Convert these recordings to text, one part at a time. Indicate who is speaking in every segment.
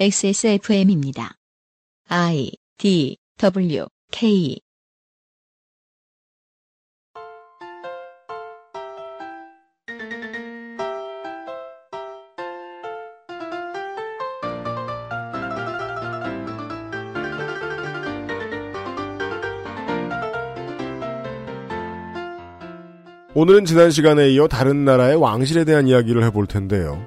Speaker 1: XSFM입니다. I D W K
Speaker 2: 오늘은 지난 시간에 이어 다른 나라의 왕실에 대한 이야기를 해볼 텐데요.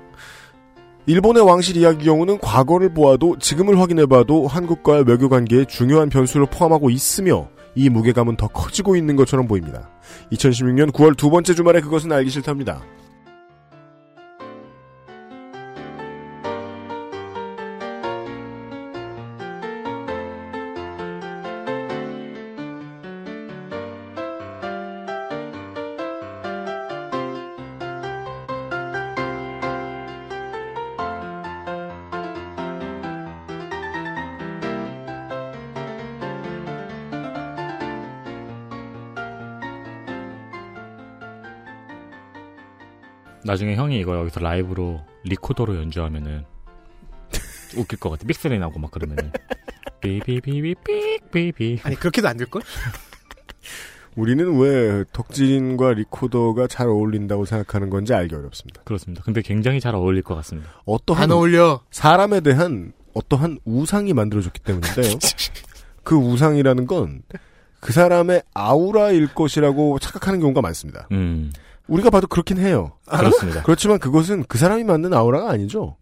Speaker 2: 일본의 왕실 이야기 경우는 과거를 보아도 지금을 확인해봐도 한국과의 외교 관계에 중요한 변수를 포함하고 있으며 이 무게감은 더 커지고 있는 것처럼 보입니다. 2016년 9월 두 번째 주말에 그것은 알기 싫답니다.
Speaker 3: 나중에 형이 이거 여기서 라이브로 리코더로 연주하면은 웃길 것 같아. 믹스리 나고 막 그러면은 비비비비 삑비비
Speaker 4: 아니 그렇게도 안 될걸?
Speaker 2: 우리는 왜 덕질인과 리코더가 잘 어울린다고 생각하는 건지 알기 어렵습니다.
Speaker 3: 그렇습니다. 근데 굉장히 잘 어울릴 것 같습니다.
Speaker 2: 어떠한
Speaker 4: 안 어울려.
Speaker 2: 사람에 대한 어떠한 우상이 만들어졌기 때문인데요. 그 우상이라는 건 그 사람의 아우라일 것이라고 착각하는 경우가 많습니다.
Speaker 3: 음
Speaker 2: 우리가 봐도 그렇긴 해요.
Speaker 3: 그렇습니다.
Speaker 2: 그렇지만 그것은 그 사람이 만든 아우라가 아니죠.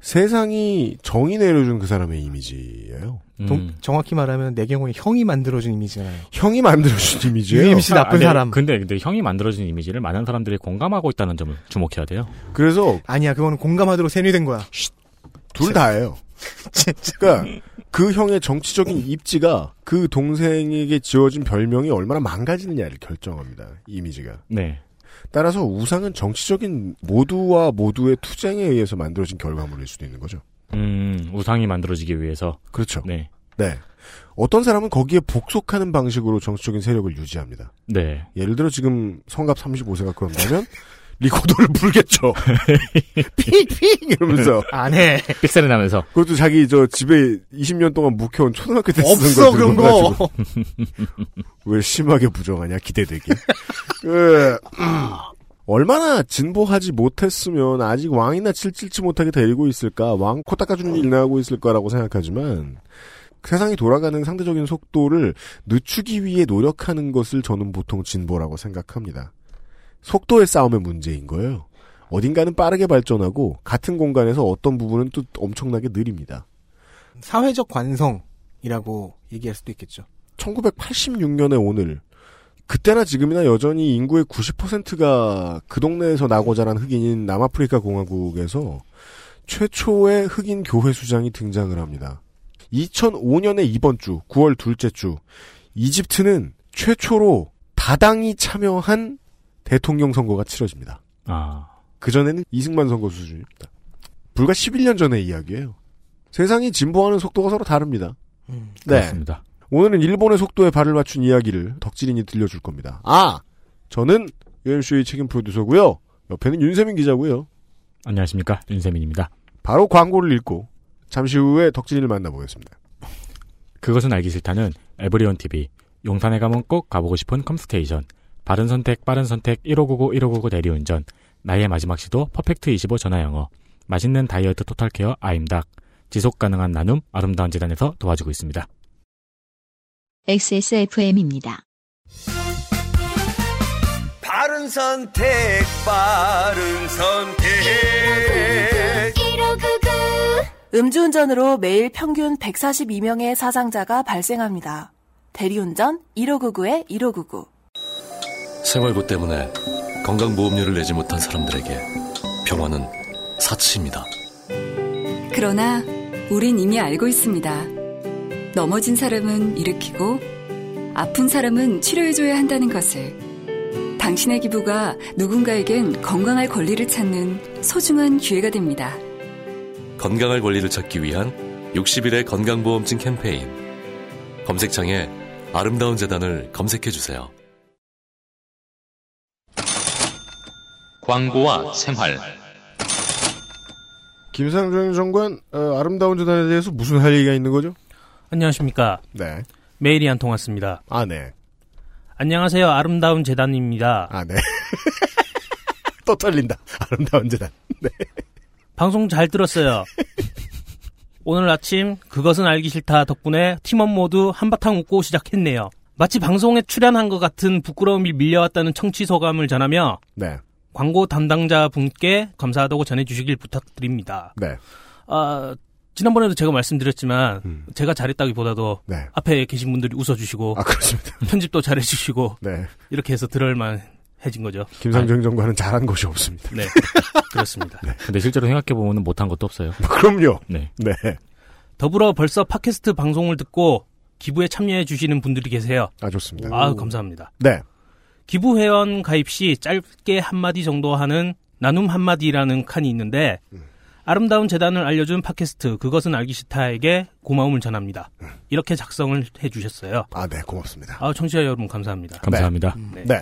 Speaker 2: 세상이 정이 내려준 그 사람의 이미지예요.
Speaker 3: 음.
Speaker 4: 정확히 말하면 내 경우에 형이 만들어준 이미지잖아요.
Speaker 2: 형이 만들어준
Speaker 4: 유
Speaker 2: 이미지예요.
Speaker 4: 임씨 나쁜
Speaker 3: 아, 근데-
Speaker 4: 사람.
Speaker 3: 근데 근데 형이 만들어진 이미지를 많은 사람들이 공감하고 있다는 점을 주목해야 돼요.
Speaker 2: 그래서
Speaker 4: 아니야 그거는 공감하도록 세뇌된 거야.
Speaker 2: 둘 다예요.
Speaker 4: 진짜.
Speaker 2: 그러니까 그 형의 정치적인 입지가 그 동생에게 지어진 별명이 얼마나 망가지느냐를 결정합니다. 이미지가.
Speaker 3: 네.
Speaker 2: 따라서 우상은 정치적인 모두와 모두의 투쟁에 의해서 만들어진 결과물일 수도 있는 거죠.
Speaker 3: 음 우상이 만들어지기 위해서
Speaker 2: 그렇죠.
Speaker 3: 네.
Speaker 2: 네. 어떤 사람은 거기에 복속하는 방식으로 정치적인 세력을 유지합니다.
Speaker 3: 네.
Speaker 2: 예를 들어 지금 성갑 35세가 그런다면 리코더를 부르겠죠. 핑핑 이러면서
Speaker 4: 안 해.
Speaker 3: 삑사리 나면서
Speaker 2: 그것도 자기 저 집에 20년 동안 묵혀온 초등학교 때 쓰는
Speaker 4: 없어
Speaker 2: 걸
Speaker 4: 그런
Speaker 2: 들고
Speaker 4: 거.
Speaker 2: 가지고 왜 심하게 부정하냐 기대되게. 그, 음, 얼마나 진보하지 못했으면 아직 왕이나 칠칠치 못하게 데리고 있을까 왕 코 닦아주는 일 나하고 있을까라고 생각하지만 세상이 돌아가는 상대적인 속도를 늦추기 위해 노력하는 것을 저는 보통 진보라고 생각합니다. 속도의 싸움의 문제인 거예요. 어딘가는 빠르게 발전하고 같은 공간에서 어떤 부분은 또 엄청나게 느립니다.
Speaker 4: 사회적 관성이라고 얘기할 수도 있겠죠.
Speaker 2: 1986년에 오늘 그때나 지금이나 여전히 인구의 90%가 그 동네에서 나고 자란 흑인인 남아프리카 공화국에서 최초의 흑인 교회 수장이 등장을 합니다. 2005년의 이번 주 9월 둘째 주 이집트는 최초로 다당이 참여한 대통령 선거가 치러집니다.
Speaker 3: 아
Speaker 2: 그전에는 이승만 선거 수준입니다. 불과 11년 전의 이야기예요. 세상이 진보하는 속도가 서로 다릅니다.
Speaker 4: 음.
Speaker 3: 그렇습니다.
Speaker 2: 오늘은 일본의 속도에 발을 맞춘 이야기를 덕질인이 들려줄 겁니다. 아! 저는 UMC의 책임 프로듀서고요 옆에는 윤세민 기자고요
Speaker 3: 안녕하십니까 윤세민입니다.
Speaker 2: 바로 광고를 읽고, 잠시 후에 덕질인을 만나보겠습니다.
Speaker 3: 그것은 알기 싫다는 에브리온 TV 용산에 가면 꼭 가보고 싶은 컴스테이션 바른 선택 빠른 선택 1599 1599 대리운전 나의 마지막 시도 퍼펙트 25 전화 영어 맛있는 다이어트 토탈케어 아임닭 지속 가능한 나눔 아름다운 재단에서 도와주고 있습니다.
Speaker 1: XSFM입니다.
Speaker 5: 바른 선택, 바른 선택.
Speaker 6: 음주운전으로 매일 평균 142명의 사상자가 발생합니다. 대리운전 1599-1599.
Speaker 7: 생활고 때문에 건강보험료를 내지 못한 사람들에게 병원은 사치입니다.
Speaker 8: 그러나 우린 이미 알고 있습니다. 넘어진 사람은 일으키고 아픈 사람은 치료해줘야 한다는 것을. 당신의 기부가 누군가에겐 건강할 권리를 찾는 소중한 기회가 됩니다.
Speaker 7: 건강할 권리를 찾기 위한 60일의 건강보험증 캠페인. 검색창에 아름다운 재단을 검색해주세요.
Speaker 9: 광고와 생활
Speaker 2: 김상준 정관 어, 아름다운 재단에 대해서 무슨 할 얘기가 있는 거죠?
Speaker 9: 안녕하십니까.
Speaker 2: 네.
Speaker 9: 메일이 한 통 왔습니다.
Speaker 2: 아 네.
Speaker 9: 안녕하세요. 아름다운 재단입니다.
Speaker 2: 아 네. 또 털린다. 아름다운 재단.
Speaker 9: 방송 잘 들었어요. 오늘 아침 그것은 알기 싫다 덕분에 팀원 모두 한바탕 웃고 시작했네요. 마치 방송에 출연한 것 같은 부끄러움이 밀려왔다는 청취 소감을 전하며
Speaker 2: 네.
Speaker 9: 광고 담당자 분께 감사하다고 전해주시길 부탁드립니다.
Speaker 2: 네.
Speaker 9: 아, 지난번에도 제가 말씀드렸지만
Speaker 2: 음.
Speaker 9: 제가 잘했다기보다도
Speaker 2: 네.
Speaker 9: 앞에 계신 분들이 웃어주시고
Speaker 2: 아 그렇습니다.
Speaker 9: 편집도 잘해주시고
Speaker 2: 네.
Speaker 9: 이렇게 해서 들을만 해진 거죠.
Speaker 2: 김상준 정관은 잘한 것이 없습니다.
Speaker 9: 네, 그렇습니다.
Speaker 3: 근데 실제로 생각해보면 못한 것도 없어요.
Speaker 2: 그럼요.
Speaker 3: 네.
Speaker 2: 네.
Speaker 9: 더불어 벌써 팟캐스트 방송을 듣고 기부에 참여해 주시는 분들이 계세요.
Speaker 2: 아 좋습니다.
Speaker 9: 아 감사합니다.
Speaker 2: 네.
Speaker 9: 기부 회원 가입 시 짧게 한마디 정도 하는 나눔 한마디라는 칸이 있는데 아름다운 재단을 알려준 팟캐스트 그것은 알기 싫다에게 고마움을 전합니다. 이렇게 작성을 해주셨어요.
Speaker 2: 아 네. 고맙습니다.
Speaker 9: 아 청취자 여러분 감사합니다.
Speaker 3: 감사합니다.
Speaker 4: 음.
Speaker 2: 네.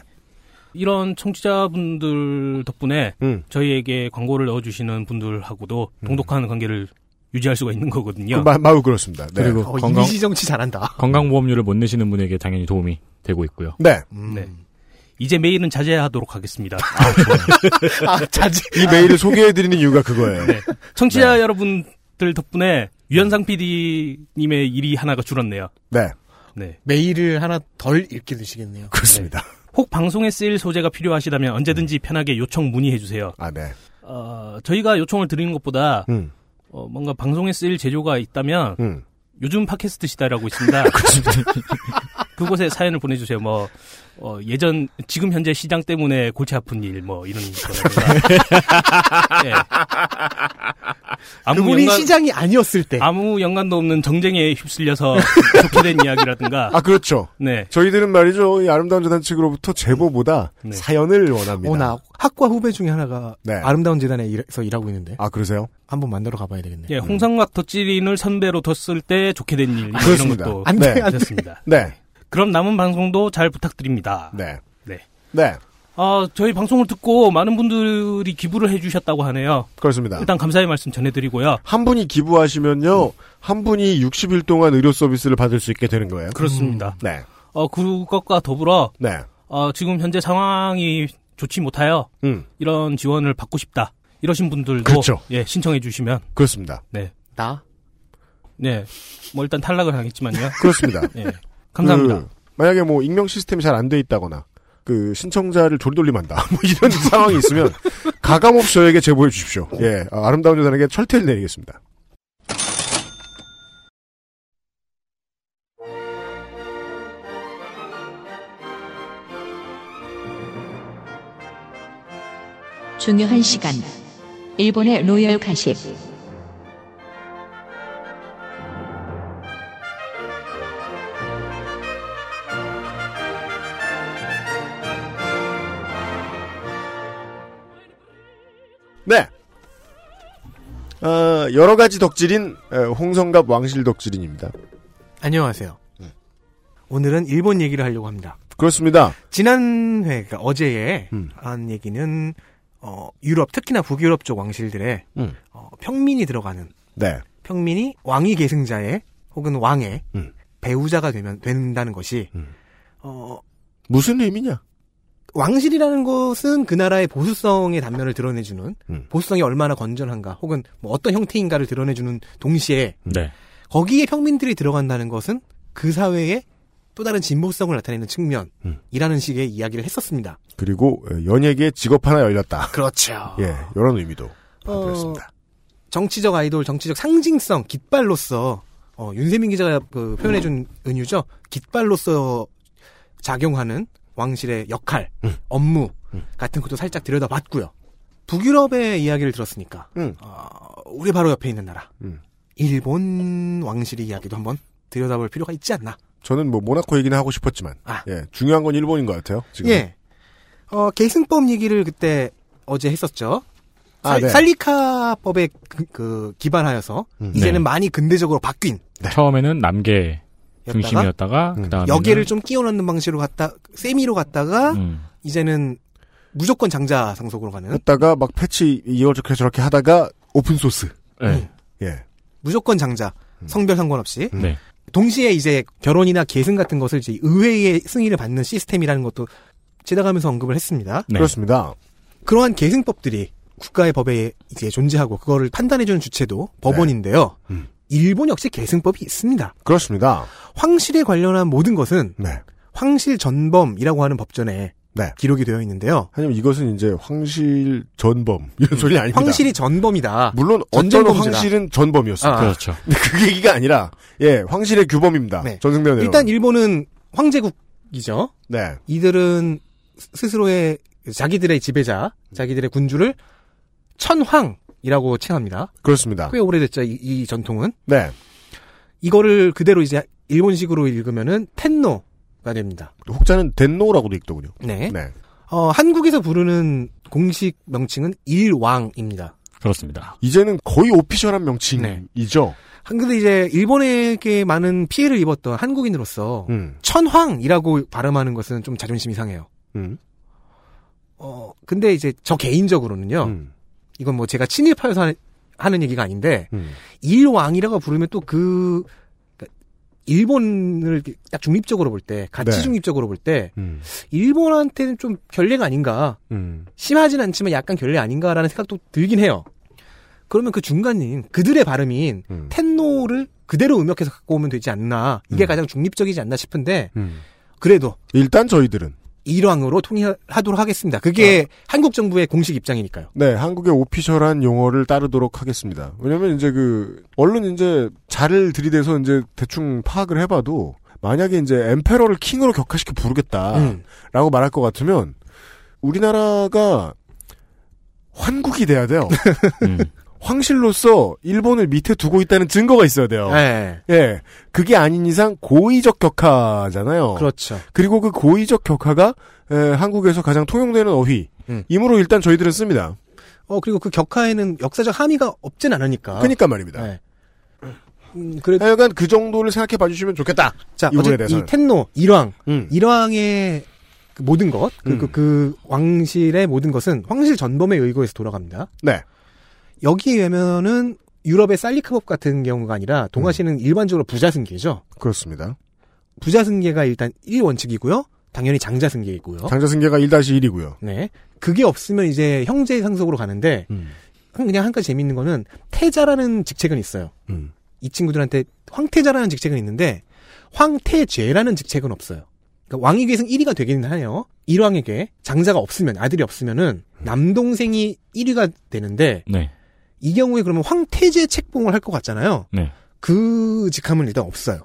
Speaker 9: 이런 청취자분들 덕분에
Speaker 2: 음.
Speaker 9: 저희에게 광고를 넣어주시는 분들하고도 돈독한 관계를 유지할 수가 있는 거거든요.
Speaker 2: 마, 마우 그렇습니다. 네.
Speaker 3: 그리고
Speaker 4: 어,
Speaker 3: 건강,
Speaker 4: 이미지 정치 잘한다.
Speaker 3: 건강보험료를 못 내시는 분에게 당연히 도움이 되고 있고요.
Speaker 2: 네.
Speaker 9: 네. 이제 메일은 자제하도록 하겠습니다.
Speaker 4: 아, 자지.
Speaker 2: 이 메일을 소개해드리는 이유가 그거예요.
Speaker 9: 네. 청취자 여러분들 덕분에 유현상 PD님의 일이 하나가 줄었네요.
Speaker 2: 네.
Speaker 9: 네.
Speaker 4: 메일을 하나 덜 읽게 되시겠네요.
Speaker 2: 그렇습니다.
Speaker 9: 혹 방송에 쓰일 소재가 필요하시다면 언제든지 편하게 요청 문의해 주세요.
Speaker 2: 아 네.
Speaker 9: 어, 저희가 요청을 드리는 것보다
Speaker 2: 음.
Speaker 9: 어, 뭔가 방송에 쓰일 제조가 있다면
Speaker 2: 음.
Speaker 9: 요즘 팟캐스트 시대라고 있습니다. 그곳에 사연을 보내주세요. 뭐 어, 예전 지금 현재 시장 때문에 골치 아픈 일 뭐 이런 거라든가. 예. 아무
Speaker 4: 그분이
Speaker 9: 연관
Speaker 4: 시장이 아니었을 때.
Speaker 9: 아무 연관도 없는 정쟁에 휩쓸려서 좋게 된 이야기라든가.
Speaker 2: 아 그렇죠.
Speaker 9: 네.
Speaker 2: 저희들은 말이죠. 이 아름다운 재단 측으로부터 제보보다
Speaker 9: 네.
Speaker 2: 사연을 원합니다.
Speaker 4: 어, 나 학과 후배 중에 하나가
Speaker 2: 네.
Speaker 4: 아름다운 재단에서 일하고 있는데
Speaker 2: 아 그러세요?
Speaker 4: 한번 만나러 가봐야 되겠네.
Speaker 9: 예, 홍상각 덧질인을 선배로 뒀을 때 좋게 된 일, 이런
Speaker 2: 그렇습니다.
Speaker 9: 것도
Speaker 4: 안 돼,
Speaker 2: 네.
Speaker 4: 안 돼.
Speaker 9: 됐습니다.
Speaker 2: 네.
Speaker 9: 그럼 남은 방송도 잘 부탁드립니다.
Speaker 2: 네.
Speaker 9: 네.
Speaker 2: 네.
Speaker 9: 아, 저희 방송을 듣고 많은 분들이 기부를 해주셨다고 하네요.
Speaker 2: 그렇습니다.
Speaker 9: 일단 감사의 말씀 전해드리고요.
Speaker 2: 한 분이 기부하시면요. 한 분이 60일 동안 의료 서비스를 받을 수 있게 되는 거예요.
Speaker 9: 그렇습니다.
Speaker 2: 네.
Speaker 9: 어, 그것과 더불어,
Speaker 2: 네.
Speaker 9: 어, 지금 현재 상황이 좋지 못하여
Speaker 2: 음.
Speaker 9: 이런 지원을 받고 싶다. 이러신 분들도
Speaker 2: 그렇죠.
Speaker 9: 예, 신청해 주시면
Speaker 2: 그렇습니다.
Speaker 9: 네.
Speaker 4: 나?
Speaker 9: 네. 뭐 일단 탈락을 하겠지만요.
Speaker 2: 그렇습니다.
Speaker 9: 예. 감사합니다.
Speaker 2: 그, 만약에 뭐 익명 시스템이 잘 안 돼 있다거나 그 신청자를 조리돌림한다 뭐 이런 상황이 있으면 가감 없이 저에게 제보해 주십시오. 예, 아, 아름다운 여단에게 철퇴를 내리겠습니다.
Speaker 1: 중요한 시간. 일본의 로열 가십.
Speaker 2: 네. 어, 여러 가지 덕질인 에, 홍성갑 왕실 덕질인입니다.
Speaker 4: 안녕하세요. 오늘은 일본 얘기를 하려고 합니다.
Speaker 2: 그렇습니다.
Speaker 4: 지난 회, 그러니까 어제에
Speaker 2: 음.
Speaker 4: 한 얘기는 어, 유럽, 특히나 북유럽 쪽 왕실들의
Speaker 2: 음.
Speaker 4: 어, 평민이 들어가는
Speaker 2: 네.
Speaker 4: 평민이 왕위 계승자의 혹은 왕의
Speaker 2: 음.
Speaker 4: 배우자가 되면 된다는 것이
Speaker 2: 음.
Speaker 4: 어,
Speaker 2: 무슨 의미냐?
Speaker 4: 왕실이라는 것은 그 나라의 보수성의 단면을 드러내주는
Speaker 2: 음.
Speaker 4: 보수성이 얼마나 건전한가 혹은 뭐 어떤 형태인가를 드러내주는 동시에
Speaker 3: 네.
Speaker 4: 거기에 평민들이 들어간다는 것은 그 사회의 또 다른 진보성을 나타내는 측면이라는 식의 이야기를 했었습니다.
Speaker 2: 그리고 에, 연예계 직업 하나 열렸다.
Speaker 4: 그렇죠.
Speaker 2: 예, 이런 의미도
Speaker 4: 어,
Speaker 2: 받았습니다.
Speaker 4: 정치적 아이돌, 정치적 상징성, 깃발로서 어, 윤세민 기자가 그
Speaker 2: 음.
Speaker 4: 표현해준 은유죠. 깃발로서 작용하는 왕실의 역할,
Speaker 2: 음.
Speaker 4: 업무 같은 것도 살짝 들여다봤고요. 북유럽의 이야기를 들었으니까
Speaker 2: 음.
Speaker 4: 어, 우리 바로 옆에 있는 나라
Speaker 2: 음.
Speaker 4: 일본 왕실의 이야기도 한번 들여다볼 필요가 있지 않나.
Speaker 2: 저는 뭐 모나코 얘기는 하고 싶었지만
Speaker 4: 아.
Speaker 2: 예, 중요한 건 일본인 것 같아요. 지금.
Speaker 4: 예. 어, 계승법 얘기를 그때 어제 했었죠.
Speaker 2: 아,
Speaker 4: 살-
Speaker 2: 네.
Speaker 4: 살리카법에 그, 그 기반하여서
Speaker 2: 음.
Speaker 4: 이제는
Speaker 3: 네.
Speaker 4: 많이 근대적으로 바뀐
Speaker 3: 처음에는 남계
Speaker 4: 네. 였다가
Speaker 3: 중심이었다가
Speaker 2: 음.
Speaker 3: 그다음에
Speaker 4: 여기를 좀 끼워 넣는 방식으로 갔다 세미로 갔다가
Speaker 3: 음.
Speaker 4: 이제는 무조건 장자 상속으로 가는
Speaker 2: 했다가 막 패치 이렇게 저렇게 하다가 오픈 소스
Speaker 3: 네.
Speaker 2: 예.
Speaker 4: 무조건 장자.
Speaker 2: 음.
Speaker 4: 성별 상관없이.
Speaker 3: 네.
Speaker 4: 동시에 이제 결혼이나 계승 같은 것을 이제 의회의 승인을 받는 시스템이라는 것도 지나가면서 언급을 했습니다.
Speaker 3: 네.
Speaker 2: 그렇습니다.
Speaker 4: 그러한 계승법들이 국가의 법에 이제 존재하고 그거를 판단해주는 주체도 법원인데요.
Speaker 2: 네. 음.
Speaker 4: 일본 역시 계승법이 있습니다.
Speaker 2: 그렇습니다.
Speaker 4: 황실에 관련한 모든 것은
Speaker 2: 네.
Speaker 4: 황실 전범이라고 하는 법전에
Speaker 2: 네.
Speaker 4: 기록이 되어 있는데요.
Speaker 2: 하지만 이것은 이제 황실 전범 이런 소리 아닙니다.
Speaker 4: 황실이 전범이다.
Speaker 2: 물론 어떤
Speaker 4: 전전범죄다.
Speaker 2: 황실은 전범이었어요.
Speaker 4: 아.
Speaker 3: 그렇죠.
Speaker 2: 근데 그 얘기가 아니라 예 황실의 규범입니다.
Speaker 4: 네.
Speaker 2: 전승대원
Speaker 4: 일단
Speaker 2: 의원.
Speaker 4: 일본은 황제국이죠.
Speaker 2: 네
Speaker 4: 이들은 스- 스스로의 자기들의 지배자, 자기들의 군주를 천황이라고 칭합니다.
Speaker 2: 그렇습니다.
Speaker 4: 꽤 오래됐죠, 이, 이 전통은.
Speaker 2: 네
Speaker 4: 이거를 그대로 이제 일본식으로 읽으면은 텐노가 됩니다.
Speaker 2: 혹자는 덴노라고도 읽더군요.
Speaker 4: 네.
Speaker 2: 네
Speaker 4: 어, 한국에서 부르는 공식 명칭은 일왕입니다.
Speaker 3: 그렇습니다.
Speaker 2: 이제는 거의 오피셜한 명칭이죠.
Speaker 4: 한- 근데 이제 일본에게 많은 피해를 입었던 한국인으로서
Speaker 2: 음.
Speaker 4: 천황이라고 발음하는 것은 좀 자존심이 상해요.
Speaker 2: 음.
Speaker 4: 어, 근데 이제 저 개인적으로는요.
Speaker 2: 음.
Speaker 4: 이건 뭐 제가 친일파여서 하는- 하는 얘기가 아닌데
Speaker 2: 음.
Speaker 4: 일왕이라고 부르면 또 그 일본을 이렇게 딱 중립적으로 볼 때 가치
Speaker 2: 네.
Speaker 4: 중립적으로 볼 때
Speaker 2: 음.
Speaker 4: 일본한테는 좀 결례가 아닌가
Speaker 2: 음.
Speaker 4: 심하진 않지만 약간 결례 아닌가라는 생각도 들긴 해요. 그러면 그 중간인 그들의 발음인
Speaker 2: 음.
Speaker 4: 텐노를 그대로 음역해서 갖고 오면 되지 않나 이게
Speaker 2: 음.
Speaker 4: 가장 중립적이지 않나 싶은데
Speaker 2: 음.
Speaker 4: 그래도
Speaker 2: 일단 저희들은
Speaker 4: 일왕으로 통일하도록 하겠습니다. 그게
Speaker 2: 어.
Speaker 4: 한국 정부의 공식 입장이니까요.
Speaker 2: 네, 한국의 오피셜한 용어를 따르도록 하겠습니다. 왜냐면 이제 그, 얼른 이제 자를 들이대서 이제 대충 파악을 해봐도, 만약에 이제 엠페러를 킹으로 격하시켜 부르겠다,
Speaker 4: 음.
Speaker 2: 라고 말할 것 같으면, 우리나라가 환국이 돼야 돼요.
Speaker 4: 네.
Speaker 3: 음.
Speaker 2: 황실로서 일본을 밑에 두고 있다는 증거가 있어야 돼요.
Speaker 4: 네.
Speaker 2: 예. 그게 아닌 이상 고의적 격하잖아요.
Speaker 4: 그렇죠.
Speaker 2: 그리고 그 고의적 격하가, 에, 한국에서 가장 통용되는 어휘.
Speaker 4: 음.
Speaker 2: 이므로 일단 저희들은 씁니다.
Speaker 4: 어 그리고 그 격하에는 역사적 함의가 없진 않으니까.
Speaker 2: 그니까 말입니다.
Speaker 4: 네. 음, 그래도
Speaker 2: 하여간 그 정도를 생각해 봐주시면 좋겠다.
Speaker 4: 자
Speaker 2: 이 부분에
Speaker 4: 어쨌든
Speaker 2: 대해서는.
Speaker 4: 이 텐노 일왕
Speaker 2: 음.
Speaker 4: 일왕의 그 모든 것 그리고
Speaker 2: 음.
Speaker 4: 그 왕실의 모든 것은 황실 전범에 의거해서 돌아갑니다.
Speaker 2: 네.
Speaker 4: 여기에 의하면은 유럽의 살리크법 같은 경우가 아니라 동아시는
Speaker 2: 음.
Speaker 4: 일반적으로 부자승계죠.
Speaker 2: 그렇습니다.
Speaker 4: 부자승계가 일단 1원칙이고요. 당연히 장자승계이고요.
Speaker 2: 장자승계가 1-1이고요.
Speaker 4: 네. 그게 없으면 이제 형제 상속으로 가는데
Speaker 2: 음.
Speaker 4: 한- 그냥 한 가지 재밌는 거는 태자라는 직책은 있어요.
Speaker 2: 음.
Speaker 4: 이 친구들한테 황태자라는 직책은 있는데 황태죄라는 직책은 없어요. 그러니까 왕위 계승 1위가 되기는 하네요. 일왕에게 장자가 없으면 아들이 없으면은 남동생이 1위가 되는데
Speaker 3: 네.
Speaker 4: 이 경우에 그러면 황태제 책봉을 할 것 같잖아요.
Speaker 3: 네.
Speaker 4: 그 직함은 일단 없어요.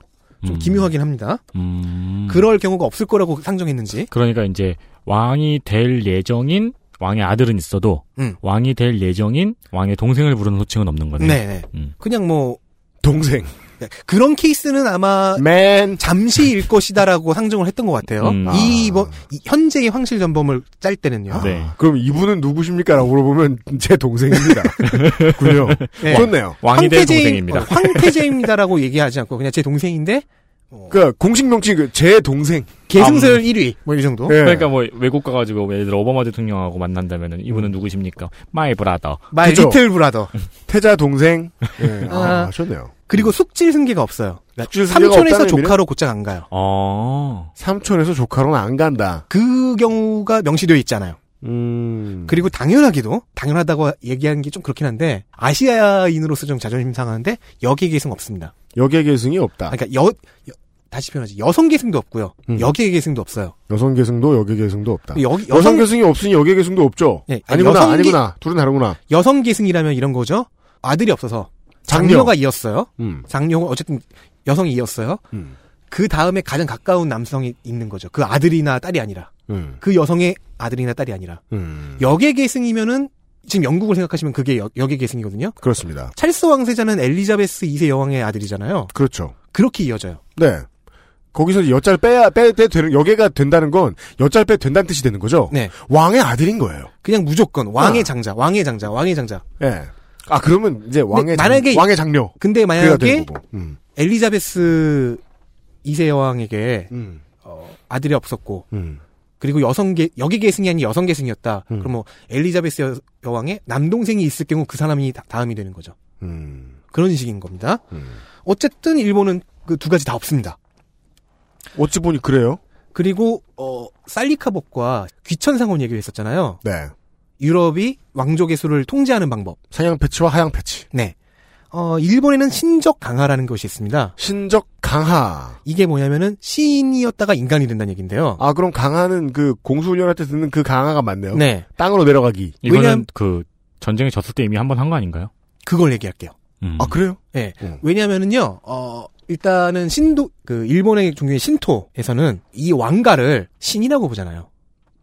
Speaker 4: 좀
Speaker 3: 음.
Speaker 4: 기묘하긴 합니다.
Speaker 3: 음.
Speaker 4: 그럴 경우가 없을 거라고 상정했는지.
Speaker 3: 그러니까 이제 왕이 될 예정인 왕의 아들은 있어도
Speaker 4: 음.
Speaker 3: 왕이 될 예정인 왕의 동생을 부르는 호칭은 없는 거네요.
Speaker 4: 네.
Speaker 3: 음.
Speaker 4: 그냥 뭐
Speaker 2: 동생.
Speaker 4: 네. 그런 케이스는 아마
Speaker 2: 맨.
Speaker 4: 잠시일 것이다라고 상정을 했던 것 같아요.
Speaker 3: 음.
Speaker 4: 이,
Speaker 2: 아.
Speaker 4: 뭐- 이 현재의 황실 전범을 짤 때는요.
Speaker 3: 네.
Speaker 2: 그럼 이분은 누구십니까? 라고 물어보면 제 동생입니다. 군요.
Speaker 4: 네.
Speaker 2: 좋네요.
Speaker 3: 왕이 될
Speaker 4: 황태제인-
Speaker 3: 동생입니다.
Speaker 4: 어, 황태제입니다라고 얘기하지 않고 그냥 제 동생인데
Speaker 2: 그니까, 공식 명칭, 그, 제 동생. 아, 음.
Speaker 4: 계승설 1위 뭐 이 정도.
Speaker 2: 예.
Speaker 3: 그러니까 뭐 외국 가가지고 예를 들어 오바마 대통령하고 만난다면은
Speaker 4: 음.
Speaker 3: 이분은 누구십니까? 마이 브라더.
Speaker 4: 마이
Speaker 2: 그죠. 음.
Speaker 4: 리틀 브라더.
Speaker 2: 태자 동생. 예. 아,
Speaker 4: 아.
Speaker 2: 좋네요.
Speaker 4: 그리고 숙질 승계가 없어요. 그러니까
Speaker 2: 숙질 승계가
Speaker 4: 삼촌에서
Speaker 2: 없다는 의미는?
Speaker 4: 조카로 곧장 안 가요.
Speaker 3: 어.
Speaker 2: 삼촌에서 조카로는 안 간다.
Speaker 4: 그 경우가 명시되어 있잖아요.
Speaker 2: 음.
Speaker 4: 그리고 당연하기도 당연하다고 얘기하는 게 좀 그렇긴 한데 아시아인으로서 좀 자존심 상하는데 여기 계승 없습니다.
Speaker 2: 여계 계승이 없다.
Speaker 4: 아, 그러니까 여, 여- 다시 표현하지 여성 계승도 없고요.
Speaker 2: 음.
Speaker 4: 여기 계승도 없어요.
Speaker 2: 여성 계승도 여계 계승도 없다.
Speaker 4: 여기
Speaker 2: 여성,
Speaker 4: 여성
Speaker 2: 계승이 없으니 여계 계승도 없죠.
Speaker 4: 예, 아니,
Speaker 2: 아니구나,
Speaker 4: 여성계-
Speaker 2: 아니구나. 둘은 다르구나.
Speaker 4: 여성 계승이라면 이런 거죠. 아들이 없어서
Speaker 2: 장녀.
Speaker 4: 장녀가 이었어요.
Speaker 2: 음.
Speaker 4: 장녀가 어쨌든 여성이 이었어요.
Speaker 2: 음.
Speaker 4: 그 다음에 가장 가까운 남성이 있는 거죠. 그 아들이나 딸이 아니라
Speaker 2: 음.
Speaker 4: 그 여성의 아들이나 딸이 아니라
Speaker 2: 음.
Speaker 4: 역의 계승이면은 지금 영국을 생각하시면 그게 역, 역의 계승이거든요.
Speaker 2: 그렇습니다.
Speaker 4: 찰스 왕세자는 엘리자베스 2세 여왕의 아들이잖아요.
Speaker 2: 그렇죠.
Speaker 4: 그렇게 이어져요.
Speaker 2: 네. 거기서 여자를 빼야 빼, 빼 되는 여계가 된다는 건 여자를 빼 된다는 뜻이 되는 거죠.
Speaker 4: 네.
Speaker 2: 왕의 아들인 거예요.
Speaker 4: 그냥 무조건 왕의
Speaker 2: 아.
Speaker 4: 장자, 왕의 장자, 왕의 장자.
Speaker 2: 예. 아 그러면 이제 왕의
Speaker 4: 만약에
Speaker 2: 장, 왕의 장녀
Speaker 4: 근데
Speaker 2: 그가 되는
Speaker 4: 만약에
Speaker 2: 거고. 음.
Speaker 4: 엘리자베스 2세 여왕에게
Speaker 2: 음.
Speaker 4: 어, 아들이 없었고
Speaker 2: 음.
Speaker 4: 그리고 여성계 여기 계승이 아닌 여성 계승이었다.
Speaker 2: 음.
Speaker 4: 그럼 뭐 엘리자베스 여, 왕의 남동생이 있을 경우 그 사람이 다, 음이 되는 거죠.
Speaker 2: 음.
Speaker 4: 그런 식인 겁니다.
Speaker 2: 음.
Speaker 4: 어쨌든 일본은 그 두 가지 다 없습니다.
Speaker 2: 어찌 보니 그래요?
Speaker 4: 그리고 어 살리카법과 귀천상원 얘기를 했었잖아요.
Speaker 2: 네.
Speaker 4: 유럽이 왕족의 수를 통제하는 방법.
Speaker 2: 상향 패치와 하향 패치.
Speaker 4: 네. 어 일본에는 신적 강화라는 것이 있습니다.
Speaker 2: 신적 강하.
Speaker 4: 이게 뭐냐면은 시인이었다가 인간이 된다는 얘기인데요.
Speaker 2: 아, 그럼 강하는 그 공수훈련할 때 듣는 그 강하가 맞네요.
Speaker 4: 네.
Speaker 2: 땅으로 내려가기.
Speaker 3: 이거는
Speaker 4: 왜냐면-
Speaker 3: 그 전쟁에 졌을 때 이미 한 번 한 거 아닌가요?
Speaker 4: 그걸 얘기할게요.
Speaker 3: 음.
Speaker 2: 아, 그래요?
Speaker 4: 예.
Speaker 2: 음.
Speaker 4: 왜냐면은요, 어, 일단은 신도, 그, 일본의 종교인 신토에서는 이 왕가를 신이라고 보잖아요.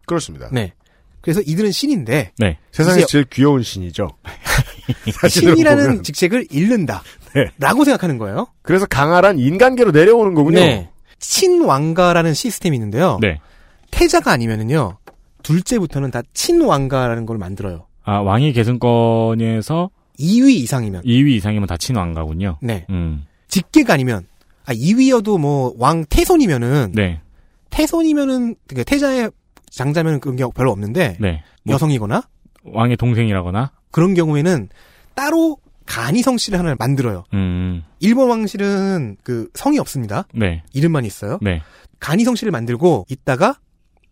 Speaker 2: 그렇습니다.
Speaker 4: 네. 그래서 이들은 신인데,
Speaker 3: 네.
Speaker 2: 세상에
Speaker 4: 이제-
Speaker 2: 제일 귀여운 신이죠. 사실대로
Speaker 4: 신이라는
Speaker 2: 보면.
Speaker 4: 직책을 잃는다.
Speaker 2: 네.
Speaker 4: 라고 생각하는 거예요.
Speaker 2: 그래서 강하란 인간계로 내려오는 거군요.
Speaker 4: 친왕가라는 시스템이 있는데요.
Speaker 3: 네.
Speaker 4: 태자가 아니면은요, 둘째부터는 다 친왕가라는 걸 만들어요.
Speaker 3: 아, 왕위 계승권에서
Speaker 4: 2위 이상이면.
Speaker 3: 2위 이상이면 다 친왕가군요.
Speaker 4: 네.
Speaker 3: 음.
Speaker 4: 직계가 아니면, 아, 2위여도 뭐, 왕 태손이면은,
Speaker 3: 네.
Speaker 4: 태손이면은, 그러니까 태자의 장자면 그런 게 별로 없는데,
Speaker 3: 네. 뭐
Speaker 4: 여성이거나
Speaker 3: 왕의 동생이라거나
Speaker 4: 그런 경우에는 따로 간이 성씨를 하나 만들어요.
Speaker 3: 음.
Speaker 4: 일본 왕실은 그 성이 없습니다.
Speaker 3: 네.
Speaker 4: 이름만 있어요.
Speaker 3: 네.
Speaker 4: 간이 성씨를 만들고 있다가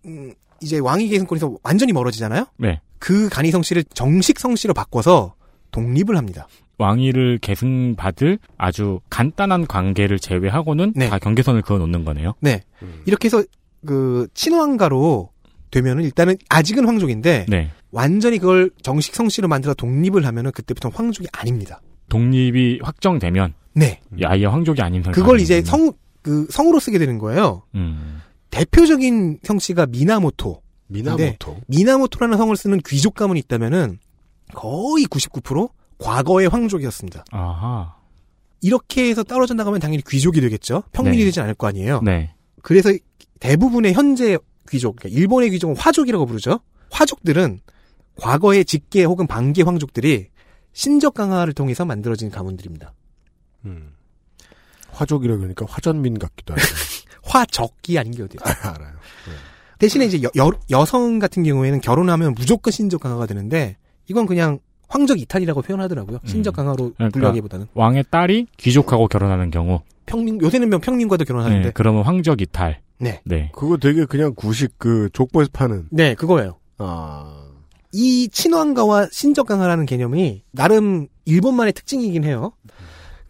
Speaker 4: 음, 이제 왕위 계승권에서 완전히 멀어지잖아요.
Speaker 3: 네.
Speaker 4: 그 간이 성씨를 정식 성씨로 바꿔서 독립을 합니다.
Speaker 3: 왕위를 계승받을 아주 간단한 관계를 제외하고는
Speaker 4: 네.
Speaker 3: 다 경계선을 그어 놓는 거네요.
Speaker 4: 네.
Speaker 3: 음.
Speaker 4: 이렇게 해서 그 친왕가로 되면은 일단은 아직은 황족인데
Speaker 3: 네.
Speaker 4: 완전히 그걸 정식 성씨로 만들어 독립을 하면은 그때부터 는 황족이 아닙니다.
Speaker 3: 독립이 확정되면
Speaker 4: 네.
Speaker 3: 이 아예 황족이 아닌 상
Speaker 4: 그걸 이제 성, 그 성으로 쓰게 되는 거예요.
Speaker 3: 음.
Speaker 4: 대표적인 성씨가 미나모토.
Speaker 2: 미나모토.
Speaker 4: 미나모토라는 성을 쓰는 귀족 가문이 있다면은 거의 99% 과거의 황족이었습니다.
Speaker 3: 아하.
Speaker 4: 이렇게 해서 떨어져 나가면 당연히 귀족이 되겠죠. 평민이
Speaker 3: 네.
Speaker 4: 되진 않을 거 아니에요.
Speaker 3: 네.
Speaker 4: 그래서 대부분의 현재 귀족, 그러니까 일본의 귀족은 화족이라고 부르죠. 화족들은 과거의 직계 혹은 반계 황족들이 신적 강화를 통해서 만들어진 가문들입니다.
Speaker 2: 음. 화족이라 그러니까 화전민 같기도 하고.
Speaker 4: 화적이 아닌 게 어디예요?
Speaker 2: 알아요.
Speaker 4: 대신에 이제 여, 성 같은 경우에는 결혼하면 무조건 신적 강화가 되는데 이건 그냥 황적 이탈이라고 표현하더라고요. 신적 강화로
Speaker 3: 그러니까
Speaker 4: 분류하기보다는
Speaker 3: 왕의 딸이 귀족하고 결혼하는 경우.
Speaker 4: 평민 요새는 뭐 평민과도
Speaker 3: 네.
Speaker 4: 결혼하는데
Speaker 3: 그러면 황적 이탈.
Speaker 4: 네.
Speaker 3: 네.
Speaker 2: 그거 되게 그냥 구식 그 족보에서 파는.
Speaker 4: 네 그거예요.
Speaker 2: 아.
Speaker 4: 이 친왕가와 신적 강화라는 개념이 나름 일본만의 특징이긴 해요.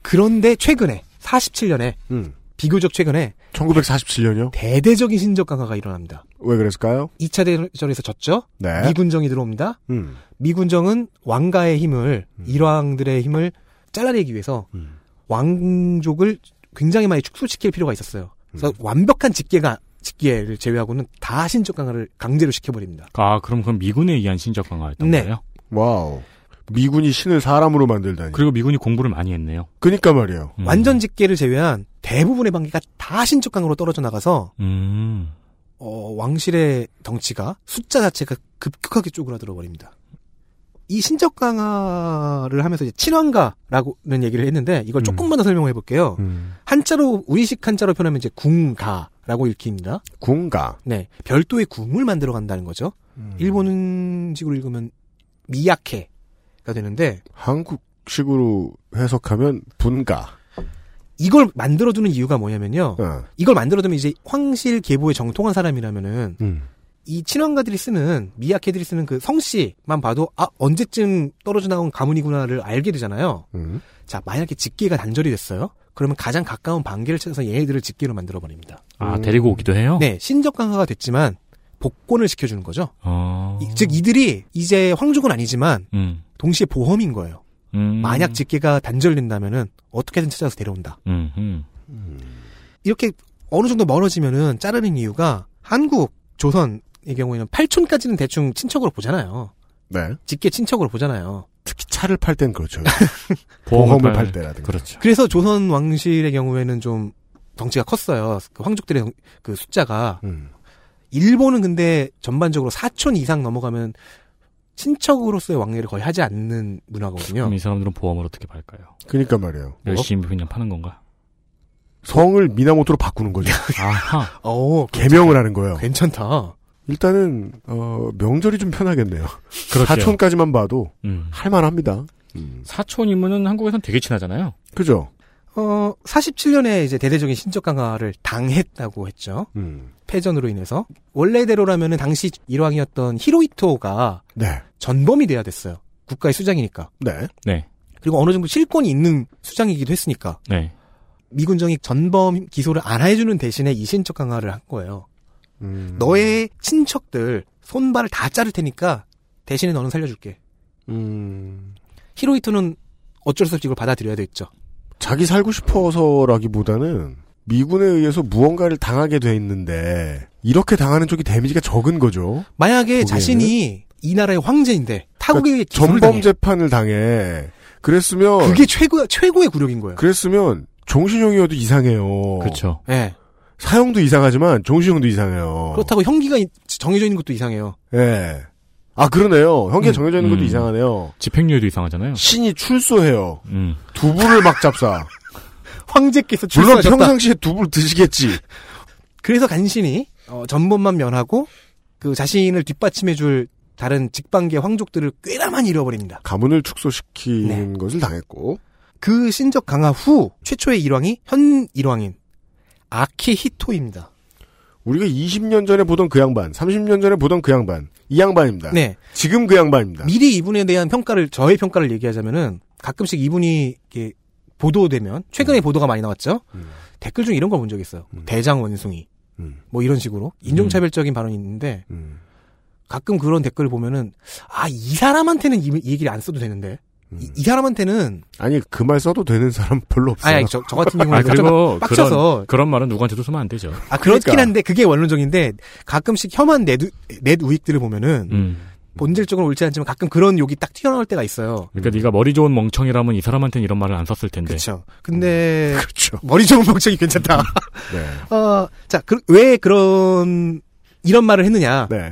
Speaker 4: 그런데 최근에 47년에
Speaker 2: 음.
Speaker 4: 비교적 최근에
Speaker 2: 1947년이요?
Speaker 4: 대대적인 신적 강화가 일어납니다.
Speaker 2: 왜 그랬을까요?
Speaker 4: 2차 대전에서 졌죠.
Speaker 2: 네.
Speaker 4: 미군정이 들어옵니다.
Speaker 2: 음.
Speaker 4: 미군정은 왕가의 힘을 일왕들의 힘을 잘라내기 위해서
Speaker 2: 음.
Speaker 4: 왕족을 굉장히 많이 축소시킬 필요가 있었어요. 그래서
Speaker 2: 음.
Speaker 4: 완벽한 직계가 직계를 제외하고는 다 신적 강화를 강제로 시켜버립니다.
Speaker 3: 아, 그럼 그건 미군에 의한 신적 강화였던
Speaker 4: 네.
Speaker 3: 거예요?
Speaker 2: 와우. 미군이 신을 사람으로 만들다니.
Speaker 3: 그리고 미군이 공부를 많이 했네요.
Speaker 2: 그니까 말이에요.
Speaker 3: 음.
Speaker 4: 완전 직계를 제외한 대부분의 반기가 다 신적 강화로 떨어져 나가서
Speaker 3: 음.
Speaker 4: 어, 왕실의 덩치가 숫자 자체가 급격하게 쪼그라들어 버립니다. 이 신적 강화를 하면서 이제 친왕가라고는 얘기를 했는데 이걸 조금만 더 설명해 볼게요.
Speaker 2: 음.
Speaker 4: 한자로 우리식 한자로 표현하면 이제 궁가라고 읽힙니다.
Speaker 2: 군가.
Speaker 4: 네, 별도의 궁을 만들어 간다는 거죠.
Speaker 3: 음.
Speaker 2: 음.
Speaker 4: 일본식으로 읽으면 미야케가 되는데
Speaker 2: 한국식으로 해석하면 분가.
Speaker 4: 이걸 만들어두는 이유가 뭐냐면요.
Speaker 2: 어.
Speaker 4: 이걸 만들어두면 이제 황실 계보에 정통한 사람이라면은
Speaker 2: 음.
Speaker 4: 이 친왕가들이 쓰는 미야케들이 쓰는 그 성씨만 봐도 아 언제쯤 떨어져 나온 가문이구나를 알게 되잖아요.
Speaker 2: 음.
Speaker 4: 자 만약에 직계가 단절이 됐어요. 그러면 가장 가까운 반계를 찾아서 얘네들을 직계로 만들어 버립니다.
Speaker 3: 아,
Speaker 2: 음.
Speaker 3: 데리고 오기도 해요?
Speaker 4: 네 신적 강화가 됐지만 복권을 시켜주는 거죠.
Speaker 3: 어.
Speaker 4: 이- 즉 이들이 이제 황족은 아니지만
Speaker 3: 음.
Speaker 4: 동시에 보험인 거예요.
Speaker 3: 음.
Speaker 4: 만약 직계가 단절된다면은 어떻게든 찾아서 데려온다.
Speaker 3: 음. 음.
Speaker 4: 이렇게 어느 정도 멀어지면은 자르는 이유가 한국 조선의 경우에는 8촌까지는 대충 친척으로 보잖아요.
Speaker 2: 네.
Speaker 4: 직계 친척으로 보잖아요.
Speaker 2: 특히 차를 팔 땐 그렇죠. 보험을 팔 때라든가.
Speaker 3: 그렇죠.
Speaker 4: 그래서 조선 왕실의 경우에는 좀 덩치가 컸어요. 그 황족들의 덩- 그 숫자가
Speaker 2: 음.
Speaker 4: 일본은 근데 전반적으로 4촌 이상 넘어가면 친척으로서의 왕래를 거의 하지 않는 문화거든요.
Speaker 3: 그럼 이 사람들은 보험을 어떻게 팔까요?
Speaker 2: 그니까 말이에요.
Speaker 3: 열심히 그냥 파는 건가?
Speaker 2: 성을 미나모토로 바꾸는 거죠.
Speaker 3: 아하.
Speaker 4: 어,
Speaker 2: 개명을 하는 거예요.
Speaker 4: 괜찮다.
Speaker 2: 일단은 어, 명절이 좀 편하겠네요.
Speaker 3: 그렇죠.
Speaker 2: 사촌까지만 봐도
Speaker 3: 음.
Speaker 2: 할만합니다.
Speaker 4: 음.
Speaker 3: 사촌이면은 한국에선 되게 친하잖아요.
Speaker 2: 그죠?
Speaker 4: 어, 47년에 이제 대대적인 신적 강화를 당했다고 했죠.
Speaker 2: 음.
Speaker 4: 패전으로 인해서. 원래대로라면은 당시 일왕이었던 히로히토가
Speaker 2: 네.
Speaker 4: 전범이 돼야 됐어요. 국가의 수장이니까.
Speaker 2: 네.
Speaker 3: 네,
Speaker 4: 그리고 어느 정도 실권이 있는 수장이기도 했으니까.
Speaker 3: 네.
Speaker 4: 미군정이 전범 기소를 안 해주는 대신에 이 신적 강화를 한 거예요.
Speaker 2: 음.
Speaker 4: 너의 친척들 손발을 다 자를 테니까 대신에 너는 살려줄게.
Speaker 2: 음.
Speaker 4: 히로히토는 어쩔 수 없이 이걸 받아들여야 됐죠.
Speaker 2: 자기 살고 싶어서라기보다는 미군에 의해서 무언가를 당하게 돼 있는데 이렇게 당하는 쪽이 데미지가 적은 거죠.
Speaker 4: 만약에
Speaker 2: 거기에는? 그러니까
Speaker 4: 자신이 이 나라의 황제인데 타국의 기술을
Speaker 2: 전범
Speaker 4: 당해.
Speaker 2: 재판을 당해. 그랬으면
Speaker 4: 그게 최고 최고의 굴욕인 거예요.
Speaker 2: 그랬으면 정신형이어도 이상해요.
Speaker 3: 그렇죠.
Speaker 4: 예.
Speaker 2: 사형도 이상하지만 정신형도 이상해요.
Speaker 4: 그렇다고 형기가 이- 정해져 있는 것도 이상해요.
Speaker 2: 예. 아 그러네요. 형계
Speaker 4: 음.
Speaker 2: 정해져 있는 것도
Speaker 3: 음.
Speaker 2: 이상하네요.
Speaker 3: 집행유예도 이상하잖아요.
Speaker 2: 신이 출소해요.
Speaker 3: 음.
Speaker 2: 두부를 막 잡사.
Speaker 4: 황제께서
Speaker 2: 물론
Speaker 4: 출소하셨다.
Speaker 2: 평상시에 두부를 드시겠지.
Speaker 4: 그래서 간신히 어, 전범만 면하고 그 자신을 뒷받침해줄 다른 직방계 황족들을 꽤나 많이 잃어버립니다.
Speaker 2: 가문을
Speaker 4: 네.
Speaker 2: 축소시키는 것을 당했고.
Speaker 4: 그 신적 강화 후 최초의 일왕이 현 일왕인 아키히토입니다.
Speaker 2: 우리가 20년 전에 보던 그 양반, 30년 전에 보던 그 양반, 이 양반입니다.
Speaker 4: 네,
Speaker 2: 지금 그 양반입니다.
Speaker 4: 미리 이분에 대한 평가를 저의 평가를 얘기하자면은 가끔씩 이분이 이렇게 보도되면 최근에 보도가 많이 나왔죠.
Speaker 2: 음.
Speaker 4: 댓글 중에 이런 걸 본 적이 있어요.
Speaker 2: 음.
Speaker 4: 대장 원숭이
Speaker 2: 음,
Speaker 4: 뭐 이런 식으로 인종차별적인 발언이 있는데
Speaker 2: 음,
Speaker 4: 가끔 그런 댓글을 보면은 아 이 사람한테는 이, 이 얘기를 안 써도 되는데
Speaker 2: 음.
Speaker 4: 이, 이 사람한테는
Speaker 2: 아니 그 말 써도 되는 사람 별로 없어요.
Speaker 4: 아니, 아니 저, 저 같은 경우는
Speaker 3: 아 그리고
Speaker 4: 좀 빡쳐서
Speaker 3: 그런 그런 말은 누구한테도 쓰면 안 되죠.
Speaker 4: 아 그렇긴
Speaker 2: 그러니까.
Speaker 4: 한데 그게 원론적인데 가끔씩 혐한 넷, 우- 넷 우익들을 보면은
Speaker 3: 음.
Speaker 4: 본질적으로 옳지 않지만 가끔 그런 욕이 딱 튀어나올 때가 있어요.
Speaker 3: 그러니까 네가 머리 좋은 멍청이라면 이 사람한테는 이런 말을 안 썼을
Speaker 2: 네.
Speaker 3: 텐데.
Speaker 4: 그렇죠. 근데
Speaker 2: 그렇죠.
Speaker 4: 머리 좋은 복장이 괜찮다.
Speaker 2: 네.
Speaker 4: 어, 자, 그, 왜 그런 이런 말을 했느냐?
Speaker 2: 네.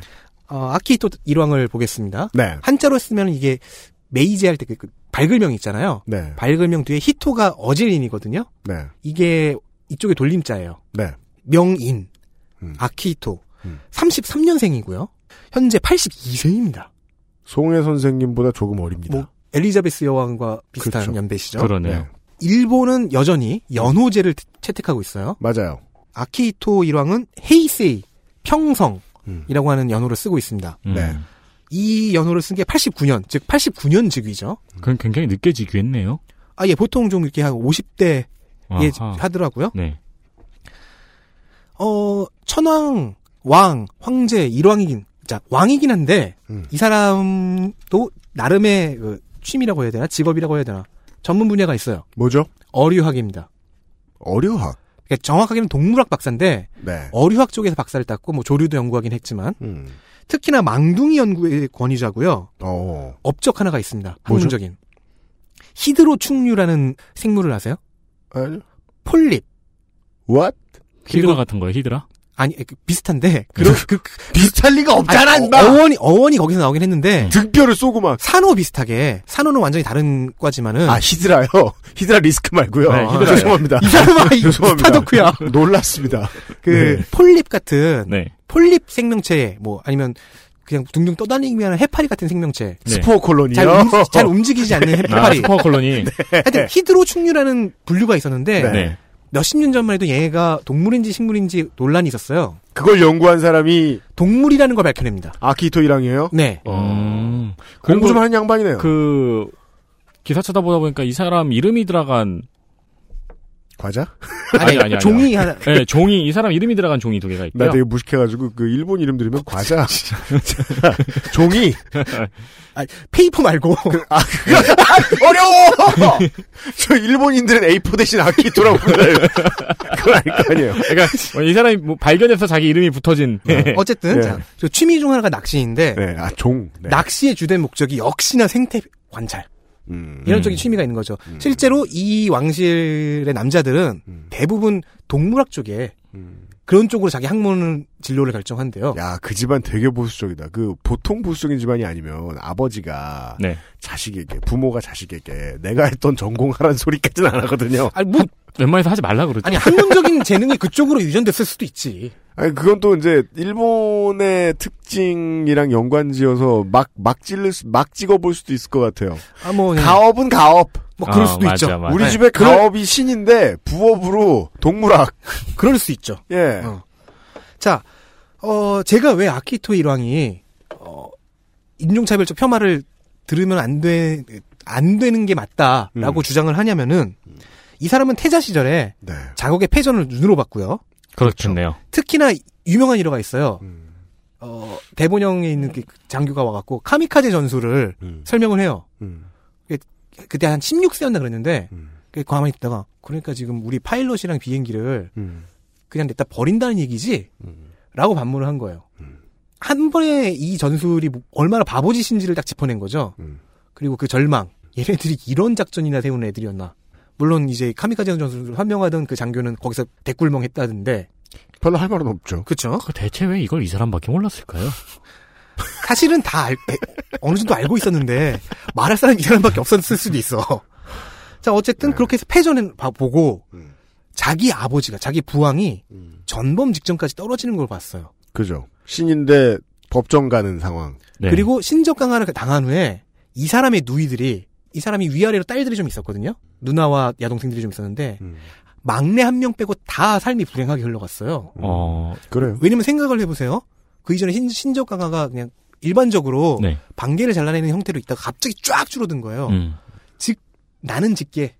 Speaker 4: 어, 아키히토 일왕을 보겠습니다.
Speaker 2: 네.
Speaker 4: 한자로 쓰면 이게 메이지 할 때 그 발글명 있잖아요.
Speaker 2: 네.
Speaker 4: 발글명 뒤에 히토가 어질인이거든요.
Speaker 2: 네.
Speaker 4: 이게 이쪽에 돌림자예요.
Speaker 2: 네.
Speaker 4: 명인
Speaker 2: 음.
Speaker 4: 아키히토
Speaker 2: 음.
Speaker 4: 33년생이고요. 현재 82세입니다.
Speaker 2: 송혜 선생님보다 조금 어립니다.
Speaker 4: 뭐 엘리자베스 여왕과 비슷한
Speaker 2: 그렇죠.
Speaker 4: 연배시죠.
Speaker 3: 그러네요.
Speaker 2: 네.
Speaker 4: 일본은 여전히 연호제를 태- 채택하고 있어요.
Speaker 2: 맞아요.
Speaker 4: 아키히토 일왕은 헤이세이 평성이라고 하는 연호를 쓰고 있습니다.
Speaker 3: 음.
Speaker 2: 네.
Speaker 4: 이 연호를 쓴 게 89년, 즉 89년 즉위죠.
Speaker 3: 그건 굉장히 늦게 지기했네요.
Speaker 4: 아, 예, 보통 좀 이렇게 한 50대에 하더라고요.
Speaker 3: 네.
Speaker 4: 어, 천왕, 왕, 황제, 일왕이긴, 자, 왕이긴 한데,
Speaker 2: 음.
Speaker 4: 이 사람도 나름의 그 취미라고 해야 되나? 직업이라고 해야 되나? 전문 분야가 있어요.
Speaker 2: 뭐죠?
Speaker 4: 어류학입니다.
Speaker 2: 어류학.
Speaker 4: 그러니까 정확하게는 동물학 박사인데,
Speaker 2: 네.
Speaker 4: 어류학 쪽에서 박사를 땄고, 뭐 조류도 연구하긴 했지만,
Speaker 2: 음.
Speaker 4: 특히나 망둥이 연구의 권위자고요.
Speaker 2: 어.
Speaker 4: 업적 하나가 있습니다.
Speaker 2: 뭐죠?
Speaker 4: 학문적인. 히드로충류라는 생물을 아세요?
Speaker 2: 아니.
Speaker 4: 폴립.
Speaker 2: What?
Speaker 3: 히드라 같은 거예요, 히드라?
Speaker 4: 아니, 그 비슷한데, 그런, 그, 그-
Speaker 2: 비슷할 리가 없잖아,
Speaker 4: 아니,
Speaker 2: 임마!
Speaker 4: 어, 어원이, 어원이 거기서 나오긴 했는데,
Speaker 2: 등뼈를 쏘고 막.
Speaker 4: 산호 비슷하게 산호는 완히 다른 과지만은
Speaker 2: 아, 히드라요? 히드라 리스크 말고요.
Speaker 3: 네,
Speaker 2: 아,
Speaker 3: 히드라요.
Speaker 2: 죄송합니다.
Speaker 4: 이 사람아 이
Speaker 2: 죄송합니다.
Speaker 4: 스타덕후야.
Speaker 2: 놀랐습니다.
Speaker 4: 그
Speaker 2: 네.
Speaker 4: 폴립 같은
Speaker 3: 네.
Speaker 4: 폴립 생명체 뭐 아니면 그냥 둥둥 떠다니기 위한 해파리 같은 생명체
Speaker 3: 네.
Speaker 2: 스포 콜로니요. 네.
Speaker 4: 잘, 움직, 잘 움직이지 않는
Speaker 3: 아,
Speaker 4: 해파리
Speaker 3: 슈퍼 콜로니.
Speaker 4: 하여튼 히드로충류라는 분류가 있었는데
Speaker 2: 네.
Speaker 3: 네.
Speaker 4: 몇십 년 전만 해도 얘가 동물인지 식물인지 논란이 있었어요
Speaker 2: 그걸 연구한 사람이
Speaker 4: 동물이라는 걸 밝혀냅니다
Speaker 2: 아키토 이랑이에요?
Speaker 4: 네
Speaker 3: 음.
Speaker 2: 공부
Speaker 3: 그리고
Speaker 2: 좀 하는 양반이네요.
Speaker 3: 그 기사 찾아보다 보니까 이 사람 이름이 들어간
Speaker 2: 과자?
Speaker 3: 아니,
Speaker 4: 아니,
Speaker 3: 아니, 아니.
Speaker 4: 종이 하나
Speaker 3: 네, 종이 이 사람 이름이 들어간 종이 두 개가
Speaker 2: 나
Speaker 3: 있고요.
Speaker 2: 되게 무식해가지고 그 일본 이름 들으면 과자. 종이.
Speaker 4: 페이퍼 말고
Speaker 3: 그,
Speaker 2: 어려워! 저 일본인들은 A4 대신 아키토라고 불러요. 그건 아닐 거 아니에요.
Speaker 3: 그러니까 뭐이 사람이 뭐 발견해서 자기 이름이 붙어진. 네.
Speaker 4: 어쨌든
Speaker 2: 네.
Speaker 4: 자, 저 취미 중 하나가 낚시인데
Speaker 2: 네, 아, 종. 네.
Speaker 4: 낚시의 주된 목적이 역시나 생태 관찰
Speaker 2: 음.
Speaker 4: 이런
Speaker 3: 음.
Speaker 4: 쪽인 취미가 있는 거죠.
Speaker 2: 음.
Speaker 4: 실제로 이 왕실의 남자들은
Speaker 2: 음.
Speaker 4: 대부분 동물학 쪽에
Speaker 2: 음.
Speaker 4: 그런 쪽으로 자기 학문 진로를 결정한대요.
Speaker 2: 야, 그 집안 되게 보수적이다. 그 보통 보수적인 집안이 아니면 아버지가
Speaker 3: 네.
Speaker 2: 자식에게 부모가 자식에게 내가 했던 전공하라는 소리까지는 안 하거든요.
Speaker 4: 아니 뭐
Speaker 3: 웬만해서 하지 말라 그러죠.
Speaker 4: 아니 학문적인 재능이 그쪽으로 유전됐을 수도 있지.
Speaker 2: 아니 그건 또 이제 일본의 특징이랑 연관지어서 막 막 찔릴 수- 막 찍어볼 수도 있을 것 같아요.
Speaker 4: 아뭐
Speaker 2: 가업은 가업.
Speaker 4: 뭐
Speaker 3: 어,
Speaker 4: 그럴 수도
Speaker 3: 맞아,
Speaker 4: 있죠.
Speaker 3: 맞아.
Speaker 2: 우리
Speaker 4: 네,
Speaker 2: 집에
Speaker 4: 그럴-
Speaker 2: 가업이 신인데 부업으로 동물학.
Speaker 4: 그럴 수 있죠.
Speaker 2: 예.
Speaker 4: 어. 자, 어, 제가 왜 아키토 일왕이, 어, 인종차별적 폄하를 들으면 안 돼, 안 되는 게
Speaker 2: 음.
Speaker 4: 맞다라고 주장을 하냐면은, 이 사람은 태자 시절에
Speaker 2: 네.
Speaker 4: 자국의 패전을 눈으로 봤고요.
Speaker 3: 그렇겠네요.
Speaker 4: 그렇죠. 특히나 유명한 일화가 있어요.
Speaker 2: 음.
Speaker 4: 어, 대본영에 있는 그 장교가 와갖고 카미카제 전술을
Speaker 2: 음.
Speaker 4: 설명을 해요.
Speaker 2: 음.
Speaker 4: 그때 한 16세였나 그랬는데,
Speaker 2: 음.
Speaker 4: 그 가만히 있다가, 그러니까 지금 우리 파일럿이랑 비행기를
Speaker 2: 음.
Speaker 4: 그냥 냈다 버린다는 얘기지?
Speaker 2: 음.
Speaker 4: 라고 반문을 한 거예요. 한 번에 이 전술이 뭐- 얼마나 바보짓인지를 딱 짚어낸 거죠.
Speaker 2: 음.
Speaker 4: 그리고 그 절망. 얘네들이 이런 작전이나 세우는 애들이었나. 물론 이제 카미카제 전술을 환명하던 그 장교는 거기서 대꿀멍 했다던데.
Speaker 2: 별로 할 말은 없죠.
Speaker 4: 그쵸?
Speaker 3: 그 대체 왜 이걸 이 사람밖에 몰랐을까요?
Speaker 4: 사실은 다 알, 에, 어느 정도 알고 있었는데 말할 사람이 이 사람밖에 없었을 수도 있어. 자, 어쨌든 그렇게 해서 패전을 봐- 보고
Speaker 2: 음.
Speaker 4: 자기 아버지가, 자기 부왕이
Speaker 2: 음.
Speaker 4: 전범 직전까지 떨어지는 걸 봤어요.
Speaker 2: 그죠. 신인데 법정 가는 상황.
Speaker 3: 네.
Speaker 4: 그리고 신적 강화를 당한 후에 이 사람의 누이들이 이 사람이 위아래로 딸들이 좀 있었거든요. 누나와 야동생들이 좀 있었는데
Speaker 2: 음.
Speaker 4: 막내 한 명 빼고 다 삶이 불행하게 흘러갔어요.
Speaker 3: 어,
Speaker 2: 그래요.
Speaker 4: 왜냐면 생각을 해보세요. 그 이전에 신, 신적 강화가 그냥 일반적으로
Speaker 3: 네.
Speaker 4: 반개를 잘라내는 형태로 있다가 갑자기 쫙 줄어든 거예요.
Speaker 3: 음.
Speaker 4: 나는 직계,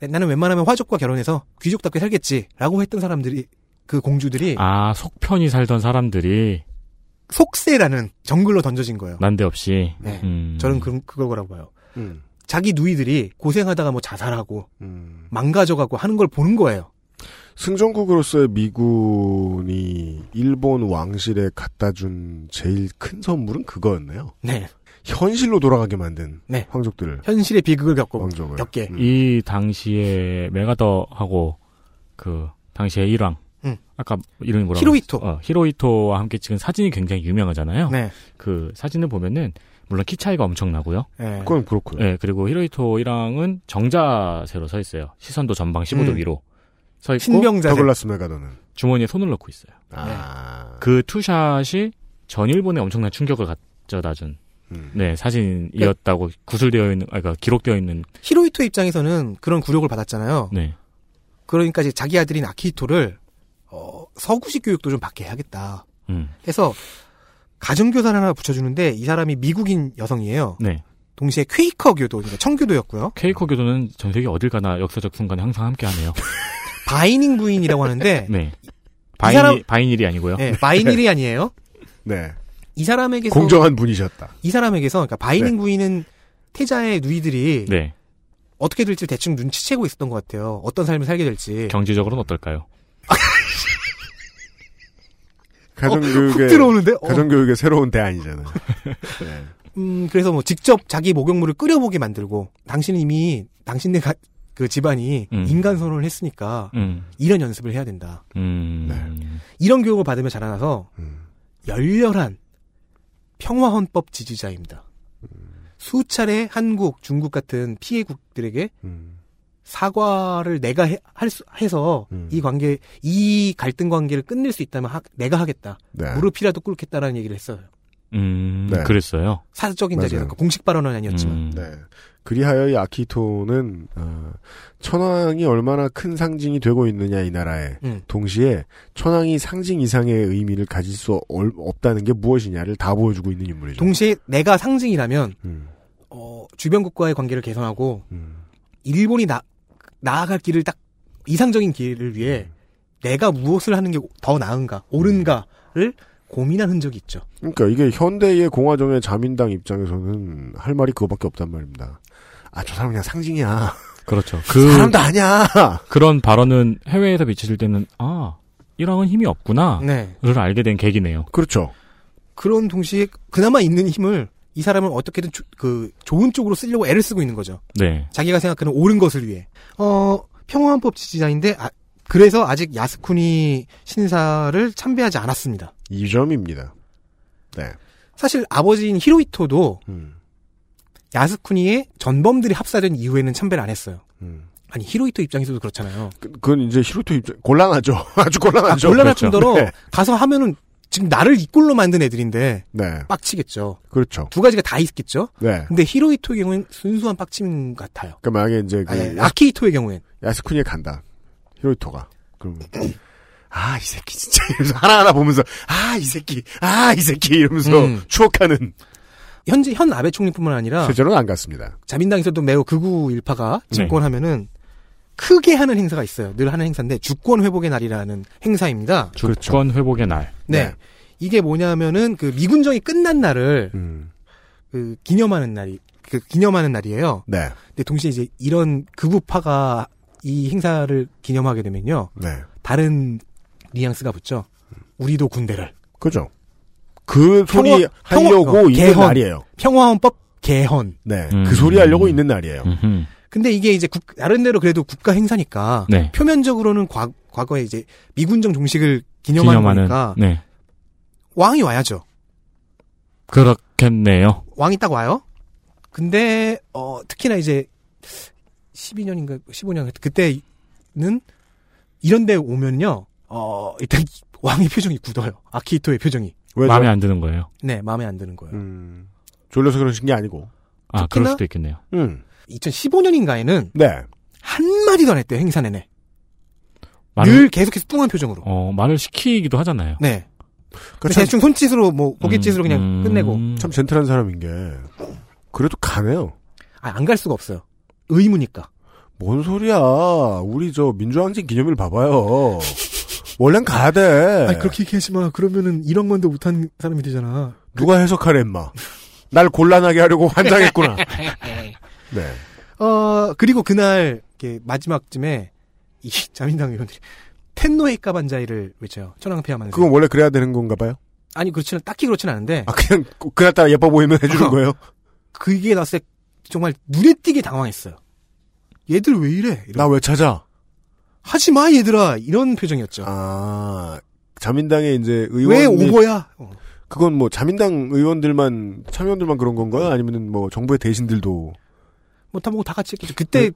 Speaker 4: 나는 웬만하면 화족과 결혼해서 귀족답게 살겠지라고 했던 사람들이 그 공주들이
Speaker 3: 아, 속편히 살던 사람들이
Speaker 4: 속세라는 정글로 던져진 거예요.
Speaker 3: 음. 난데없이.
Speaker 4: 네.
Speaker 3: 음.
Speaker 4: 저는 그, 그걸 거라고 봐요.
Speaker 2: 음.
Speaker 4: 자기 누이들이 고생하다가 뭐 자살하고
Speaker 2: 음.
Speaker 4: 망가져가고 하는 걸 보는 거예요.
Speaker 2: 승전국으로서의 미군이 일본 왕실에 갖다 준 제일 큰 선물은 그거였네요.
Speaker 4: 네.
Speaker 2: 현실로 돌아가게 만든
Speaker 4: 네.
Speaker 2: 황족들을
Speaker 4: 현실의 비극을 겪고
Speaker 2: 왕족을
Speaker 4: 몇 개.
Speaker 2: 음.
Speaker 3: 이 당시에 메가더하고 그 당시에 일왕.
Speaker 4: 응.
Speaker 3: 아까 이름이 뭐라고?
Speaker 4: 음. 히로히토.
Speaker 3: 그랬- 어, 히로히토와 함께 찍은 사진이 굉장히 유명하잖아요.
Speaker 4: 네.
Speaker 3: 그 사진을 보면은 물론 키 차이가 엄청나고요.
Speaker 4: 네.
Speaker 2: 그건 그렇고요.
Speaker 3: 네, 그리고 히로히토 일왕은 정자세로 서 있어요. 시선도 전방 15도
Speaker 4: 음.
Speaker 3: 위로 서 있고
Speaker 4: 신병자세.
Speaker 2: 더글라스 메가더는
Speaker 3: 주머니에 손을 넣고 있어요.
Speaker 4: 네.
Speaker 2: 아,
Speaker 3: 그 투샷이 전 일본에 엄청난 충격을 가져다준
Speaker 2: 음.
Speaker 3: 네 사진이었다고 구술되어 있는 아그까 기록되어 있는
Speaker 4: 히로히토 입장에서는 그런 굴욕을 받았잖아요.
Speaker 3: 네
Speaker 4: 그러니까 이제 자기 아들인 아키히토를 어, 서구식 교육도 좀 받게 해야겠다.
Speaker 3: 음.
Speaker 4: 해서 가정교사를 하나 붙여주는데 이 사람이 미국인 여성이에요.
Speaker 3: 네.
Speaker 4: 동시에 퀘이커 교도, 그러니까 청교도였고요.
Speaker 3: 케이커 교도는 전 세계 어딜 가나 역사적 순간에 항상 함께 하네요.
Speaker 4: 바이닝 부인이라고 하는데
Speaker 3: 네. 바인,
Speaker 4: 사람-
Speaker 3: 바인일이 아니고요.
Speaker 4: 네, 바이닐이 아니에요.
Speaker 2: 네
Speaker 4: 이 사람에게서
Speaker 2: 공정한 분이셨다.
Speaker 4: 이 사람에게서 그러니까 바이닝 부인은 태자의 누이들이
Speaker 3: 네.
Speaker 4: 어떻게 될지 대충 눈치채고 있었던 것 같아요. 어떤 삶을 살게 될지.
Speaker 3: 경제적으로는 어떨까요?
Speaker 2: 가정교육의
Speaker 4: 훅 들어오는데? 어.
Speaker 2: 가정교육의 새로운 대안이잖아요.
Speaker 4: 음, 그래서 뭐 직접 자기 목욕물을 끓여보게 만들고, 당신은 이미, 당신네 가, 그 집안이
Speaker 3: 음.
Speaker 4: 인간선언을 했으니까,
Speaker 3: 음.
Speaker 4: 이런 연습을 해야 된다.
Speaker 3: 음.
Speaker 4: 이런 교육을 받으며 자라나서,
Speaker 2: 음.
Speaker 4: 열렬한 평화헌법 지지자입니다. 수차례 한국, 중국 같은 피해국들에게
Speaker 2: 음.
Speaker 4: 사과를 내가 해, 할 수, 해서,
Speaker 2: 음.
Speaker 4: 이 관계, 이 갈등 관계를 끝낼 수 있다면 하- 내가 하겠다.
Speaker 2: 네.
Speaker 4: 무릎이라도 꿇겠다라는 얘기를 했어요.
Speaker 3: 음,
Speaker 2: 네.
Speaker 3: 그랬어요.
Speaker 4: 사적인
Speaker 2: 맞아요.
Speaker 4: 자리였고 공식 발언은 아니었지만
Speaker 3: 음.
Speaker 2: 네. 그리하여 이 아키토는 어, 천황이 얼마나 큰 상징이 되고 있느냐 이 나라에
Speaker 4: 음.
Speaker 2: 동시에 천황이 상징 이상의 의미를 가질 수 얼- 없다는 게 무엇이냐를 다 보여주고 있는 인물이죠.
Speaker 4: 동시에 내가 상징이라면
Speaker 2: 음,
Speaker 4: 어, 주변국과의 관계를 개선하고
Speaker 2: 음,
Speaker 4: 일본이 나, 나아갈 길을 딱 이상적인 길을 위해
Speaker 2: 음.
Speaker 4: 내가 무엇을 하는 게 더 나은가 옳은가를
Speaker 2: 음.
Speaker 4: 고민한 흔적이 있죠.
Speaker 2: 그러니까 이게 현대의 공화정의 자민당 입장에서는 할 말이 그거밖에 없단 말입니다. 아 저 사람 그냥 상징이야.
Speaker 3: 그렇죠. 그,
Speaker 2: 사람도 아니야.
Speaker 3: 그런 발언은 해외에서 비춰질 때는, 아, 일왕은 힘이
Speaker 2: 아.
Speaker 3: 없구나.
Speaker 4: 네.
Speaker 3: 를 알게 된 계기네요.
Speaker 2: 그렇죠.
Speaker 4: 그런 동시에 그나마 있는 힘을 이 사람은 어떻게든 조- 그 좋은 쪽으로 쓰려고 애를 쓰고 있는 거죠.
Speaker 3: 네.
Speaker 4: 자기가 생각하는 옳은 것을 위해. 어, 평화헌법 지지자인데 아, 그래서 아직 야스쿠니 신사를 참배하지 않았습니다.
Speaker 2: 이 점입니다. 네.
Speaker 4: 사실 아버지인 히로히토도
Speaker 2: 음,
Speaker 4: 야스쿠니의 전범들이 합사된 이후에는 참배를 안 했어요.
Speaker 2: 음,
Speaker 4: 아니 히로히토 입장에서도 그렇잖아요.
Speaker 2: 그- 그건 이제 히로토 입장 곤란하죠. 아주
Speaker 4: 아,
Speaker 2: 곤란하죠.
Speaker 4: 곤란할
Speaker 2: 그렇죠.
Speaker 4: 뿐더러
Speaker 2: 네.
Speaker 4: 가서 하면은 지금 나를 이꼴로 만든 애들인데
Speaker 2: 네.
Speaker 4: 빡치겠죠.
Speaker 2: 그렇죠.
Speaker 4: 두 가지가 다 있겠죠.
Speaker 2: 네.
Speaker 4: 근데 히로히토의 경우엔 순수한 빡침 같아요.
Speaker 2: 그러니까 만약에 이제 그
Speaker 4: 아니, 예.
Speaker 2: 야스,
Speaker 4: 아키히토의 경우엔
Speaker 2: 야스쿠니에 간다. 히로토가. 그럼 아이 새끼 진짜 이러면서 하나하나 보면서 아 이 새끼 아 이 새끼 이러면서
Speaker 4: 음.
Speaker 2: 추억하는
Speaker 4: 현재 현 아베 총리뿐만 아니라
Speaker 2: 실제로는 네. 안 갔습니다.
Speaker 4: 자민당에서도 매우 극우 일파가 집권하면은 크게 하는 행사가 있어요. 늘 하는 행사인데 주권 회복의 날이라는 행사입니다.
Speaker 2: 그렇죠.
Speaker 3: 주권 회복의 날.
Speaker 4: 네.
Speaker 2: 네.
Speaker 4: 이게 뭐냐면은 그 미군정이 끝난 날을
Speaker 2: 음.
Speaker 4: 그 기념하는 날이 그 기념하는 날이에요.
Speaker 2: 네.
Speaker 4: 근데 동시에 이제 이런 극우파가 이 행사를 기념하게 되면요.
Speaker 2: 네.
Speaker 4: 다른 뉘앙스가 붙죠. 우리도 군대를
Speaker 2: 그죠. 그
Speaker 4: 평화-
Speaker 2: 소리 하려고
Speaker 4: 평화-
Speaker 2: 있는
Speaker 4: 개헌.
Speaker 2: 날이에요.
Speaker 4: 평화헌법 개헌.
Speaker 2: 네.
Speaker 3: 음.
Speaker 2: 그 소리 하려고 있는 날이에요.
Speaker 3: 음흠.
Speaker 4: 근데 이게 이제 국, 나름대로 그래도 국가 행사니까
Speaker 3: 네.
Speaker 4: 표면적으로는 과, 과거에 이제 미군정 종식을 기념하는,
Speaker 3: 기념하는.
Speaker 4: 거니까
Speaker 3: 네.
Speaker 4: 왕이 와야죠.
Speaker 3: 그렇겠네요.
Speaker 4: 왕이 딱 와요. 근데 어 특히나 이제 12년인가 15년 그때는 이런데 오면요. 어 일단 왕의 표정이 굳어요. 아키히토의 표정이.
Speaker 2: 왜죠?
Speaker 3: 마음에 안 드는 거예요.
Speaker 4: 네, 마음에 안 드는 거예요.
Speaker 2: 음. 졸려서 그러신 게 아니고.
Speaker 3: 아,
Speaker 4: 특히나-
Speaker 3: 그럴 수도 있겠네요.
Speaker 2: 음.
Speaker 4: 2015년인가에는
Speaker 2: 네.
Speaker 4: 한 마디도 안 했대요 행사 내내.
Speaker 3: 말을,
Speaker 4: 늘 계속해서 뚱한 표정으로.
Speaker 3: 어, 말을 시키기도 하잖아요.
Speaker 4: 네.
Speaker 2: 그 참,
Speaker 4: 대충 손짓으로 뭐 고깃짓으로
Speaker 3: 음,
Speaker 4: 그냥 끝내고.
Speaker 3: 음,
Speaker 2: 참 젠틀한 사람인 게 그래도 가네요.
Speaker 4: 아, 안 갈 수가 없어요. 의무니까.
Speaker 2: 뭔 소리야? 우리 저 민주항쟁 기념일 봐봐요. 원래는 가야 돼.
Speaker 4: 얘기하지 마. 그러면은 이런 건데 못한 사람이 되잖아.
Speaker 3: 그-
Speaker 2: 누가 해석하래 임마. 날 곤란하게 하려고 환장했구나. 네.
Speaker 4: 어, 그리고 그날, 이렇게 마지막쯤에, 이 자민당 의원들이, 텐노의 까반자이를 외쳐요. 천황폐하만.
Speaker 2: 그건 원래 그래야 되는 건가 봐요.
Speaker 4: 아니, 그렇지는, 딱히 그렇진 않은데,
Speaker 2: 아 그냥 그날따라 예뻐 보이면 해주는 거예요.
Speaker 4: 그게 나왔을 때, 정말 눈에 띄게 당황했어요. 얘들 왜 이래? 이런.
Speaker 2: 나 왜 찾아?
Speaker 4: 하지 마, 얘들아! 이런 표정이었죠.
Speaker 2: 아 자민당의 이제
Speaker 4: 왜
Speaker 2: 의원이
Speaker 4: 오버야? 어.
Speaker 2: 그건 뭐 자민당 의원들만 참여원들만 그런 건가요? 아니면은 뭐 정부의 대신들도
Speaker 4: 뭐, 다 보고 다 같이 했겠죠. 그때,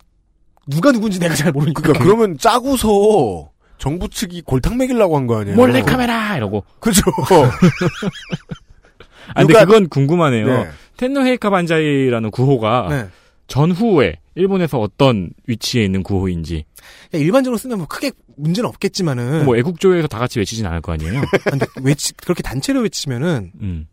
Speaker 4: 누가 누군지 내가 잘 모르니까.
Speaker 2: 그러니까 그러면 짜고서 정부 측이 골탕 먹이려고 한 거 아니에요?
Speaker 3: 네. 몰래 카메라! 이러고.
Speaker 2: 그죠.
Speaker 3: 아, 근데
Speaker 2: 누가-
Speaker 3: 그건 궁금하네요.
Speaker 2: 네.
Speaker 3: 텐노 헤이카 반자이라는 구호가
Speaker 4: 네.
Speaker 3: 전후에 일본에서 어떤 위치에 있는 구호인지
Speaker 4: 그냥 일반적으로 쓰면 뭐 크게 문제는 없겠지만은.
Speaker 3: 뭐 애국조에서 다 같이 외치진 않을 거 아니에요.
Speaker 4: 근데 외치, 그렇게 단체로 외치면은,
Speaker 3: 음.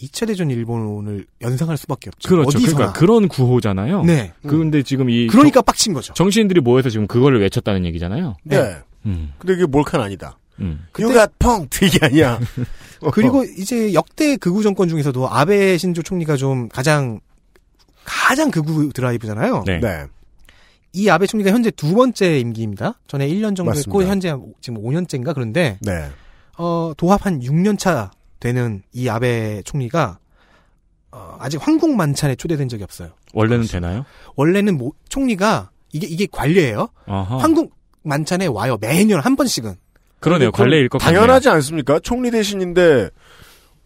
Speaker 4: 2차 대전 일본을 연상할 수밖에 없죠.
Speaker 3: 그렇죠.
Speaker 4: 어디서나.
Speaker 3: 그러니까 그런 구호잖아요.
Speaker 4: 네.
Speaker 3: 그런데 지금 이
Speaker 4: 그러니까 빡친 거죠.
Speaker 3: 정신들이 모여서 지금 그거를 외쳤다는 얘기잖아요.
Speaker 2: 네.
Speaker 3: 음.
Speaker 2: 근데 이게 몰카는 아니다.
Speaker 3: 음.
Speaker 4: 그때-
Speaker 2: 유가 펑 이게 아니야.
Speaker 4: 그러니까
Speaker 2: 어.
Speaker 4: 그리고 이제 역대 극우 정권 중에서도 아베 신조 총리가 좀 가장 가장 극우 드라이브잖아요.
Speaker 3: 네.
Speaker 2: 네.
Speaker 4: 이 아베 총리가 현재 두 번째 임기입니다. 전에 1년 정도 했고
Speaker 2: 맞습니다.
Speaker 4: 현재 지금 5년째인가 그런데
Speaker 2: 네.
Speaker 4: 어, 도합 한 6년 차 되는 이 아베 총리가 어, 아직 황궁 만찬에 초대된 적이 없어요.
Speaker 3: 원래는 되나요?
Speaker 4: 원래는 뭐- 총리가 이게 이게 관례예요.
Speaker 3: 어허.
Speaker 4: 황궁 만찬에 와요. 매년 한 번씩은.
Speaker 3: 그러네요. 관례일 것 같네요.
Speaker 2: 당연하지 않습니까? 총리 대신인데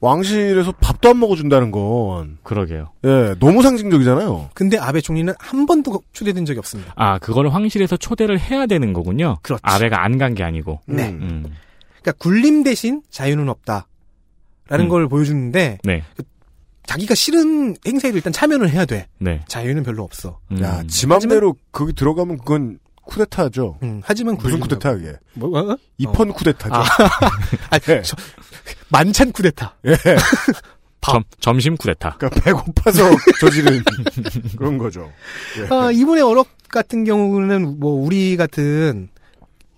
Speaker 2: 왕실에서 밥도 안 먹어준다는 건
Speaker 3: 그러게요.
Speaker 2: 예, 너무 상징적이잖아요.
Speaker 4: 근데 아베 총리는 한 번도 초대된 적이 없습니다.
Speaker 3: 아, 그거를 황실에서 초대를 해야 되는 거군요.
Speaker 4: 그렇지.
Speaker 3: 아베가 안 간 게 아니고.
Speaker 4: 네.
Speaker 2: 음.
Speaker 3: 음.
Speaker 4: 그러니까 굴림 대신 자유는 없다. 라는
Speaker 3: 음.
Speaker 4: 걸 보여주는데
Speaker 3: 네.
Speaker 4: 자기가 싫은 행사에도 일단 참여를 해야 돼.
Speaker 3: 네.
Speaker 4: 자유는 별로 없어.
Speaker 3: 음.
Speaker 2: 야, 지 맘대로 거기 들어가면 그건 쿠데타죠.
Speaker 4: 음, 하지만
Speaker 2: 무슨
Speaker 4: 굴림이라고.
Speaker 2: 쿠데타 이게?
Speaker 4: 뭐? 어?
Speaker 2: 이펀 쿠데타죠.
Speaker 4: 아. 아니,
Speaker 2: 예.
Speaker 4: 저- 만찬 쿠데타.
Speaker 3: 점, 점심 쿠데타.
Speaker 2: 그러니까 배고파서 저지른 그런 거죠. 예.
Speaker 4: 아, 이번에 어록 같은 경우는 뭐 우리 같은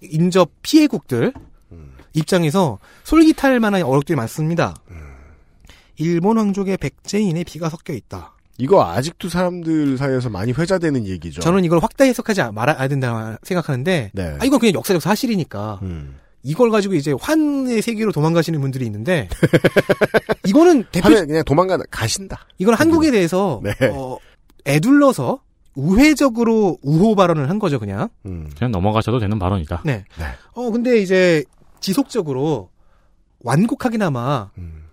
Speaker 4: 인접 피해국들
Speaker 2: 음.
Speaker 4: 입장에서 솔깃할 만한 어록들이 많습니다.
Speaker 2: 음.
Speaker 4: 일본 왕족의 백제인의 피가 섞여 있다.
Speaker 2: 이거 아직도 사람들 사이에서 많이 회자되는 얘기죠.
Speaker 4: 저는 이걸 확대 해석하지 말아야 된다 생각하는데
Speaker 2: 네.
Speaker 4: 아 이건 그냥 역사적 사실이니까
Speaker 2: 음.
Speaker 4: 이걸 가지고 이제 환의 세계로 도망가시는 분들이 있는데 이거는 대표
Speaker 2: 하면 그냥 도망가 가신다.
Speaker 4: 이건 한국에 대해서
Speaker 2: 네.
Speaker 4: 어, 애둘러서 우회적으로 우호 발언을 한 거죠 그냥.
Speaker 2: 음.
Speaker 3: 그냥 넘어가셔도 되는 발언이다.
Speaker 4: 네.
Speaker 2: 네.
Speaker 4: 어 근데 이제 지속적으로 완곡하기나마
Speaker 2: 음.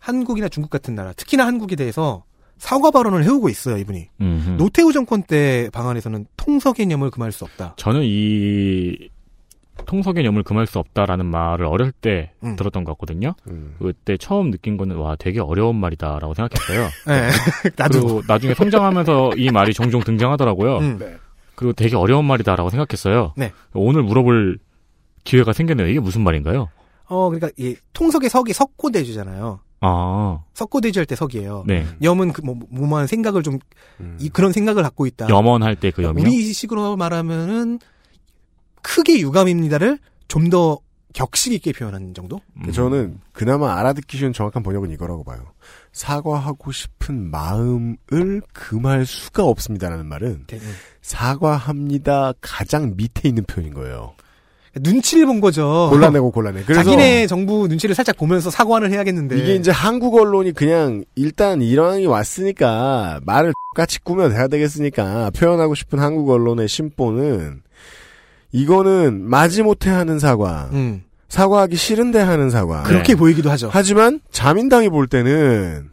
Speaker 4: 한국이나 중국 같은 나라 특히나 한국에 대해서 사과 발언을 해오고 있어요, 이분이.
Speaker 3: 음흠.
Speaker 4: 노태우 정권 때 방안에서는 통서 개념을 금할 수 없다.
Speaker 3: 저는 이 통서 개념을 금할 수 없다라는 말을 어릴 때
Speaker 4: 음.
Speaker 3: 들었던 것 같거든요.
Speaker 2: 음.
Speaker 3: 그때 처음 느낀 거는 와 되게 어려운 말이다라고 생각했어요.
Speaker 4: 예.
Speaker 3: 네.
Speaker 4: 나도.
Speaker 3: 그리고 나중에 성장하면서 이 말이 종종 등장하더라고요. 네.
Speaker 4: 음.
Speaker 3: 그리고 되게 어려운 말이다라고 생각했어요.
Speaker 4: 네.
Speaker 3: 오늘 물어볼 기회가 생겼네요. 이게 무슨 말인가요?
Speaker 4: 어, 그러니까 이 통석의 석이 석고대주잖아요.
Speaker 3: 아,
Speaker 4: 석고대주 할 때 석이에요.
Speaker 3: 네.
Speaker 4: 염은 그 뭐, 뭐만 생각을 좀,
Speaker 2: 음.
Speaker 4: 이, 그런 생각을 갖고 있다.
Speaker 3: 염원할 때 그 염이요?
Speaker 4: 우리 식으로 말하면은 크게 유감입니다를 좀 더 격식 있게 표현하는 정도?
Speaker 3: 음.
Speaker 2: 저는 그나마 알아듣기 쉬운 정확한 번역은 이거라고 봐요. 사과하고 싶은 마음을 금할 수가 없습니다라는 말은
Speaker 4: 네.
Speaker 2: 사과합니다 가장 밑에 있는 표현인 거예요.
Speaker 4: 눈치를 본 거죠.
Speaker 2: 골라내고 골라내. 그래서
Speaker 4: 어. 자기네 네. 정부 눈치를 살짝 보면서 사과를 해야겠는데.
Speaker 2: 이게 이제 한국 언론이 그냥 일단 이왕이 왔으니까 말을 같이 꾸며 돼야 되겠으니까 표현하고 싶은 한국 언론의 심보는 이거는 마지못해 하는 사과,
Speaker 4: 음,
Speaker 2: 사과하기 싫은데 하는 사과.
Speaker 4: 그렇게 보이기도 하죠.
Speaker 2: 하지만 자민당이 볼 때는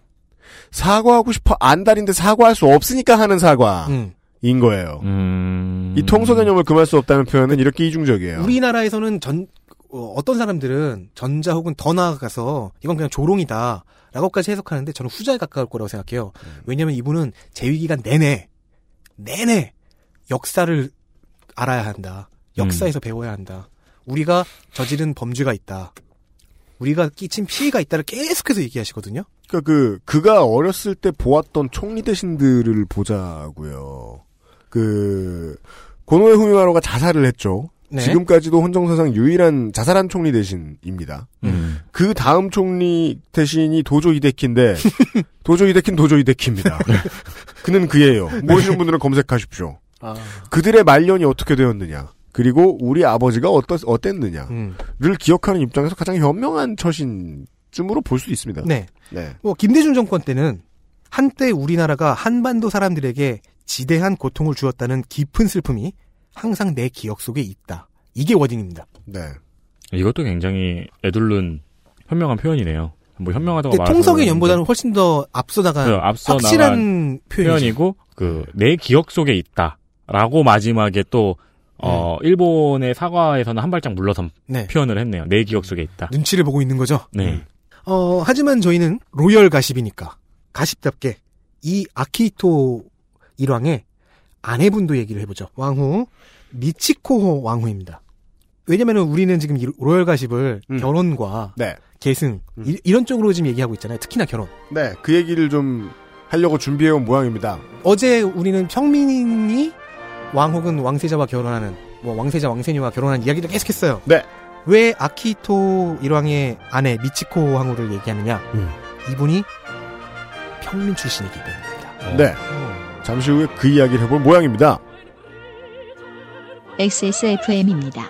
Speaker 2: 사과하고 싶어 안달인데 사과할 수 없으니까 하는 사과인
Speaker 4: 음.
Speaker 2: 거예요.
Speaker 3: 음...
Speaker 2: 이 통소 개념을 금할 수 없다는 표현은 이렇게 이중적이에요.
Speaker 4: 우리나라에서는 전 어, 떤 사람들은 전자 혹은 더 나아가서 이건 그냥 조롱이다. 라고까지 해석하는데 저는 후자에 가까울 거라고 생각해요.
Speaker 2: 음.
Speaker 4: 왜냐면 이분은 재위 기간 내내 내내 역사를 알아야 한다.
Speaker 2: 음.
Speaker 4: 역사에서 배워야 한다. 우리가 저지른 범죄가 있다. 우리가 끼친 피해가 있다를 계속해서 얘기하시거든요.
Speaker 2: 그러니까 그 그가 어렸을 때 보았던 총리 대신들을 보자고요. 그 고노에 후미마로가 자살을 했죠.
Speaker 4: 네.
Speaker 2: 지금까지도 헌정사상 유일한 자살한 총리 대신입니다.
Speaker 3: 음.
Speaker 2: 그 다음 총리 대신이 도조 이데키인데 도조 이데키는 도조 이데키입니다. 그는 그예요. 모르시는 분들은 검색하십시오.
Speaker 9: 아.
Speaker 2: 그들의 말년이 어떻게 되었느냐 그리고 우리 아버지가 어떠, 어땠느냐를
Speaker 4: 음.
Speaker 2: 기억하는 입장에서 가장 현명한 처신쯤으로 볼 수 있습니다.
Speaker 4: 네.
Speaker 2: 네.
Speaker 4: 뭐 김대중 정권 때는 한때 우리나라가 한반도 사람들에게 지대한 고통을 주었다는 깊은 슬픔이 항상 내 기억 속에 있다. 이게 워딩입니다.
Speaker 2: 네.
Speaker 3: 이것도 굉장히 애둘른 현명한 표현이네요. 뭐 현명하다고
Speaker 4: 근데
Speaker 3: 말할
Speaker 4: 통석의
Speaker 3: 수는
Speaker 4: 연보다는 훨씬 더 네. 앞서 나간
Speaker 3: 네, 앞서
Speaker 4: 확실한 표현이죠.
Speaker 3: 표현이고 그 내 기억 속에 있다라고 마지막에 또 어, 일본의 사과에서는 한 발짝 물러선
Speaker 4: 음. 네.
Speaker 3: 표현을 했네요. 내 기억 속에 있다.
Speaker 4: 눈치를 보고 있는 거죠.
Speaker 3: 네.
Speaker 4: 어, 하지만 저희는 로열 가십이니까 가십답게 이 아키히토 일왕의 아내분도 얘기를 해보죠. 왕후 미치코 왕후입니다. 왜냐면은 우리는 지금 이 로열 가십을
Speaker 2: 음.
Speaker 4: 결혼과
Speaker 2: 네.
Speaker 4: 계승
Speaker 2: 음.
Speaker 4: 이, 런 쪽으로 지금 얘기하고 있잖아요. 특히나 결혼.
Speaker 2: 네, 그 얘기를 좀 하려고 준비해온 모양입니다.
Speaker 4: 어제 우리는 평민이 왕 혹은 왕세자와 결혼하는 뭐 왕세자 왕세녀와 결혼하는 이야기를 계속했어요.
Speaker 2: 네.
Speaker 4: 왜 아키히토 일왕의 아내 미치코 황후를 얘기하느냐?
Speaker 2: 음.
Speaker 4: 이분이 평민 출신이기 때문입니다.
Speaker 2: 네, 잠시 후에 그 이야기를 해볼 모양입니다.
Speaker 1: XSFM입니다.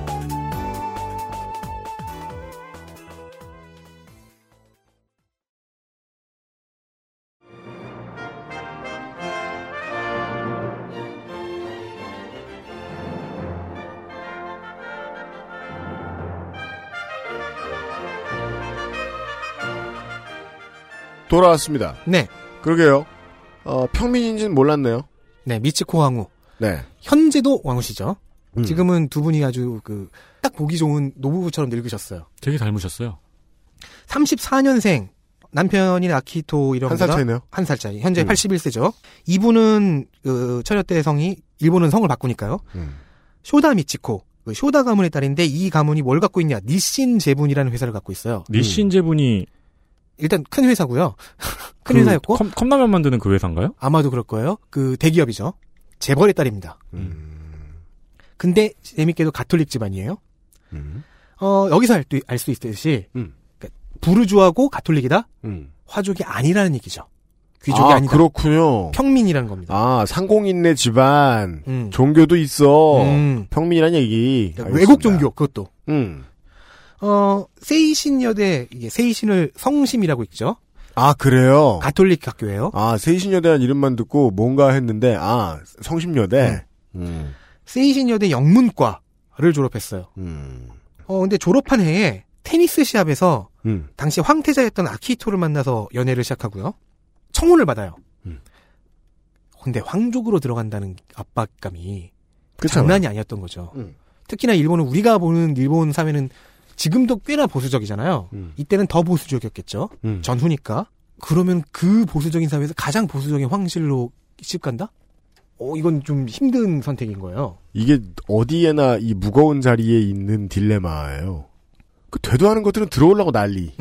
Speaker 2: 돌아왔습니다.
Speaker 4: 네.
Speaker 2: 그러게요. 어, 평민인지는 몰랐네요.
Speaker 4: 네, 미치코 황후.
Speaker 2: 네.
Speaker 4: 현재도 왕후시죠.
Speaker 2: 음.
Speaker 4: 지금은 두 분이 아주 그 딱 보기 좋은 노부부처럼 늙으셨어요.
Speaker 3: 되게 닮으셨어요.
Speaker 4: 34년생 남편인 아키토 이런
Speaker 2: 한 살 차이네요.
Speaker 4: 한 살 차이. 현재
Speaker 2: 음.
Speaker 4: 81세죠. 이분은 그 철여 때 성이 일본은 성을 바꾸니까요.
Speaker 2: 음.
Speaker 4: 쇼다 미치코. 그 쇼다 가문의 딸인데 이 가문이 뭘 갖고 있냐? 니신 제분이라는 회사를 갖고 있어요.
Speaker 3: 니신제분이
Speaker 4: 일단 큰 회사고요. 큰
Speaker 3: 그
Speaker 4: 회사였고
Speaker 3: 컵, 컵라면 만드는 그 회사인가요?
Speaker 4: 아마도 그럴 거예요. 그 대기업이죠. 재벌의 딸입니다. 근데 재밌게도 가톨릭 집안이에요.
Speaker 2: 음.
Speaker 4: 어, 여기서 알 수 있듯이
Speaker 2: 음.
Speaker 4: 그러니까 부르주아고 가톨릭이다.
Speaker 2: 음.
Speaker 4: 화족이 아니라는 얘기죠. 귀족이
Speaker 2: 아,
Speaker 4: 아, 니다
Speaker 2: 그렇군요.
Speaker 4: 평민이라는 겁니다.
Speaker 2: 아, 상공인네 집안.
Speaker 4: 음.
Speaker 2: 종교도 있어.
Speaker 4: 음.
Speaker 2: 평민이란 얘기.
Speaker 4: 그러니까 외국
Speaker 2: 알겠습니다.
Speaker 4: 종교 그것도.
Speaker 2: 음.
Speaker 4: 어, 세이신 여대 이게 세이신을 성심이라고 읽죠.
Speaker 2: 아, 그래요?
Speaker 4: 가톨릭 학교예요.
Speaker 2: 아, 세이신여대한 이름만 듣고 뭔가 했는데, 아, 성심여대? 음.
Speaker 4: 세이신 여대 영문과를 졸업했어요.
Speaker 2: 음.
Speaker 4: 어, 근데 졸업한 해에 테니스 시합에서
Speaker 2: 음.
Speaker 4: 당시 황태자였던 아키토를 만나서 연애를 시작하고요. 청혼을 받아요.
Speaker 2: 음.
Speaker 4: 근데 황족으로 들어간다는 압박감이
Speaker 2: 그렇잖아요.
Speaker 4: 장난이 아니었던 거죠.
Speaker 2: 음.
Speaker 4: 특히나 일본은 우리가 보는 일본 사회는 지금도 꽤나 보수적이잖아요.
Speaker 2: 음.
Speaker 4: 이때는 더 보수적이었겠죠.
Speaker 2: 음.
Speaker 4: 전후니까. 그러면 그 보수적인 사회에서 가장 보수적인 황실로 시집간다? 어, 이건 좀 힘든 선택인 거예요.
Speaker 2: 이게 어디에나 이 무거운 자리에 있는 딜레마예요. 그 되도 않은 것들은 들어오려고 난리.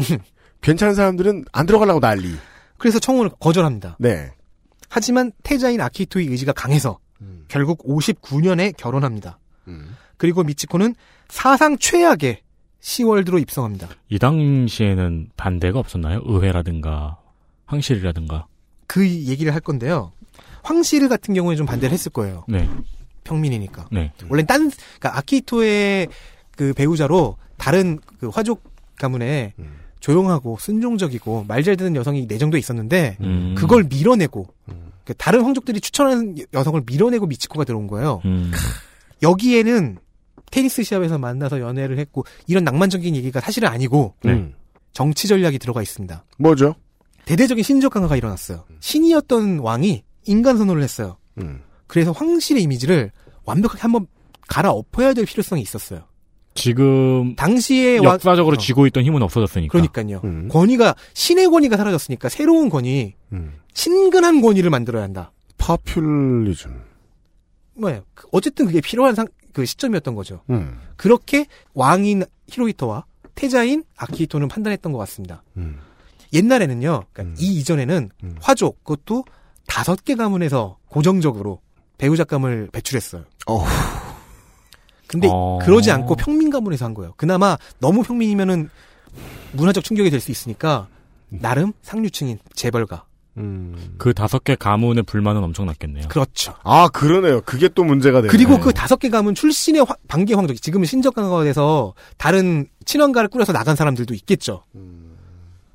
Speaker 2: 괜찮은 사람들은 안 들어가려고 난리.
Speaker 4: 그래서 청혼을 거절합니다.
Speaker 2: 네.
Speaker 4: 하지만 태자인 아키토의 의지가 강해서
Speaker 2: 음.
Speaker 4: 결국 59년에 결혼합니다.
Speaker 2: 음.
Speaker 4: 그리고 미치코는 사상 최악의 시월드로 입성합니다.
Speaker 3: 이 당시에는 반대가 없었나요? 의회라든가 황실이라든가.
Speaker 4: 그 얘기를 할 건데요. 황실 같은 경우에 좀 반대를 했을 거예요.
Speaker 3: 네,
Speaker 4: 평민이니까.
Speaker 3: 네.
Speaker 4: 원래 딴, 그러니까 아키토의 그 배우자로 다른 그 화족 가문에
Speaker 2: 음.
Speaker 4: 조용하고 순종적이고 말 잘 듣는 여성이 네 내정돼 있었는데
Speaker 3: 음.
Speaker 4: 그걸 밀어내고 그 다른 황족들이 추천하는 여성을 밀어내고 미치코가 들어온 거예요.
Speaker 3: 음.
Speaker 4: 여기에는 테니스 시합에서 만나서 연애를 했고 이런 낭만적인 얘기가 사실은 아니고
Speaker 3: 네.
Speaker 2: 음.
Speaker 4: 정치 전략이 들어가 있습니다.
Speaker 2: 뭐죠?
Speaker 4: 대대적인 신적 강화가 일어났어요.
Speaker 3: 음.
Speaker 4: 신이었던 왕이 인간 선호를 했어요.
Speaker 2: 음.
Speaker 4: 그래서 황실의 이미지를 완벽하게 한번 갈아엎어야 될 필요성이 있었어요.
Speaker 3: 지금
Speaker 4: 당시에 왕-
Speaker 3: 역사적으로
Speaker 4: 어,
Speaker 3: 쥐고 있던 힘은 없어졌으니까.
Speaker 4: 그러니까요.
Speaker 2: 음.
Speaker 4: 권위가 신의 권위가 사라졌으니까 새로운 권위,
Speaker 2: 음.
Speaker 4: 친근한 권위를 만들어야 한다.
Speaker 2: 파퓰리즘.
Speaker 4: 뭐예요? 그- 어쨌든 그게 필요한 상, 그 시점이었던 거죠.
Speaker 2: 음.
Speaker 4: 그렇게 왕인 히로히토와 태자인 아키히토는 판단했던 것 같습니다.
Speaker 2: 음.
Speaker 4: 옛날에는요, 그러니까
Speaker 2: 음.
Speaker 4: 이 이전에는
Speaker 2: 음.
Speaker 4: 화족, 그것도 다섯 개 가문에서 고정적으로 배우작감을 배출했어요.
Speaker 2: 어후.
Speaker 4: 근데
Speaker 3: 어.
Speaker 4: 그러지 않고 평민 가문에서 한 거예요. 그나마 너무 평민이면은 문화적 충격이 될 수 있으니까 나름 상류층인 재벌가.
Speaker 2: 음.
Speaker 3: 그 다섯 개 가문의 불만은 엄청났겠네요.
Speaker 4: 그렇죠.
Speaker 2: 아, 그러네요. 그게 또 문제가 되네요.
Speaker 4: 그리고 그 다섯 개 가문 출신의 화- 반기 황족이 지금은 신적 강화가 돼서 다른 친원가를 꾸려서 나간 사람들도 있겠죠.
Speaker 2: 음.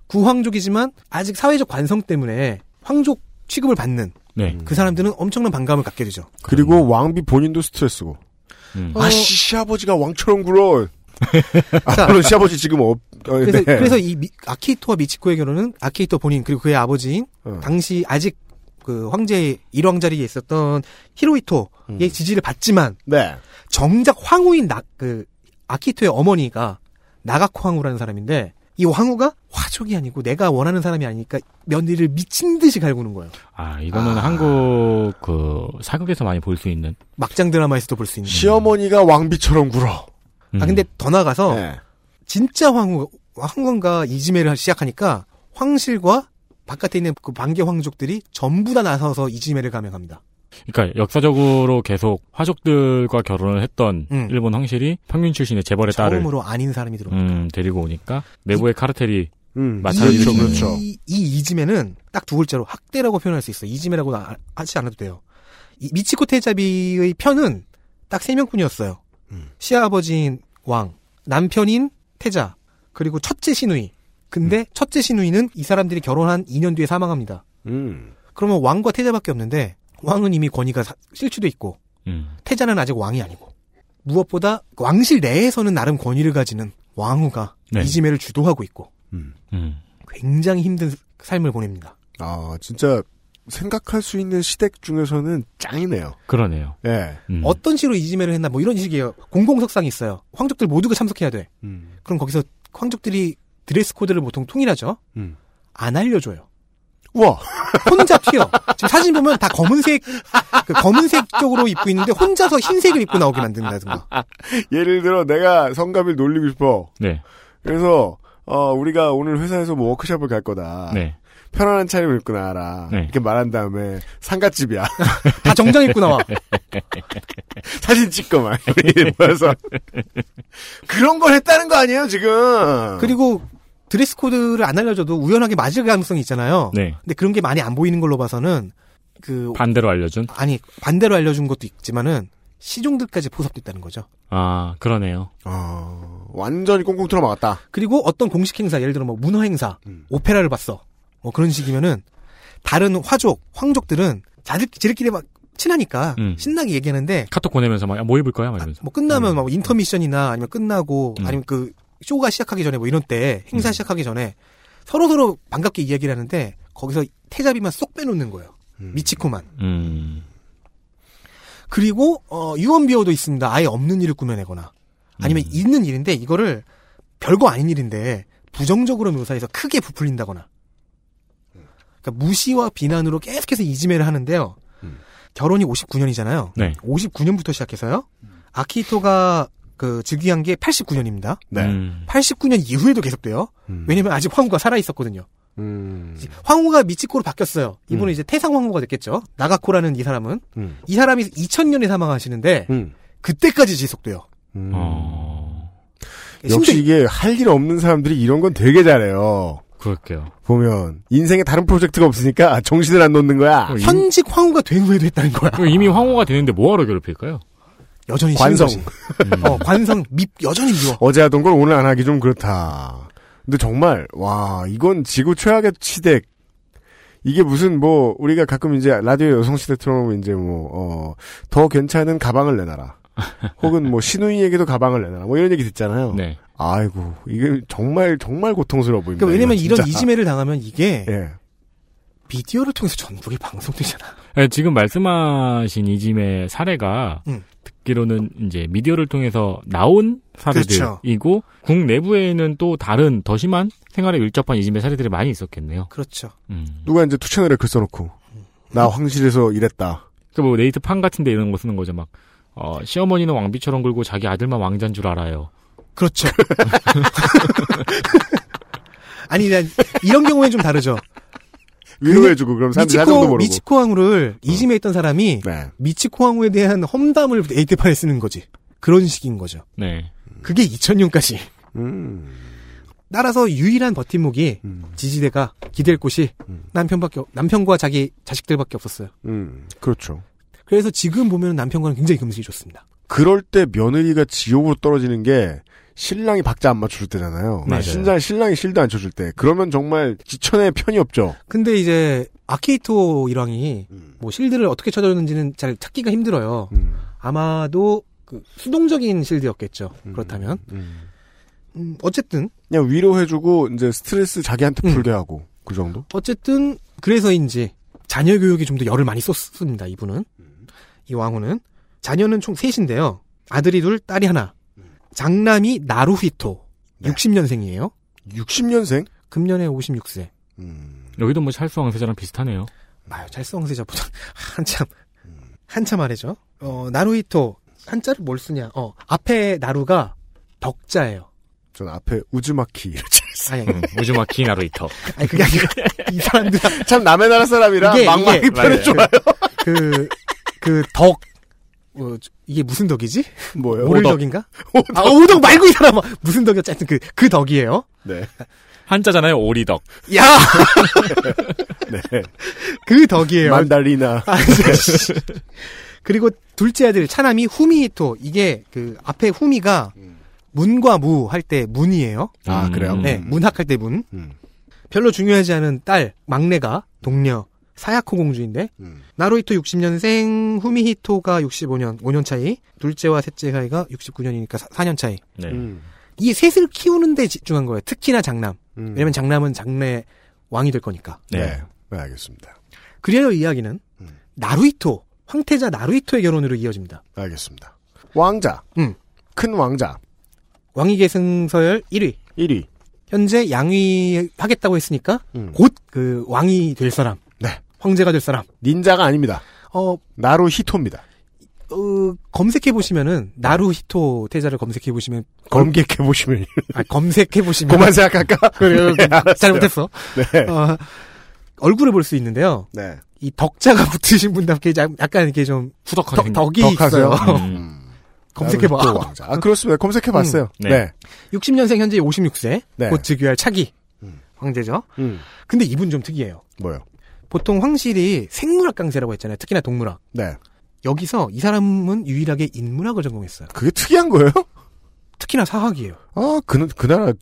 Speaker 4: 구황족이지만 아직 사회적 관성 때문에 황족 취급을 받는
Speaker 2: 음.
Speaker 3: 네.
Speaker 4: 그 사람들은 엄청난 반감을 갖게 되죠.
Speaker 2: 그리고 왕비 본인도 스트레스고.
Speaker 3: 음.
Speaker 4: 어.
Speaker 2: 아씨, 시아버지가 왕처럼 굴어. 아,
Speaker 4: 자.
Speaker 2: 물론 시아버지 지금 없, 어,
Speaker 4: 그래서,
Speaker 2: 네.
Speaker 4: 그래서 이 미- 아키히토와 미치코의 결혼은 아키히토 본인 그리고 그의 아버지인
Speaker 2: 어.
Speaker 4: 당시 아직 그 황제의 일왕 자리에 있었던 히로히토의
Speaker 2: 음.
Speaker 4: 지지를 받지만
Speaker 2: 네.
Speaker 4: 정작 황후인 나, 그 아키히토의 어머니가 나가코 황후라는 사람인데 이 황후가 화족이 아니고 내가 원하는 사람이 아니니까 며느리를 미친 듯이 갈구는 거예요.
Speaker 3: 아 이거는 한국 그 사극에서 많이 볼 수 있는.
Speaker 4: 막장 드라마에서도 볼 수 있는.
Speaker 2: 시어머니가 왕비처럼 굴어.
Speaker 3: 음.
Speaker 4: 아 근데 더 나가서
Speaker 2: 네.
Speaker 4: 진짜 황후 황건과 이지매를 시작하니까 황실과 바깥에 있는 그 반개 황족들이 전부 다 나서서 이지매를 감행합니다.
Speaker 3: 그러니까 역사적으로 계속 화족들과 결혼을 했던
Speaker 4: 음.
Speaker 3: 일본 황실이 평균 출신의 재벌의 딸을
Speaker 4: 처음으로 아닌 사람이 들어옵니다.
Speaker 3: 음, 데리고 오니까 내부의 카르텔이
Speaker 2: 음.
Speaker 3: 마찬가지로
Speaker 2: 그렇죠,
Speaker 3: 이-
Speaker 2: 그렇죠.
Speaker 4: 이, 이 이지매는 딱 두 글자로 학대라고 표현할 수 있어요. 이지매라고 나- 하지 않아도 돼요. 이 미치코 테자비의 편은 딱 세 명뿐이었어요.
Speaker 2: 음.
Speaker 4: 시아버지인 왕, 남편인 태자, 그리고 첫째 시누이. 근데 첫째 시누이는 이 사람들이 결혼한 2년 뒤에 사망합니다.
Speaker 2: 음.
Speaker 4: 그러면 왕과 태자밖에 없는데 왕은 이미 권위가 사- 실추돼 있고
Speaker 3: 음.
Speaker 4: 태자는 아직 왕이 아니고 무엇보다 그 왕실 내에서는 나름 권위를 가지는 왕후가
Speaker 3: 네.
Speaker 4: 이지매를 주도하고 있고
Speaker 3: 음.
Speaker 4: 굉장히 힘든 삶을 보냅니다.
Speaker 2: 아, 진짜 생각할 수 있는 시댁 중에서는 짱이네요.
Speaker 3: 그러네요.
Speaker 2: 예.
Speaker 3: 음.
Speaker 4: 어떤 식으로 이지매를 했나 음. 뭐 이런 식이에요. 공공석상이 있어요. 황족들 모두가 참석해야 돼. 그럼 거기서 황족들이 드레스 코드를 보통 통일하죠.
Speaker 2: 음.
Speaker 4: 안 알려줘요.
Speaker 2: 우와.
Speaker 4: 혼자 튀어. 지금 사진 보면 다 검은색, 그 검은색 쪽으로 입고 있는데 혼자서 흰색을 입고 나오게 만든다든가.
Speaker 2: 예를 들어 내가 성가비를 놀리고 싶어.
Speaker 3: 네.
Speaker 2: 그래서 어, 우리가 오늘 회사에서 뭐 워크숍을 갈
Speaker 4: 아,
Speaker 2: 거다.
Speaker 3: 네.
Speaker 2: 편안한 차림을 입고 나와라.
Speaker 3: 네.
Speaker 2: 이렇게 말한 다음에 상갓집이야.
Speaker 4: 다 정장 입고 나와.
Speaker 2: 사진 찍고 막 이렇게 모여서 그런 걸 했다는 거 아니에요
Speaker 3: 어.
Speaker 2: 지금?
Speaker 4: 그리고 드레스 코드를 안 알려줘도 우연하게 맞을 가능성이 있잖아요.
Speaker 3: 네.
Speaker 4: 근데 그런 게 많이 안 보이는 걸로 봐서는 그
Speaker 3: 반대로 알려준?
Speaker 4: 아니 반대로 알려준 것도 있지만은 시종들까지 포섭됐다는 거죠.
Speaker 3: 아, 그러네요.
Speaker 2: 어, 완전히 꽁꽁 틀어 막았다.
Speaker 4: 그리고 어떤 공식 행사, 예를 들어 뭐 문화 행사,
Speaker 3: 음.
Speaker 4: 오페라를 봤어, 뭐 그런 식이면은 다른 화족, 황족들은 자들 지들끼리 막 친하니까
Speaker 3: 음.
Speaker 4: 신나게 얘기하는데
Speaker 3: 카톡 보내면서 막, 야, 뭐 입을 거야? 막 이러면서.
Speaker 4: 뭐 끝나면
Speaker 3: 음.
Speaker 4: 막 인터미션이나 아니면 끝나고
Speaker 3: 음.
Speaker 4: 아니면 그 쇼가 시작하기 전에 뭐 이런 때 행사
Speaker 3: 음.
Speaker 4: 시작하기 전에 서로 서로 반갑게 이야기를 하는데 거기서 태자비만 쏙 빼놓는 거예요. 미치코만.
Speaker 3: 음.
Speaker 4: 그리고 어, 유언비어도 있습니다. 아예 없는 일을 꾸며내거나 아니면
Speaker 3: 음.
Speaker 4: 있는 일인데 이거를 별거 아닌 일인데 부정적으로 묘사해서 크게 부풀린다거나 그러니까 무시와 비난으로 계속해서 이지매를 하는데요. 결혼이 59년이잖아요.
Speaker 3: 음. 네.
Speaker 4: 59년부터 시작해서요. 아키히토가 그 즉위한 게 89년입니다.
Speaker 2: 네.
Speaker 3: 음.
Speaker 4: 89년 이후에도 계속돼요. 왜냐면 아직 황후가 살아 있었거든요.
Speaker 2: 음.
Speaker 4: 황후가 미치코로 바뀌었어요. 이분은
Speaker 2: 음.
Speaker 4: 이제 태상 황후가 됐겠죠. 나가코라는 이 사람은
Speaker 2: 음.
Speaker 4: 이 사람이 2000년에 사망하시는데
Speaker 2: 음.
Speaker 4: 그때까지 지속돼요.
Speaker 2: 음.
Speaker 3: 어,
Speaker 2: 역시
Speaker 4: 심지어
Speaker 2: 이게 할 일 없는 사람들이 이런 건 되게 잘해요.
Speaker 3: 그럴게요.
Speaker 2: 보면 인생에 다른 프로젝트가 없으니까 정신을 안 놓는
Speaker 4: 아,
Speaker 2: 거야.
Speaker 3: 그럼 어, 이미-
Speaker 4: 현직 황후가 된 후에도 했다는 거야.
Speaker 3: 그럼 이미 황후가 되는데 뭐하러 괴롭힐까요?
Speaker 4: 여전히 싫은
Speaker 2: 음. 관성. 음.
Speaker 4: 거지. 어, 관성 밉 여전히 미워.
Speaker 2: 어제 하던 걸 오늘 안 하기 좀 그렇다. 근데 정말 와 이건 지구 최악의 시댁. 이게 무슨 뭐 우리가 가끔 이제 라디오 여성 시대 틀어놓으면 이제 뭐어더 괜찮은 가방을 내놔라. 혹은 뭐 시누이에게도 가방을 내놔라. 뭐 이런 얘기
Speaker 4: 어.
Speaker 2: 듣잖아요.
Speaker 3: 네.
Speaker 2: 아이고 이게 정말 정말 고통스러워 보입니다.
Speaker 4: 그러니까 왜냐면
Speaker 2: 이건
Speaker 4: 이런
Speaker 2: 네, 진짜.
Speaker 4: 이지매를 당하면 이게
Speaker 2: 예.
Speaker 4: 비디오를 통해서 전국에 방송되잖아.
Speaker 3: 네, 지금 말씀하신 이짐의 사례가
Speaker 4: 음.
Speaker 3: 듣기로는 이제 미디어를 통해서 나온
Speaker 4: 그렇죠.
Speaker 3: 사례들이고 국 내부에는 또 다른 더 심한 생활에 밀접한 이짐의 사례들이 많이 있었겠네요.
Speaker 4: 그렇죠.
Speaker 3: 음.
Speaker 2: 누가 이제 투채널에 글 써놓고
Speaker 4: 음.
Speaker 2: 나 황실에서 일했다.
Speaker 3: 그러니까 그뭐 네이트 판 같은데 이런 거 쓰는 거죠. 막 어, 시어머니는 왕비처럼 굴고 자기 아들만 왕자인 줄 알아요.
Speaker 4: 그렇죠. 아니 난 이런 경우에는 좀 다르죠.
Speaker 2: 위로해주고 그럼 사람들이 사정도
Speaker 4: 미치코
Speaker 2: 모르고. 어.
Speaker 4: 미치코 황후를 이지매에 있던 사람이
Speaker 2: 네.
Speaker 4: 미치코 황후에 대한 험담을 에이트판에 쓰는 거지. 그런 식인 거죠.
Speaker 3: 네.
Speaker 4: 그게 2000년까지.
Speaker 2: 음.
Speaker 4: 따라서 유일한 버팀목이
Speaker 2: 음.
Speaker 4: 지지대가 기댈 곳이 남편밖에 없- 남편과 자기 자식들밖에 없었어요.
Speaker 2: 음. 그렇죠.
Speaker 4: 그래서 지금 보면 남편과는 굉장히 금슬이 좋습니다.
Speaker 2: 그럴 때 며느리가 지옥으로 떨어지는 게 신랑이 박자 안 맞춰줄 때잖아요.
Speaker 3: 맞아요.
Speaker 2: 신장 신랑이 실드 안 쳐줄 때. 그러면 정말 지천에 편이 없죠.
Speaker 4: 근데 이제 아키히토 일왕이
Speaker 2: 음.
Speaker 4: 뭐 실드를 어떻게 쳐줬는지는 잘 찾기가 힘들어요. 아마도 그 수동적인 실드였겠죠. 그렇다면
Speaker 2: 음.
Speaker 4: 음, 어쨌든
Speaker 2: 그냥 위로해주고 이제 스트레스 자기한테
Speaker 4: 음.
Speaker 2: 풀게 하고 그 정도.
Speaker 4: 어쨌든 그래서인지 자녀 교육에 좀 더 열을 많이 썼습니다. 이분은 이 왕후는 자녀는 총 셋인데요. 아들이 둘, 딸이 하나. 장남이 나루히토
Speaker 2: 네.
Speaker 4: 60년생이에요.
Speaker 2: 60년생? 음.
Speaker 4: 금년에 56세.
Speaker 3: 여기도 뭐 찰수왕 세자랑 비슷하네요.
Speaker 4: 아유, 찰성세자보다 한참 한참 아래죠. 어, 나루히토 한자를 뭘 쓰냐? 어, 앞에 나루가 덕자예요.
Speaker 2: 전 앞에 우즈마키 이렇게
Speaker 4: 아니, 아니,
Speaker 3: 음, 우즈마키 나루히토.
Speaker 4: 아니 그게 아니라 이 사람들
Speaker 2: 참 남의 나라 사람이라
Speaker 4: 이게-
Speaker 2: 막막이
Speaker 4: 이게-
Speaker 2: 편해 아, 좋아요. 예.
Speaker 4: 그그덕 어, 저- 이게 무슨 덕이지?
Speaker 2: 뭐예요?
Speaker 4: 오를덕인가? 아, 오덕 말고 이 사람아. 무슨 덕이었지? 하여튼 그, 그 덕이에요.
Speaker 2: 네.
Speaker 3: 한자잖아요. 오리덕.
Speaker 4: 야!
Speaker 2: 네.
Speaker 4: 그 덕이에요.
Speaker 2: 만달리나.
Speaker 4: 아, 씨. 그리고 둘째 아들, 차남이 후미히토. 이게 그 앞에 후미가 문과 무 할 때 문이에요.
Speaker 2: 아, 그래요?
Speaker 3: 음,
Speaker 4: 네,
Speaker 2: 음.
Speaker 4: 문학 할 때 문.
Speaker 2: 음.
Speaker 4: 별로 중요하지 않은 딸, 막내가 동료, 사야코 공주인데,
Speaker 2: 음.
Speaker 4: 나루히토 60년생, 후미히토가 65년, 5년 차이, 둘째와 셋째 사이가 69년이니까 4년 차이.
Speaker 3: 네.
Speaker 2: 음.
Speaker 4: 이 셋을 키우는 데 집중한 거예요. 특히나 장남.
Speaker 2: 음.
Speaker 4: 왜냐면 장남은 장래 왕이 될 거니까.
Speaker 2: 네.
Speaker 3: 네.
Speaker 2: 네, 알겠습니다.
Speaker 4: 그래요 이야기는
Speaker 2: 음.
Speaker 4: 나루히토 황태자 나루히토의 결혼으로 이어집니다.
Speaker 2: 알겠습니다. 왕자.
Speaker 4: 음.
Speaker 2: 큰 왕자.
Speaker 4: 왕위 계승 서열 1위.
Speaker 2: 1위.
Speaker 4: 현재 양위 하겠다고 했으니까
Speaker 2: 음.
Speaker 4: 곧 그 왕이 될 사람,
Speaker 2: 네.
Speaker 4: 황제가 될 사람.
Speaker 2: 닌자가 아닙니다.
Speaker 4: 어,
Speaker 2: 나루히토입니다.
Speaker 4: 어, 검색해 보시면은 나루히토 태자를 검색해 보시면
Speaker 2: 검객해 보시면
Speaker 4: 아, 검색해 보시면
Speaker 2: 그만 생각할까?
Speaker 4: 그래요. 잘못했어.
Speaker 2: 네.
Speaker 4: 어, 얼굴을 볼 수 있는데요.
Speaker 2: 네.
Speaker 4: 이 덕자가 붙으신 분답게 자- 약간 이렇게 좀
Speaker 3: 후덕하게
Speaker 4: 덕,
Speaker 3: 생
Speaker 4: 덕이
Speaker 2: 덕하세요.
Speaker 4: 있어요.
Speaker 3: 음.
Speaker 4: 검색해봐. 음.
Speaker 2: 나루히토 왕자. 아, 그렇습니다. 검색해봤어요.
Speaker 3: 네.
Speaker 2: 네.
Speaker 4: 60년생 현재 56세.
Speaker 2: 네.
Speaker 4: 곧 즉위할 차기. 황제죠.
Speaker 2: 음.
Speaker 4: 근데 이분 좀 특이해요.
Speaker 2: 뭐요?
Speaker 4: 보통 황실이 생물학 강세라고 했잖아요. 특히나 동물학.
Speaker 2: 네.
Speaker 4: 여기서 이 사람은 유일하게 인문학을 전공했어요.
Speaker 2: 그게 특이한 거예요?
Speaker 4: 특히나 사학이에요.
Speaker 2: 아, 그, 그 나라,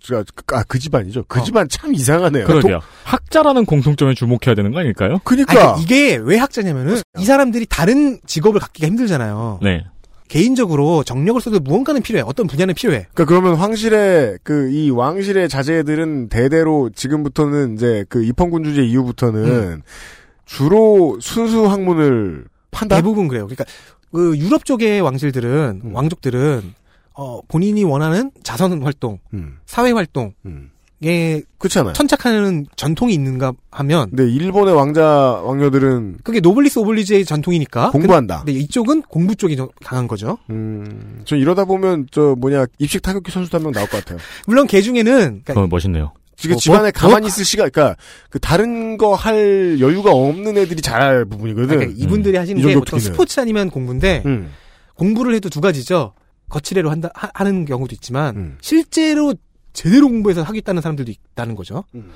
Speaker 2: 아, 그 집안이죠. 그
Speaker 4: 어.
Speaker 2: 집안 참 이상하네요.
Speaker 3: 그러게요. 학자라는 공통점에 주목해야 되는 거 아닐까요?
Speaker 4: 아니,
Speaker 2: 그니까.
Speaker 4: 그러니까 이게 왜 학자냐면은 이 사람들이 다른 직업을 갖기가 힘들잖아요.
Speaker 3: 네.
Speaker 4: 개인적으로 정력을 써도 무언가는 필요해. 어떤 분야는 필요해.
Speaker 2: 그러니까 그러면 황실의 그 이 왕실의 자제들은 대대로 지금부터는 이제 그 입헌군주제 이후부터는
Speaker 4: 음.
Speaker 2: 주로 순수 학문을 판다.
Speaker 4: 대부분 그래요. 그러니까 그 유럽 쪽의 왕실들은
Speaker 2: 음.
Speaker 4: 왕족들은 어, 본인이 원하는 자선 활동,
Speaker 2: 음,
Speaker 4: 사회 활동에
Speaker 2: 음. 그렇잖아요.
Speaker 4: 네. 천착하는 전통이 있는가 하면
Speaker 2: 근데 일본의 왕자 왕녀들은
Speaker 4: 그게 노블리스 오블리제의 전통이니까.
Speaker 2: 공부한다.
Speaker 4: 근데 이쪽은 공부 쪽이 좀 강한 거죠.
Speaker 2: 음, 저 이러다 보면 저 뭐냐 입식 타격기 선수도 한 명 나올 것 같아요.
Speaker 4: 물론 개 중에는 그러니까
Speaker 3: 그건 멋있네요.
Speaker 2: 지금
Speaker 4: 뭐,
Speaker 2: 집안에
Speaker 4: 뭐,
Speaker 2: 가만히 있을 시간, 그러니까 그 다른 거 할 여유가 없는 애들이 잘할 부분이거든.
Speaker 4: 그러니까 이분들이 하시는
Speaker 2: 음. 이
Speaker 4: 게
Speaker 2: 정도
Speaker 4: 보통
Speaker 2: 특이네요.
Speaker 4: 스포츠 아니면 공부인데
Speaker 2: 음,
Speaker 4: 공부를 해도 두 가지죠. 거칠애로 한다 하, 하는 경우도 있지만
Speaker 2: 음.
Speaker 4: 실제로 제대로 공부해서 하겠다는 사람들도 있다는 거죠.
Speaker 2: 음.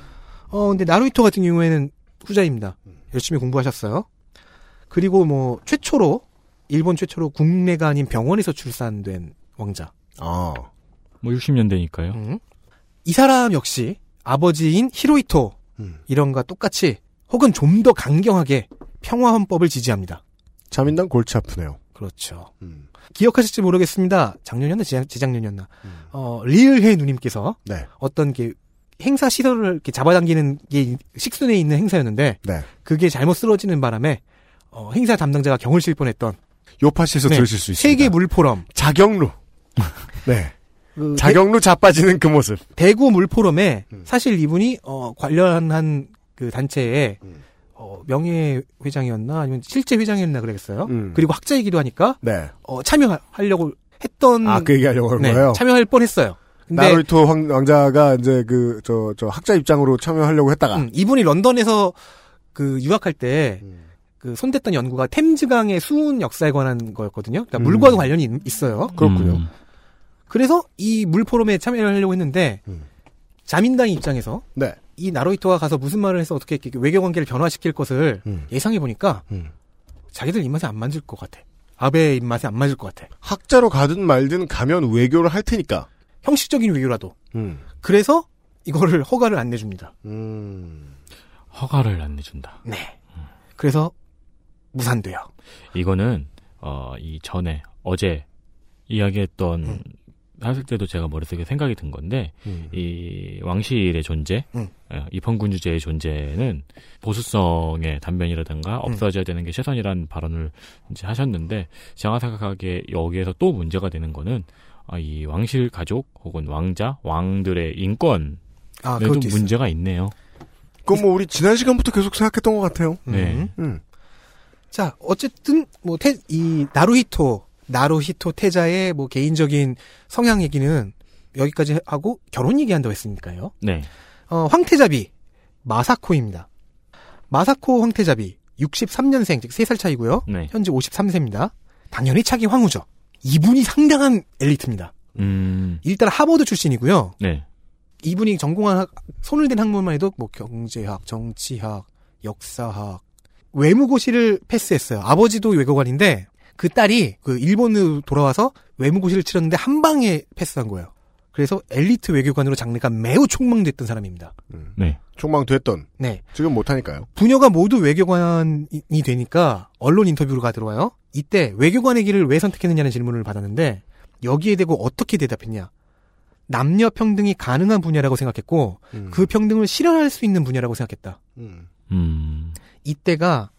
Speaker 4: 어 근데 나루히토 같은 경우에는 후자입니다.
Speaker 2: 음.
Speaker 4: 열심히 공부하셨어요. 그리고 뭐 최초로 일본 최초로 국내가 아닌 병원에서 출산된 왕자.
Speaker 2: 아,
Speaker 3: 뭐 60년대니까요.
Speaker 4: 음. 이 사람 역시 아버지인 히로히토
Speaker 2: 음.
Speaker 4: 이런과 똑같이 혹은 좀 더 강경하게 평화 헌법을 지지합니다.
Speaker 2: 자민당 골치 아프네요.
Speaker 4: 그렇죠.
Speaker 2: 음.
Speaker 4: 기억하실지 모르겠습니다. 작년이었나 재작- 재작년이었나. 어, 리을해 누님께서
Speaker 2: 음. 네,
Speaker 4: 어떤 게 행사 시설을 이렇게 잡아당기는 게 식순에 있는 행사였는데
Speaker 2: 네.
Speaker 4: 그게 잘못 쓰러지는 바람에 어, 행사 담당자가 경을 실 뻔했던
Speaker 2: 요파시에서
Speaker 4: 네.
Speaker 2: 들으실 수 있습니다.
Speaker 4: 세계 물포럼
Speaker 2: 자경루. 네.
Speaker 4: 그
Speaker 2: 자경루 자빠지는 그 모습.
Speaker 4: 대, 구 물포럼에
Speaker 2: 음.
Speaker 4: 사실 이분이 어, 관련한 그 단체에
Speaker 2: 음.
Speaker 4: 어, 명예 회장이었나 아니면 실제 회장이었나 그러겠어요.
Speaker 2: 음.
Speaker 4: 그리고 학자이기도 하니까
Speaker 2: 네.
Speaker 4: 어, 참여하려고 했던
Speaker 2: 아, 그 얘기하려고 한
Speaker 4: 네,
Speaker 2: 거예요.
Speaker 4: 참여할 뻔했어요. 근데
Speaker 2: 나루토 황, 왕자가 이제 그, 저, 저 학자 입장으로 참여하려고 했다가.
Speaker 4: 음, 이분이 런던에서 그 유학할 때 그 손댔던 연구가 템즈강의 수은 역사에 관한 거였거든요. 그러니까
Speaker 2: 음.
Speaker 4: 물과도 관련이 있- 있어요.
Speaker 2: 그렇군요.
Speaker 3: 음.
Speaker 4: 그래서 이 물 포럼에 참여를 하려고 했는데
Speaker 2: 음.
Speaker 4: 자민당 입장에서
Speaker 2: 네.
Speaker 4: 이 나로이토가 가서 무슨 말을 해서 어떻게 이렇게 외교 관계를 변화시킬 것을
Speaker 2: 음.
Speaker 4: 예상해 보니까
Speaker 2: 음.
Speaker 4: 자기들 입맛에 안 맞을 것 같아. 아베 입맛에 안 맞을 것 같아.
Speaker 2: 학자로 가든 말든 가면 외교를 할 테니까.
Speaker 4: 형식적인 외교라도.
Speaker 2: 음.
Speaker 4: 그래서 이거를 허가를 안 내줍니다.
Speaker 2: 음.
Speaker 3: 허가를 안 내준다.
Speaker 4: 네. 그래서 무산돼요.
Speaker 3: 이거는 어, 이 전에 어제 이야기했던 했을 때도 제가 머릿속에 생각이 든 건데 이 왕실의 존재,
Speaker 4: 음.
Speaker 3: 어, 입헌군주제의 존재는 보수성의
Speaker 4: 음.
Speaker 3: 단면이라든가 없어져야 되는 게 최선이라는 발언을 이제 하셨는데 제가 생각하기에 여기에서 또 문제가 되는 거는 아, 이 왕실 가족 혹은 왕자, 왕들의 인권에도
Speaker 4: 아, 그것도 있어요.
Speaker 3: 네, 문제가 있네요.
Speaker 2: 그건 뭐 우리 지난 시간부터 계속 생각했던 것 같아요.
Speaker 3: 네.
Speaker 2: 음.
Speaker 4: 자, 어쨌든 뭐 테, 이 나루히토, 나루히토 태자의 뭐 개인적인 성향 얘기는 여기까지 하고 결혼 얘기한다고 했으니까요.
Speaker 3: 네.
Speaker 4: 어, 황태자비 마사코입니다. 마사코 황태자비 63년생, 즉 3살 차이고요.
Speaker 3: 네.
Speaker 4: 현재 53세입니다. 당연히 차기 황후죠. 이분이 상당한 엘리트입니다.
Speaker 3: 음.
Speaker 4: 일단 하버드 출신이고요.
Speaker 3: 네.
Speaker 4: 이분이 전공한 학- 손을 댄 학문만 해도 뭐 경제학, 정치학, 역사학, 외무고시를 패스했어요. 아버지도 외교관인데 그 딸이 그 일본으로 돌아와서 외무고시를 치렀는데 한 방에 패스한 거예요. 그래서 엘리트 외교관으로 장래가 매우 촉망됐던 사람입니다.
Speaker 3: 네.
Speaker 2: 총망됐던.
Speaker 4: 네.
Speaker 2: 음. 지금 못하니까요.
Speaker 4: 부녀가 모두 외교관이 되니까 언론 인터뷰로가 들어와요. 이때 외교관의 길을 왜 선택했느냐는 질문을 받았는데 여기에 대고 어떻게 대답했냐. 남녀 평등이 가능한 분야라고 생각했고
Speaker 2: 음.
Speaker 4: 그 평등을 실현할 수 있는 분야라고 생각했다.
Speaker 2: 음.
Speaker 3: 음.
Speaker 4: 이때가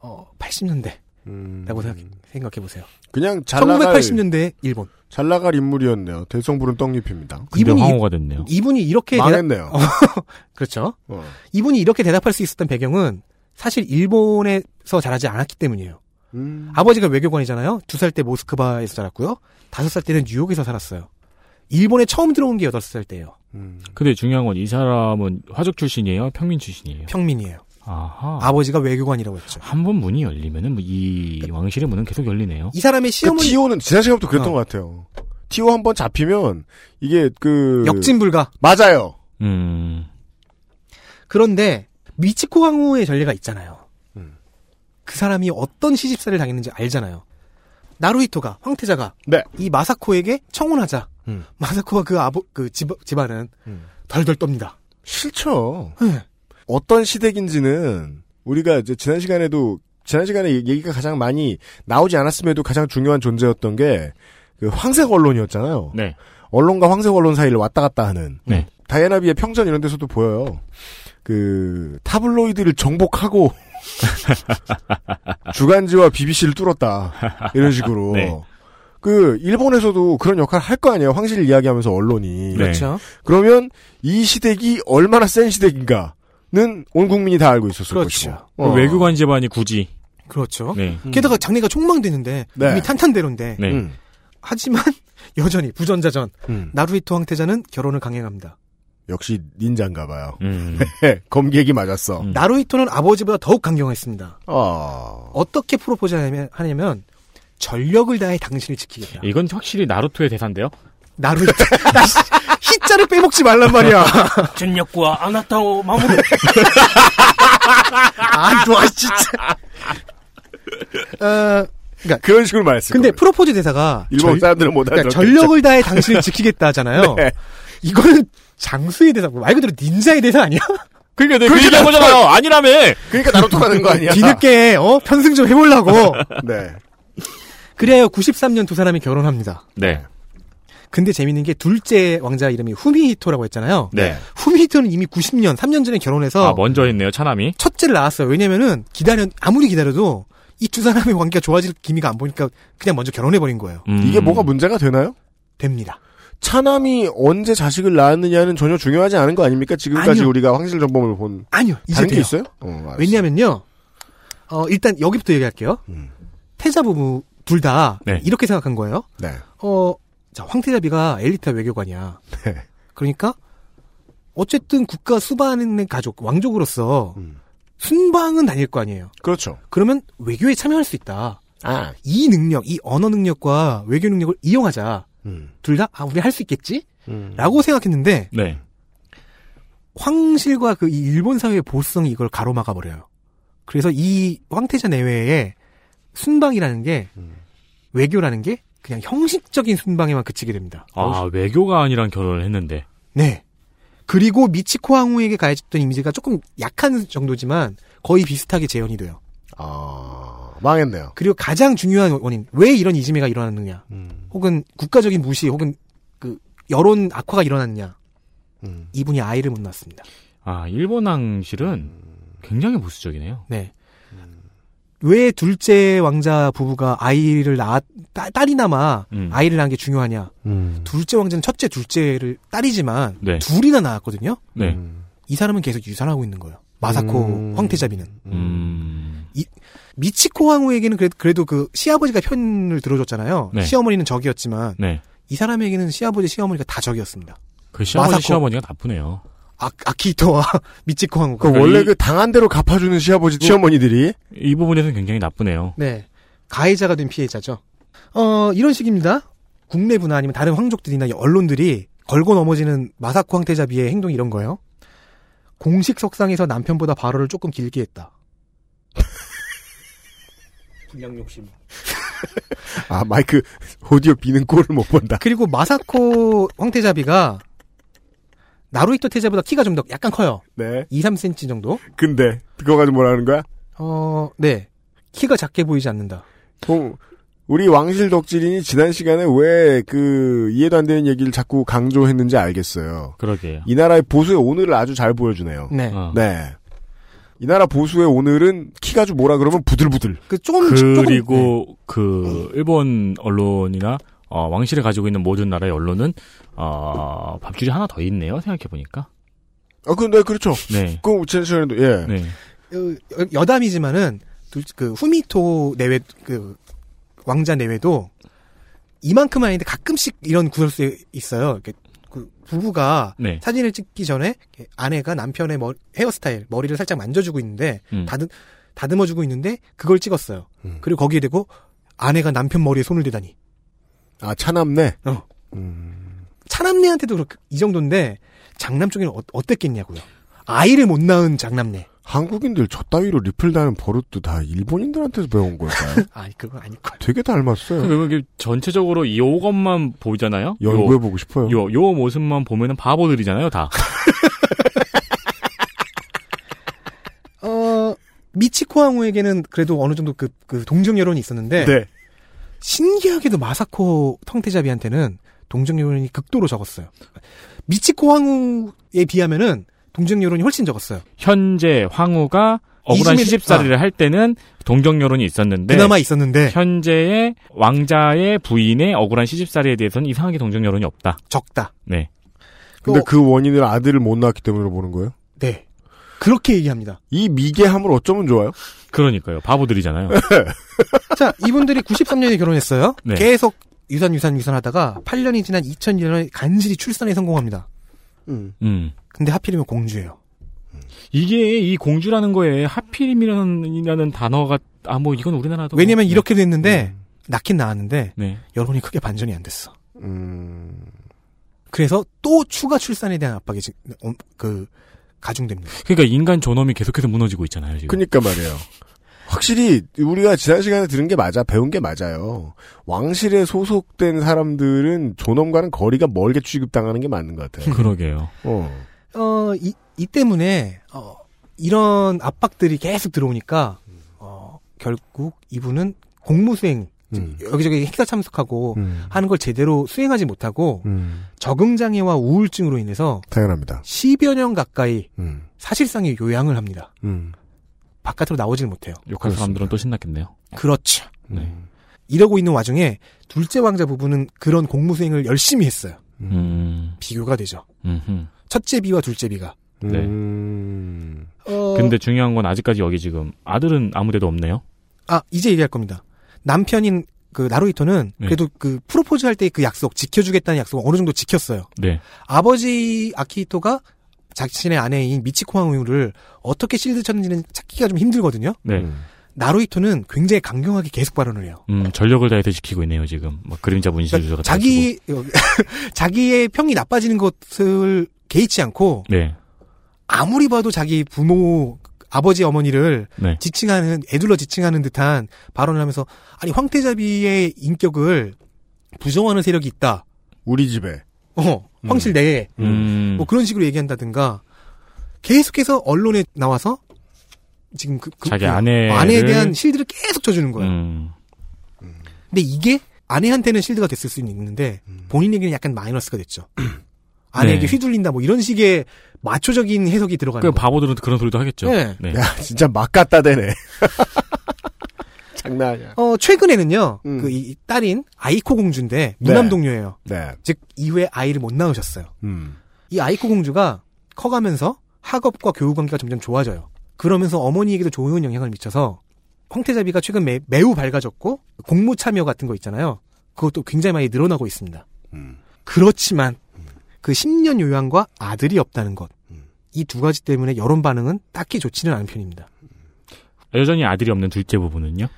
Speaker 4: 어, 80년대
Speaker 2: 음.
Speaker 4: 라고 생각해 보세요.
Speaker 2: 그냥 잘 나갈
Speaker 4: 1980년대 일본.
Speaker 2: 잘 나갈 인물이었네요. 대성부른 떡잎입니다.
Speaker 3: 근데
Speaker 4: 그 이분이
Speaker 3: 황호가 됐네요.
Speaker 4: 이분이 이렇게 대답,
Speaker 2: 망했네요.
Speaker 4: 그렇죠.
Speaker 2: 어.
Speaker 4: 이분이 이렇게 대답할 수 있었던 배경은 사실 일본에서 자라지 않았기 때문이에요.
Speaker 2: 음.
Speaker 4: 아버지가 뭐 외교관이잖아요. 두 살 때 모스크바에서 자랐고요. 다섯 살 때는 뉴욕에서 살았어요. 일본에 처음 들어온 게 여덟 살 때예요.
Speaker 2: 음.
Speaker 3: 근데 중요한 건 이 사람은 화족 출신이에요? 평민 출신이에요?
Speaker 4: 평민이에요.
Speaker 3: 아하.
Speaker 4: 아버지가 외교관이라고 했죠.
Speaker 3: 한 번 문이 열리면은 뭐이 왕실의 문은 계속 열리네요.
Speaker 4: 이 사람의
Speaker 2: 그
Speaker 4: 시어머니
Speaker 2: 티오는 지난 시간부터 그랬던
Speaker 4: 어.
Speaker 2: 것 같아요. 티오 한 번 잡히면 이게 그
Speaker 4: 역진 불가.
Speaker 2: 맞아요.
Speaker 3: 음.
Speaker 4: 그런데 미치코 황후의 전례가 있잖아요.
Speaker 2: 음.
Speaker 4: 그 사람이 어떤 시집살을 당했는지 알잖아요. 나루히토가 황태자가
Speaker 2: 네.
Speaker 4: 이 마사코에게 청혼하자.
Speaker 2: 음.
Speaker 4: 마사코가 그 아버 그 집, 집안은
Speaker 2: 음.
Speaker 4: 덜덜 떱니다.
Speaker 2: 싫죠.
Speaker 4: 네.
Speaker 2: 어떤 시댁인지는 우리가 이제 지난 시간에도 지난 시간에 얘- 얘기가 가장 많이 나오지 않았음에도 가장 중요한 존재였던 게 그 황색 언론이었잖아요.
Speaker 3: 네.
Speaker 2: 언론과 황색 언론 사이를 왔다 갔다 하는
Speaker 3: 네.
Speaker 2: 다이애나비의 평전 이런 데서도 보여요. 그 타블로이드를 정복하고 주간지와 BBC를 뚫었다 이런 식으로
Speaker 3: 네.
Speaker 2: 그 일본에서도 그런 역할을 할 거 아니에요. 황실을 이야기하면서 언론이
Speaker 3: 네.
Speaker 4: 그렇죠.
Speaker 2: 그러면 이 시댁이 얼마나 센 시댁인가는 온 국민이 다 알고 있었을
Speaker 4: 그렇죠.
Speaker 2: 것이고 어.
Speaker 3: 외교관 집안이 굳이.
Speaker 4: 그렇죠.
Speaker 3: 네.
Speaker 4: 게다가 장래가 촉망되는데
Speaker 2: 네.
Speaker 4: 이미 탄탄대로인데
Speaker 3: 네.
Speaker 2: 음,
Speaker 4: 하지만 여전히 부전자전
Speaker 2: 음.
Speaker 4: 나루히토 황태자는 결혼을 강행합니다.
Speaker 2: 역시 닌자인가봐요. 예,
Speaker 3: 음.
Speaker 2: 네. 검객이 맞았어.
Speaker 3: 음.
Speaker 4: 나루히토는 아버지보다 더욱 강경했습니다.
Speaker 2: 아,
Speaker 4: 어떻게 프로포즈하냐면 하냐면 전력을 다해 당신을 지키겠다.
Speaker 2: 예.
Speaker 3: 이건 확실히 나루토의 대사인데요.
Speaker 4: 나루히토 나 씨, 히자를 빼먹지 말란 말이야.
Speaker 9: 전력과 아나타오 마무리.
Speaker 4: 아, 와 진짜. 어, 그러니까
Speaker 2: 그런 식으로 말했을
Speaker 4: 근데
Speaker 2: 겁니다.
Speaker 4: 프로포즈 대사가
Speaker 2: 일본
Speaker 4: 전-
Speaker 2: 사람들은 못하죠. 그렇죠. 네.
Speaker 4: 그러니까 전력을 다해 당신을 지키겠다잖아요. 이거는 장수의 대사, 말 그대로 닌자의 대사 아니야?
Speaker 3: 그러니까 내가
Speaker 2: 네, 그렇게
Speaker 3: 얘기한
Speaker 2: 나빠요.
Speaker 3: 거잖아요. 아니라며.
Speaker 2: 그러니까 나로 통하는 거 아니야?
Speaker 4: 뒤늦게 어 편승 좀 해보려고.
Speaker 2: 네.
Speaker 4: 그래요. 93년 두 사람이 결혼합니다.
Speaker 3: 네.
Speaker 4: 근데 재밌는 게 둘째 왕자 이름이 후미히토라고 했잖아요.
Speaker 3: 네.
Speaker 4: 후미히토는 이미 90년, 3년 전에 결혼해서
Speaker 3: 아,
Speaker 2: 어. 뭐.
Speaker 3: 먼저 했네요, 차남이.
Speaker 4: 첫째를 낳았어요. 왜냐면은 기다려 아무리 기다려도 이 두 사람의 관계가 좋아질 기미가 안 보니까 그냥 먼저 결혼해 버린 거예요.
Speaker 3: 음.
Speaker 2: 이게 뭐가 문제가 되나요?
Speaker 4: 됩니다.
Speaker 2: 차남이 언제 자식을 낳았느냐는 전혀 중요하지 않은 거 아닙니까? 지금까지
Speaker 4: 아니요.
Speaker 2: 우리가 황실 전범을 본
Speaker 4: 아니요. 이제
Speaker 2: 다른 게
Speaker 4: 돼요.
Speaker 2: 있어요? 어, 알았어.
Speaker 4: 왜냐면요. 어, 일단 여기부터 얘기할게요.
Speaker 2: 음.
Speaker 4: 태자 부부 둘 다
Speaker 3: 네.
Speaker 4: 이렇게 생각한 거예요.
Speaker 2: 네.
Speaker 4: 어, 자, 황태자비가 엘리트 외교관이야.
Speaker 2: 네.
Speaker 4: 그러니까 어쨌든 국가 수반의 가족, 왕족으로서
Speaker 2: 음.
Speaker 4: 순방은 다닐 거 아니에요.
Speaker 2: 그렇죠.
Speaker 4: 그러면 외교에 참여할 수 있다.
Speaker 2: 아,
Speaker 4: 이 능력, 이 언어 능력과 외교 능력을 이용하자.
Speaker 2: 음.
Speaker 4: 둘 다, 아, 우리 할 수 있겠지?
Speaker 2: 음.
Speaker 4: 라고 생각했는데,
Speaker 3: 네.
Speaker 4: 황실과 그 이 일본 사회의 보수성이 이걸 가로막아버려요. 그래서 이 황태자 내외에 순방이라는 게, 외교라는 게, 그냥 형식적인 순방에만 그치게 됩니다.
Speaker 3: 아, 외교관이랑 결혼을 했는데.
Speaker 4: 네. 그리고 미치코 항우에게 가해졌던 이미지가 조금 약한 정도지만 거의 비슷하게 재현이 돼요.
Speaker 2: 아, 망했네요.
Speaker 4: 그리고 가장 중요한 원인, 왜 이런 이지매가 일어났느냐,
Speaker 2: 음.
Speaker 4: 혹은 국가적인 무시, 혹은 그 여론 악화가 일어났느냐,
Speaker 2: 음.
Speaker 4: 이분이 아이를 못 낳았습니다.
Speaker 3: 아, 일본 왕실은 굉장히 보수적이네요.
Speaker 4: 네. 왜 둘째 왕자 부부가 아이를 낳았, 따- 딸이나마
Speaker 3: 음.
Speaker 4: 아이를 낳은 게 중요하냐.
Speaker 2: 음.
Speaker 4: 둘째 왕자는 첫째, 둘째를 딸이지만
Speaker 3: 네.
Speaker 4: 둘이나 낳았거든요.
Speaker 3: 네.
Speaker 2: 음.
Speaker 4: 이 사람은 계속 유산하고 있는 거예요. 마사코
Speaker 2: 음.
Speaker 4: 황태자비는.
Speaker 3: 음.
Speaker 4: 미치코 황후에게는 그래도, 그래도 그 시아버지가 편을 들어줬잖아요.
Speaker 3: 네.
Speaker 4: 시어머니는 적이었지만
Speaker 3: 네.
Speaker 4: 이 사람에게는 시아버지, 시어머니가 다 적이었습니다.
Speaker 3: 그 시아버지
Speaker 4: 마사코.
Speaker 3: 시어머니가 나쁘네요.
Speaker 4: 아, 아키토와 미치코 황후가.
Speaker 2: 그 원래
Speaker 3: 그러니까 이- 뭐
Speaker 2: 그 당한 대로 갚아주는 시아버지 시어머니들이
Speaker 3: 이 부분에서는 굉장히
Speaker 2: 예.
Speaker 3: 나쁘네요.
Speaker 4: 네. 가해자가 된 피해자죠. 어, 이런 식입니다. 국내부나 아니면 다른 황족들이나 언론들이 걸고 넘어지는 마사코 황태자비의 행동 이런 거예요. 공식 석상에서 남편보다 발언을 조금 길게 했다.
Speaker 9: 분량 욕심.
Speaker 2: 아 마이크 오디오 비는 꼴을 못 본다.
Speaker 4: 그리고 마사코 황태자비가 나루히토 태자보다 키가 좀 더 약간 커요.
Speaker 2: 네.
Speaker 4: 2, 3cm 정도.
Speaker 2: 근데 그거 가지고 뭐라는 거야?
Speaker 4: 어, 네. 키가 작게 보이지 않는다.
Speaker 2: 공- 어, 우리 왕실 덕질인이 지난 시간에 왜 그 이해도 안 되는 얘기를 자꾸 강조했는지 알겠어요.
Speaker 3: 그러게요.
Speaker 2: 이 나라의 보수의 오늘을 아주 잘 예. 보여주네요.
Speaker 4: 네.
Speaker 3: 어.
Speaker 2: 네. 이 나라 보수의 오늘은 키가 좀 뭐라 그러면 부들부들.
Speaker 4: 그 조금 조금
Speaker 3: 그리고 그 일본 언론이나 어, 왕실을 가지고 있는 모든 나라의 언론은 어, 밥줄이 하나 더 있네요. 생각해 보니까.
Speaker 2: 아 근데 그렇죠.
Speaker 3: 네.
Speaker 2: 그건 우체국 시간에도 예.
Speaker 3: 네.
Speaker 4: 그 여담이지만은 둘- 그 후미토 내외 그 왕자 내외도 이만큼은 아닌데 가끔씩 이런 구설수 있어요. 이렇게 그 부부가
Speaker 3: 네.
Speaker 4: 사진을 찍기 전에 이렇게 아내가 남편의 머리- 헤어스타일 머리를 살짝 만져주고 있는데
Speaker 3: 음.
Speaker 4: 다듬 다듬어주고 있는데 그걸 찍었어요. 그리고 거기에 대고 아내가 남편 머리에 손을 대다니
Speaker 2: 아 차남네.
Speaker 4: 어.
Speaker 2: 음.
Speaker 4: 차남네한테도 그렇게 이 정도인데 장남 쪽에는 어, 어땠겠냐고요. 아이를 못 낳은 장남네.
Speaker 2: 한국인들 저 따위로 리플 다는 버릇도 다 일본인들한테서 배운 걸까요?
Speaker 4: 아 그건 아닐 걸.
Speaker 2: 되게 닮았어요.
Speaker 3: 그리고 이게 전체적으로 이 옷것만 보잖아요.
Speaker 2: 연구해 보고 싶어요.
Speaker 3: 요, 요 모습만 보면은 바보들이잖아요, 다.
Speaker 4: 어, 미치코항우에게는 그래도 어느 정도 그, 그 동정 여론이 있었는데
Speaker 2: 네.
Speaker 4: 신기하게도 마사코 텅테자비한테는 동정 여론이 극도로 적었어요. 미치코항우에 비하면은 동정 여론이 훨씬 적었어요.
Speaker 3: 현재 황후가 억울한
Speaker 4: 이즈미-
Speaker 3: 시집살이를 할 때는 동정 여론이
Speaker 2: 네.
Speaker 3: 있었는데
Speaker 4: 그나마 있었는데 네.
Speaker 3: 현재의 왕자의 부인의 억울한 시집살이에 대해서는 이상하게 동정 여론이 없다.
Speaker 4: 적다.
Speaker 3: 네.
Speaker 2: 근데
Speaker 4: 어,
Speaker 2: 그 원인을 아들을 못 낳았기 때문에 보는 거예요?
Speaker 4: 네. 그렇게 얘기합니다.
Speaker 2: 이 미개함을 어쩌면 좋아요?
Speaker 3: 그러니까요. 바보들이잖아요.
Speaker 4: 자, 이분들이 93년에 결혼했어요.
Speaker 3: 네.
Speaker 4: 계속 유산 유산 유산 하다가 8년이 지난 2001년에 간신히 출산에 성공합니다.
Speaker 3: 음.
Speaker 4: 근데 하필이면 공주예요.
Speaker 3: 이게 이 공주라는 거에 하필이면이라는 단어가 아 뭐 이건 우리나라도
Speaker 4: 왜냐면
Speaker 3: 네.
Speaker 4: 이렇게 됐는데 낳긴 낳았는데
Speaker 3: 네.
Speaker 4: 여론이 크게 반전이 안 됐어.
Speaker 2: 음.
Speaker 4: 그래서 또 추가 출산에 대한 압박이 지- 음, 그 가중됩니다.
Speaker 3: 그러니까 인간 존엄이 계속해서 무너지고 있잖아요, 지금.
Speaker 2: 그니까 말이에요. 확실히 우리가 지난 시간에 들은 게 맞아 배운 게 맞아요. 왕실에 소속된 사람들은 존엄과는 거리가 멀게 취급당하는 게 맞는 것 같아요.
Speaker 3: 그러게요.
Speaker 2: 어.
Speaker 4: 어, 이, 이 때문에 어, 이런 압박들이 계속 들어오니까 어, 결국 이분은 공무수행
Speaker 2: 음.
Speaker 4: 여기저기 행사 참석하고
Speaker 2: 음.
Speaker 4: 하는 걸 제대로 수행하지 못하고
Speaker 2: 음.
Speaker 4: 적응 장애와 우울증으로 인해서
Speaker 2: 당연합니다.
Speaker 4: 10여 년 가까이
Speaker 2: 음.
Speaker 4: 사실상의 요양을 합니다.
Speaker 2: 음.
Speaker 4: 바깥으로 나오질 못해요.
Speaker 3: 욕할 사람들은 또 신났겠네요.
Speaker 4: 그렇죠.
Speaker 3: 네.
Speaker 2: 음.
Speaker 4: 이러고 있는 와중에 둘째 왕자 부부는 그런 공무수행을 열심히 했어요.
Speaker 3: 음.
Speaker 4: 비교가 되죠.
Speaker 3: 음.
Speaker 4: 첫째 비와 둘째 비가.
Speaker 3: 네.
Speaker 2: 음.
Speaker 4: 어,
Speaker 3: 근데 중요한 건 아직까지 여기 지금 아들은 아무데도 없네요.
Speaker 4: 아 이제 얘기할 겁니다. 남편인 그 나루히토는
Speaker 3: 네.
Speaker 4: 그래도 그 프로포즈 할 때 그 약속 지켜주겠다는 약속을 어느 정도 지켰어요.
Speaker 3: 네.
Speaker 4: 아버지 아키히토가 자신의 아내인 미치코항우를 어떻게 실드 쳤는지는 찾기가 좀 힘들거든요.
Speaker 3: 네.
Speaker 2: 음.
Speaker 4: 나루히토는 굉장히 강경하게 계속 발언을 해요.
Speaker 3: 음, 전력을 다해서 지키고 있네요, 지금. 막 그림자 분실 주소가
Speaker 4: 그러니까 자기 자기의 평이 나빠지는 것을 개의치 않고
Speaker 3: 네.
Speaker 4: 아무리 봐도 자기 부모 아버지 어머니를
Speaker 3: 네.
Speaker 4: 지칭하는 애둘러 지칭하는 듯한 발언을 하면서 아니 황태자비의 인격을 부정하는 세력이 있다.
Speaker 2: 우리 집에
Speaker 4: 어, 황실 내에
Speaker 3: 음.
Speaker 4: 뭐 그런 식으로 얘기한다든가 계속해서 언론에 나와서 지금 그, 그-
Speaker 3: 자기
Speaker 4: 그
Speaker 3: 아내를-
Speaker 4: 아내에 대한 실드를 계속 쳐주는 거예요.
Speaker 3: 음.
Speaker 4: 근데 이게 아내한테는 실드가 됐을 수는 있는데 본인에게는 약간 마이너스가 됐죠. 아내에게
Speaker 3: 네.
Speaker 4: 휘둘린다 뭐 이런 식의 마초적인 해석이 들어가는
Speaker 3: 그
Speaker 4: 거.
Speaker 3: 바보들은 그런 소리도 하겠죠.
Speaker 4: 네.
Speaker 3: 네.
Speaker 2: 야 진짜 막 갖다 대네. 장난 아니야.
Speaker 4: 어 최근에는요
Speaker 2: 음.
Speaker 4: 그 이 딸인 아이코 공주인데
Speaker 2: 네.
Speaker 4: 무남 동료예요.
Speaker 2: 네.
Speaker 4: 즉 이후에 아이를 못 낳으셨어요.
Speaker 2: 음.
Speaker 4: 이 아이코 공주가 커가면서 학업과 교육 관계가 점점 좋아져요. 그러면서 어머니에게도 좋은 영향을 미쳐서 황태자비가 최근 매, 매우 밝아졌고 공무 참여 같은 거 있잖아요. 그것도 굉장히 많이 늘어나고 있습니다.
Speaker 2: 음.
Speaker 4: 그렇지만 그 10년 요양과 아들이 없다는 것.
Speaker 2: 음.
Speaker 4: 이 두 가지 때문에 여론 반응은 딱히 좋지는 않은 편입니다.
Speaker 3: 여전히 아들이 없는 둘째 부부는요?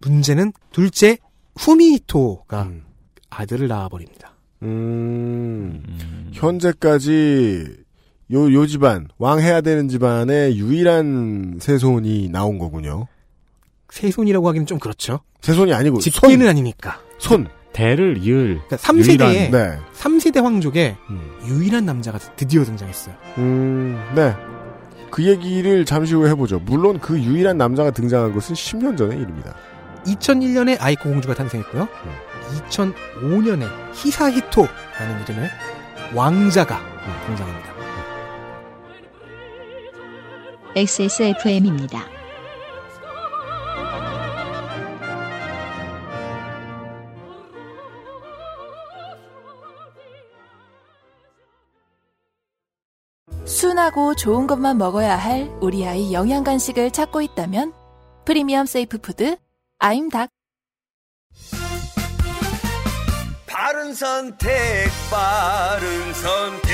Speaker 4: 문제는 둘째 후미토가
Speaker 2: 음.
Speaker 4: 아들을 낳아버립니다.
Speaker 2: 음.
Speaker 3: 음.
Speaker 2: 현재까지 요, 요 집안, 왕 해야 되는 집안의 유일한 새손이 나온 거군요.
Speaker 4: 세손이라고 하기는 좀 그렇죠.
Speaker 2: 새손이 아니고,
Speaker 4: 직계는 아니니까.
Speaker 2: 손, 손.
Speaker 3: 대를 이을
Speaker 4: 그러니까 3세대의
Speaker 2: 네.
Speaker 4: 3세대 황족의
Speaker 2: 음.
Speaker 4: 유일한 남자가 드디어 등장했어요.
Speaker 2: 음, 네. 그 얘기를 잠시 후에 해보죠. 물론 그 유일한 남자가 등장한 것은 10년 전의 일입니다.
Speaker 4: 2001년에 아이코 공주가 탄생했고요. 2005년에 히사히토라는 이름의 왕자가 등장합니다.
Speaker 1: XSFM입니다.
Speaker 6: 순하고 좋은 것만 먹어야 할 우리 아이 영양 간식을 찾고 있다면 프리미엄 세이프 푸드 아임닭
Speaker 10: 바른 선택, 바른 선택.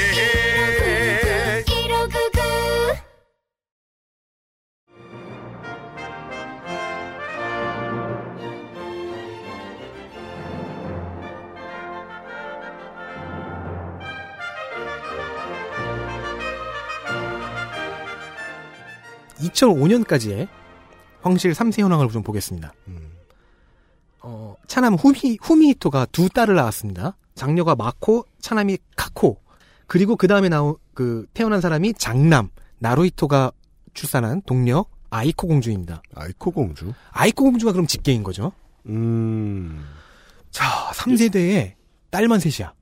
Speaker 4: 이 2005년까지의 황실 3세 현황을 좀 보겠습니다. 어, 차남 후미, 후미히토가 두 딸을 낳았습니다. 장녀가 마코, 차남이 카코. 그리고 그 다음에 나온, 그, 태어난 사람이 장남, 나루히토가 출산한 동료, 아이코 공주입니다.
Speaker 2: 아이코 공주.
Speaker 4: 아이코 공주가 그럼 직계인 거죠.
Speaker 2: 음.
Speaker 4: 자, 3세대에 딸만 셋이야.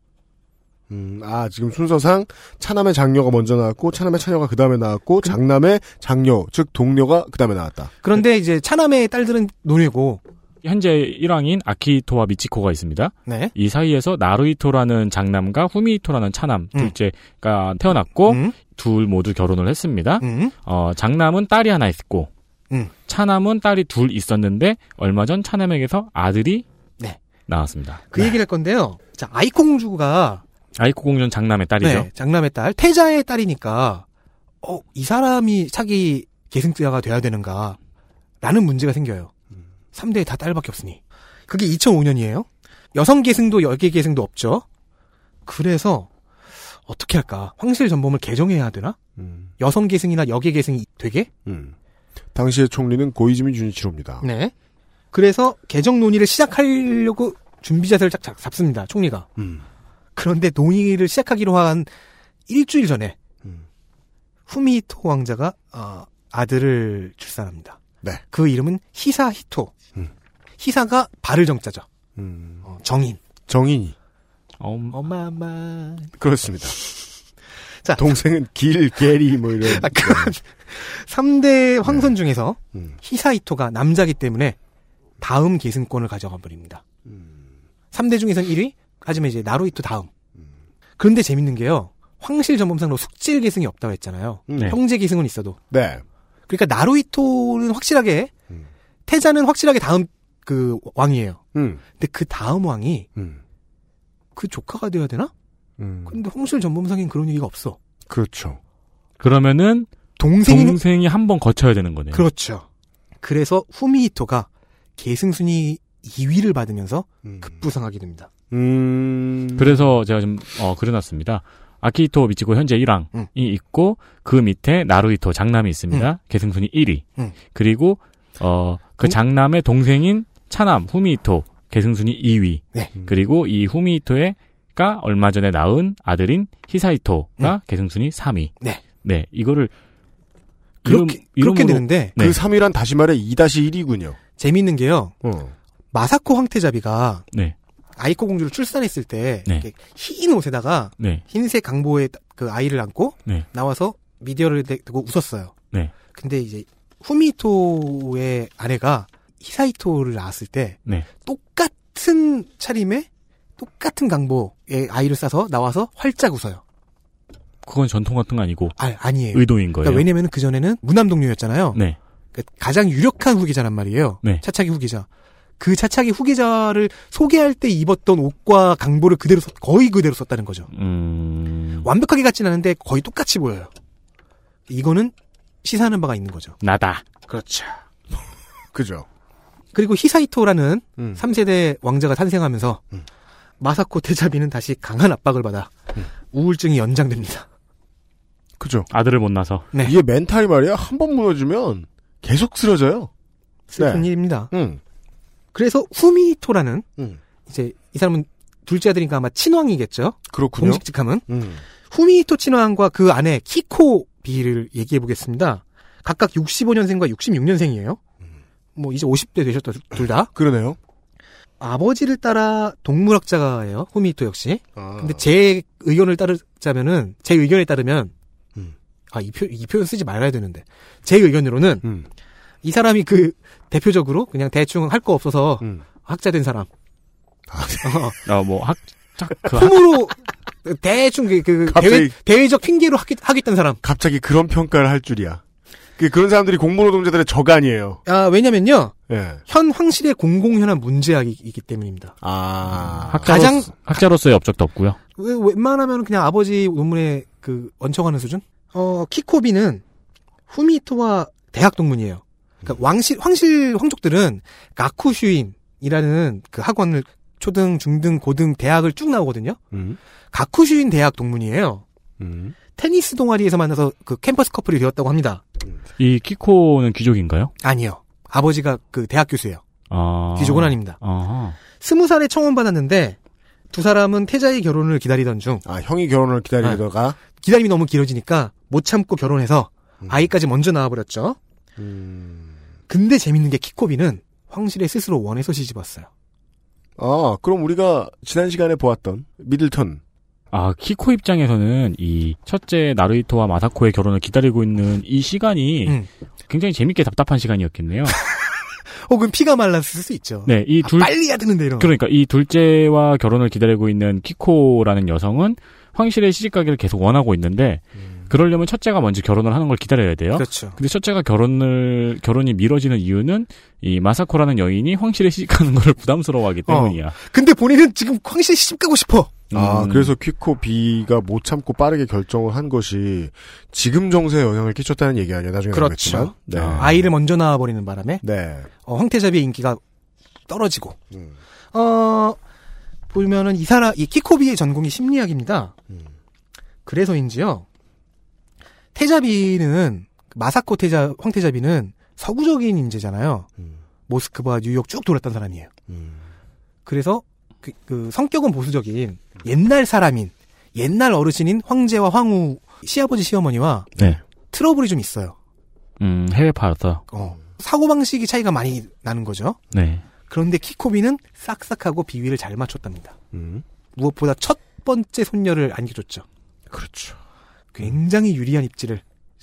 Speaker 2: 음, 아, 지금 순서상 차남의 장녀가 먼저 나왔고, 차남의 차녀가 그 다음에 나왔고, 장남의 장녀, 즉 동료가 그 다음에 나왔다.
Speaker 3: 네.
Speaker 4: 그런데 이제 차남의 딸들은 노예고,
Speaker 3: 현재 일왕인 아키토와 미치코가 있습니다.
Speaker 4: 네.
Speaker 3: 이 사이에서 나루히토라는 장남과 후미히토라는 차남
Speaker 4: 음.
Speaker 3: 둘째가 태어났고
Speaker 4: 음,
Speaker 3: 둘 모두 결혼을 했습니다.
Speaker 4: 음,
Speaker 3: 어, 장남은 딸이 하나 있고
Speaker 4: 음.
Speaker 3: 차남은 딸이 둘 있었는데 얼마 전 차남에게서 아들이
Speaker 4: 네.
Speaker 3: 나왔습니다. 네.
Speaker 4: 그 얘기를 할 건데요. 자, 아이코 공주가
Speaker 3: 아이코 공전 장남의 딸이죠.
Speaker 4: 네, 장남의 딸, 태자의 딸이니까, 어, 이 사람이 차기 계승자가 돼야 되는가, 라는 문제가 생겨요. 3대에 다 딸밖에 없으니. 그게 2005년이에요. 여성 계승도 여계 계승도 없죠. 그래서, 어떻게 할까? 황실 전범을 개정해야 되나?
Speaker 2: 음.
Speaker 4: 여성 계승이나 여계 계승이 되게?
Speaker 2: 음. 당시의 총리는 고이즈미 준이치로입니다.
Speaker 4: 네. 그래서 개정 논의를 시작하려고 준비 자세를 쫙 잡- 잡습니다, 총리가.
Speaker 2: 음.
Speaker 4: 그런데 논의를 시작하기로 한 일주일 전에
Speaker 2: 음.
Speaker 4: 후미히토 왕자가 아, 아들을 출산합니다.
Speaker 2: 네.
Speaker 4: 그 이름은 히사히토.
Speaker 2: 음.
Speaker 4: 히사가 바를 정자죠.
Speaker 2: 음.
Speaker 4: 어, 정인.
Speaker 2: 정인이.
Speaker 3: 어,
Speaker 4: 어마마.
Speaker 2: 그렇습니다.
Speaker 4: 자.
Speaker 2: 동생은 길, 게리, 뭐 이런.
Speaker 4: 아, 그건 3대 황선 중에서
Speaker 2: 음.
Speaker 4: 히사히토가 남자기 때문에 다음 계승권을 가져가 버립니다.
Speaker 2: 음.
Speaker 4: 3대 중에선 1위, 하지만 이제 나루히토 다음. 그런데 재밌는 게요. 황실 전범상으로 숙질 계승이 없다고 했잖아요.
Speaker 2: 음. 네.
Speaker 4: 형제 계승은 있어도.
Speaker 2: 네.
Speaker 4: 그러니까 나루히토는 확실하게
Speaker 2: 음.
Speaker 4: 태자는 확실하게 다음 그 왕이에요.
Speaker 2: 음.
Speaker 4: 근데 그 다음 왕이
Speaker 2: 음.
Speaker 4: 그 조카가 돼야 되나?
Speaker 2: 음.
Speaker 4: 근데 홍실 전범상엔 그런 얘기가 없어.
Speaker 2: 그렇죠.
Speaker 3: 그러면은
Speaker 4: 동생이
Speaker 3: 동생이 한 번 거쳐야 되는 거네요.
Speaker 4: 그렇죠. 그래서 후미히토가 계승순위 2위를 받으면서
Speaker 2: 음.
Speaker 4: 급부상하게 됩니다.
Speaker 2: 음.
Speaker 3: 그래서 제가 좀 어, 그려놨습니다. 아키히토 미치고 현재 1왕이
Speaker 4: 음.
Speaker 3: 있고 그 밑에 나루히토 장남이 있습니다. 계승순위 1위.
Speaker 4: 음.
Speaker 3: 그리고 어, 그
Speaker 4: 음.
Speaker 3: 장남의 동생인 차남 후미히토 계승순위 2위.
Speaker 4: 네.
Speaker 3: 그리고 이 후미히토가 얼마 전에 낳은 아들인 히사히토가 계승순위 3위.
Speaker 4: 네.
Speaker 3: 네, 이거를
Speaker 4: 그렇게 그렇게
Speaker 3: 이름으로-
Speaker 4: 되는데
Speaker 3: 네.
Speaker 2: 그 3위란 다시 말해 2-1이군요.
Speaker 4: 재미있는 게요.
Speaker 2: 어.
Speaker 4: 마사코 황태자비가
Speaker 3: 네.
Speaker 4: 아이코 공주를 출산했을 때
Speaker 3: 네.
Speaker 4: 이렇게 흰 옷에다가
Speaker 3: 네.
Speaker 4: 흰색 강보에 그 아이를 안고
Speaker 3: 네.
Speaker 4: 나와서 미디어를 대- 대고 웃었어요.
Speaker 3: 네.
Speaker 4: 근데 이제 후미토의 아내가 히사이토를 낳았을 때
Speaker 3: 네.
Speaker 4: 똑같은 차림에 똑같은 강보의 아이를 싸서 나와서 활짝 웃어요.
Speaker 3: 그건 전통 같은 거 아니고
Speaker 4: 아, 아니에요.
Speaker 3: 의도인 거예요.
Speaker 4: 그러니까 왜냐면 그 전에는 무남동료였잖아요.
Speaker 3: 네.
Speaker 4: 그러니까 가장 유력한 후계자란 말이에요.
Speaker 3: 네.
Speaker 4: 차차기 후계자. 그 차차기 후계자를 소개할 때 입었던 옷과 강보를 그대로 썼- 거의 그대로 썼다는 거죠.
Speaker 3: 음.
Speaker 4: 완벽하게 같진 않은데 거의 똑같이 보여요. 이거는 시사하는 바가 있는 거죠.
Speaker 3: 나다.
Speaker 2: 그렇죠. 그죠.
Speaker 4: 그리고 히사이토라는
Speaker 2: 음.
Speaker 4: 3세대 왕자가 탄생하면서 마사코 대자비는 다시 강한 압박을 받아
Speaker 2: 음.
Speaker 4: 우울증이 연장됩니다.
Speaker 2: 그죠.
Speaker 3: 아들을 못 낳아서.
Speaker 4: 네.
Speaker 2: 이게 멘탈이 말이야. 한 번 무너지면 계속 쓰러져요.
Speaker 4: 슬픈
Speaker 2: 네.
Speaker 4: 일입니다.
Speaker 2: 응.
Speaker 4: 그래서 후미토라는
Speaker 2: 응.
Speaker 4: 이제 이 사람은 둘째 아들이니까 아마 친왕이겠죠.
Speaker 2: 그렇군요.
Speaker 4: 공식 직함은
Speaker 2: 음.
Speaker 4: 후미토 친왕과 그 아내 키코 비를 얘기해 보겠습니다. 각각 65년생과 66년생이에요.
Speaker 2: 음.
Speaker 4: 뭐 이제 50대 되셨다 둘 다.
Speaker 2: 그러네요.
Speaker 4: 아버지를 따라 동물학자가예요. 후미토 역시.
Speaker 2: 아.
Speaker 4: 근데 제 의견을 따르자면은 제 의견에 따르면
Speaker 2: 음.
Speaker 4: 아, 이, 표, 이 표현 쓰지 말아야 되는데. 제 의견으로는, 이 사람이 그, 대표적으로 그냥 대충 할 거 없어서,
Speaker 2: 음.
Speaker 4: 학자 된 사람.
Speaker 2: 네.
Speaker 4: 어,
Speaker 3: 아, 뭐, 학, 자, 그 학-
Speaker 4: 품으로, 대충 그, 그
Speaker 2: 갑자기-
Speaker 4: 대회, 적 핑계로 하겠, 하겠다는 사람.
Speaker 2: 갑자기 그런 평가를 할 줄이야. 그 그런 사람들이 공무 노동자들의 적안이에요.
Speaker 4: 아, 왜냐면요,
Speaker 2: 예.
Speaker 4: 현 황실의 공공현안 문제학이기 때문입니다.
Speaker 2: 아.
Speaker 3: 학자로,
Speaker 4: 가장-
Speaker 3: 학자로서의 업적도 없고요.
Speaker 4: 왜- 웬만하면 그냥 아버지 논문에 그 원청하는 수준? 어, 키코비는 후미토와 대학 동문이에요. 그러니까 왕실 황실 황족들은 가쿠슈인이라는 그 학원을 초등, 중등, 고등 대학을 쭉 나오거든요.
Speaker 2: 음.
Speaker 4: 가쿠슈인 대학 동문이에요.
Speaker 2: 음.
Speaker 4: 테니스 동아리에서 만나서 그 캠퍼스 커플이 되었다고 합니다.
Speaker 3: 이 키코는 귀족인가요?
Speaker 4: 아니요. 아버지가 그 대학 교수예요.
Speaker 3: 아.
Speaker 4: 귀족은 아닙니다.
Speaker 3: 아하.
Speaker 4: 스무 살에 청혼 받았는데 두 사람은 태자의 결혼을 기다리던 중
Speaker 2: 아 형이 결혼을 기다리다가
Speaker 4: 기다림이 너무 길어지니까 못 참고 결혼해서 아이까지 먼저 낳아버렸죠.
Speaker 2: 음.
Speaker 4: 근데 재밌는 게 키코비는 황실에 스스로 원해서 시집왔어요.
Speaker 2: 아 그럼 우리가 지난 시간에 보았던 미들턴
Speaker 3: 아, 키코 입장에서는 이 첫째 나루히토와 마사코의 결혼을 기다리고 있는 이 시간이
Speaker 4: 음.
Speaker 3: 굉장히 재밌게 답답한 시간이었겠네요.
Speaker 4: 혹은 피가 말랐을 수 있죠.
Speaker 3: 네, 이
Speaker 4: 아,
Speaker 3: 둘,
Speaker 4: 빨리 해야 되는데 이런.
Speaker 3: 그러니까 이 둘째와 결혼을 기다리고 있는 키코라는 여성은 황실의 시집가기를 계속 원하고 있는데
Speaker 4: 음.
Speaker 3: 그러려면 첫째가 먼저 결혼을 하는 걸 기다려야 돼요.
Speaker 4: 그렇죠.
Speaker 3: 근데 첫째가 결혼을 결혼이 미뤄지는 이유는 이 마사코라는 여인이 황실에 시집가는 걸 부담스러워하기 때문이야.
Speaker 4: 근데 본인은 지금 황실에 시집 가고 싶어.
Speaker 2: 아
Speaker 3: 음.
Speaker 2: 그래서 퀴코 B가 못 참고 빠르게 결정을 한 것이 지금 정세에 영향을 끼쳤다는 얘기 아니야 나중에
Speaker 4: 그렇죠.
Speaker 2: 알겠지만. 네.
Speaker 4: 아이를 먼저 낳아버리는 바람에
Speaker 2: 네.
Speaker 4: 어, 황태자비의 인기가 떨어지고. 어 보면은 이 사람 이 키코비의 전공이 심리학입니다.
Speaker 2: 음,
Speaker 4: 그래서인지요. 태자비는 마사코 태자 황태자비는 서구적인 인재잖아요.
Speaker 2: 음,
Speaker 4: 모스크바, 뉴욕 쭉 돌았던 사람이에요. 그래서 그, 그 성격은 보수적인 옛날 사람인 옛날 어르신인 황제와 황후 시아버지 시어머니와
Speaker 3: 네.
Speaker 4: 트러블이 좀 있어요.
Speaker 3: 음, 해외파였어.
Speaker 4: 어, 사고 방식이 차이가 많이 나는 거죠.
Speaker 3: 네.
Speaker 4: 그런데 키코비는 싹싹하고 비위를 잘 맞췄답니다.
Speaker 2: 음.
Speaker 4: 무엇보다 첫 번째 손녀를 안겨줬죠.
Speaker 2: 그렇죠.
Speaker 4: 굉장히 유리한 입지를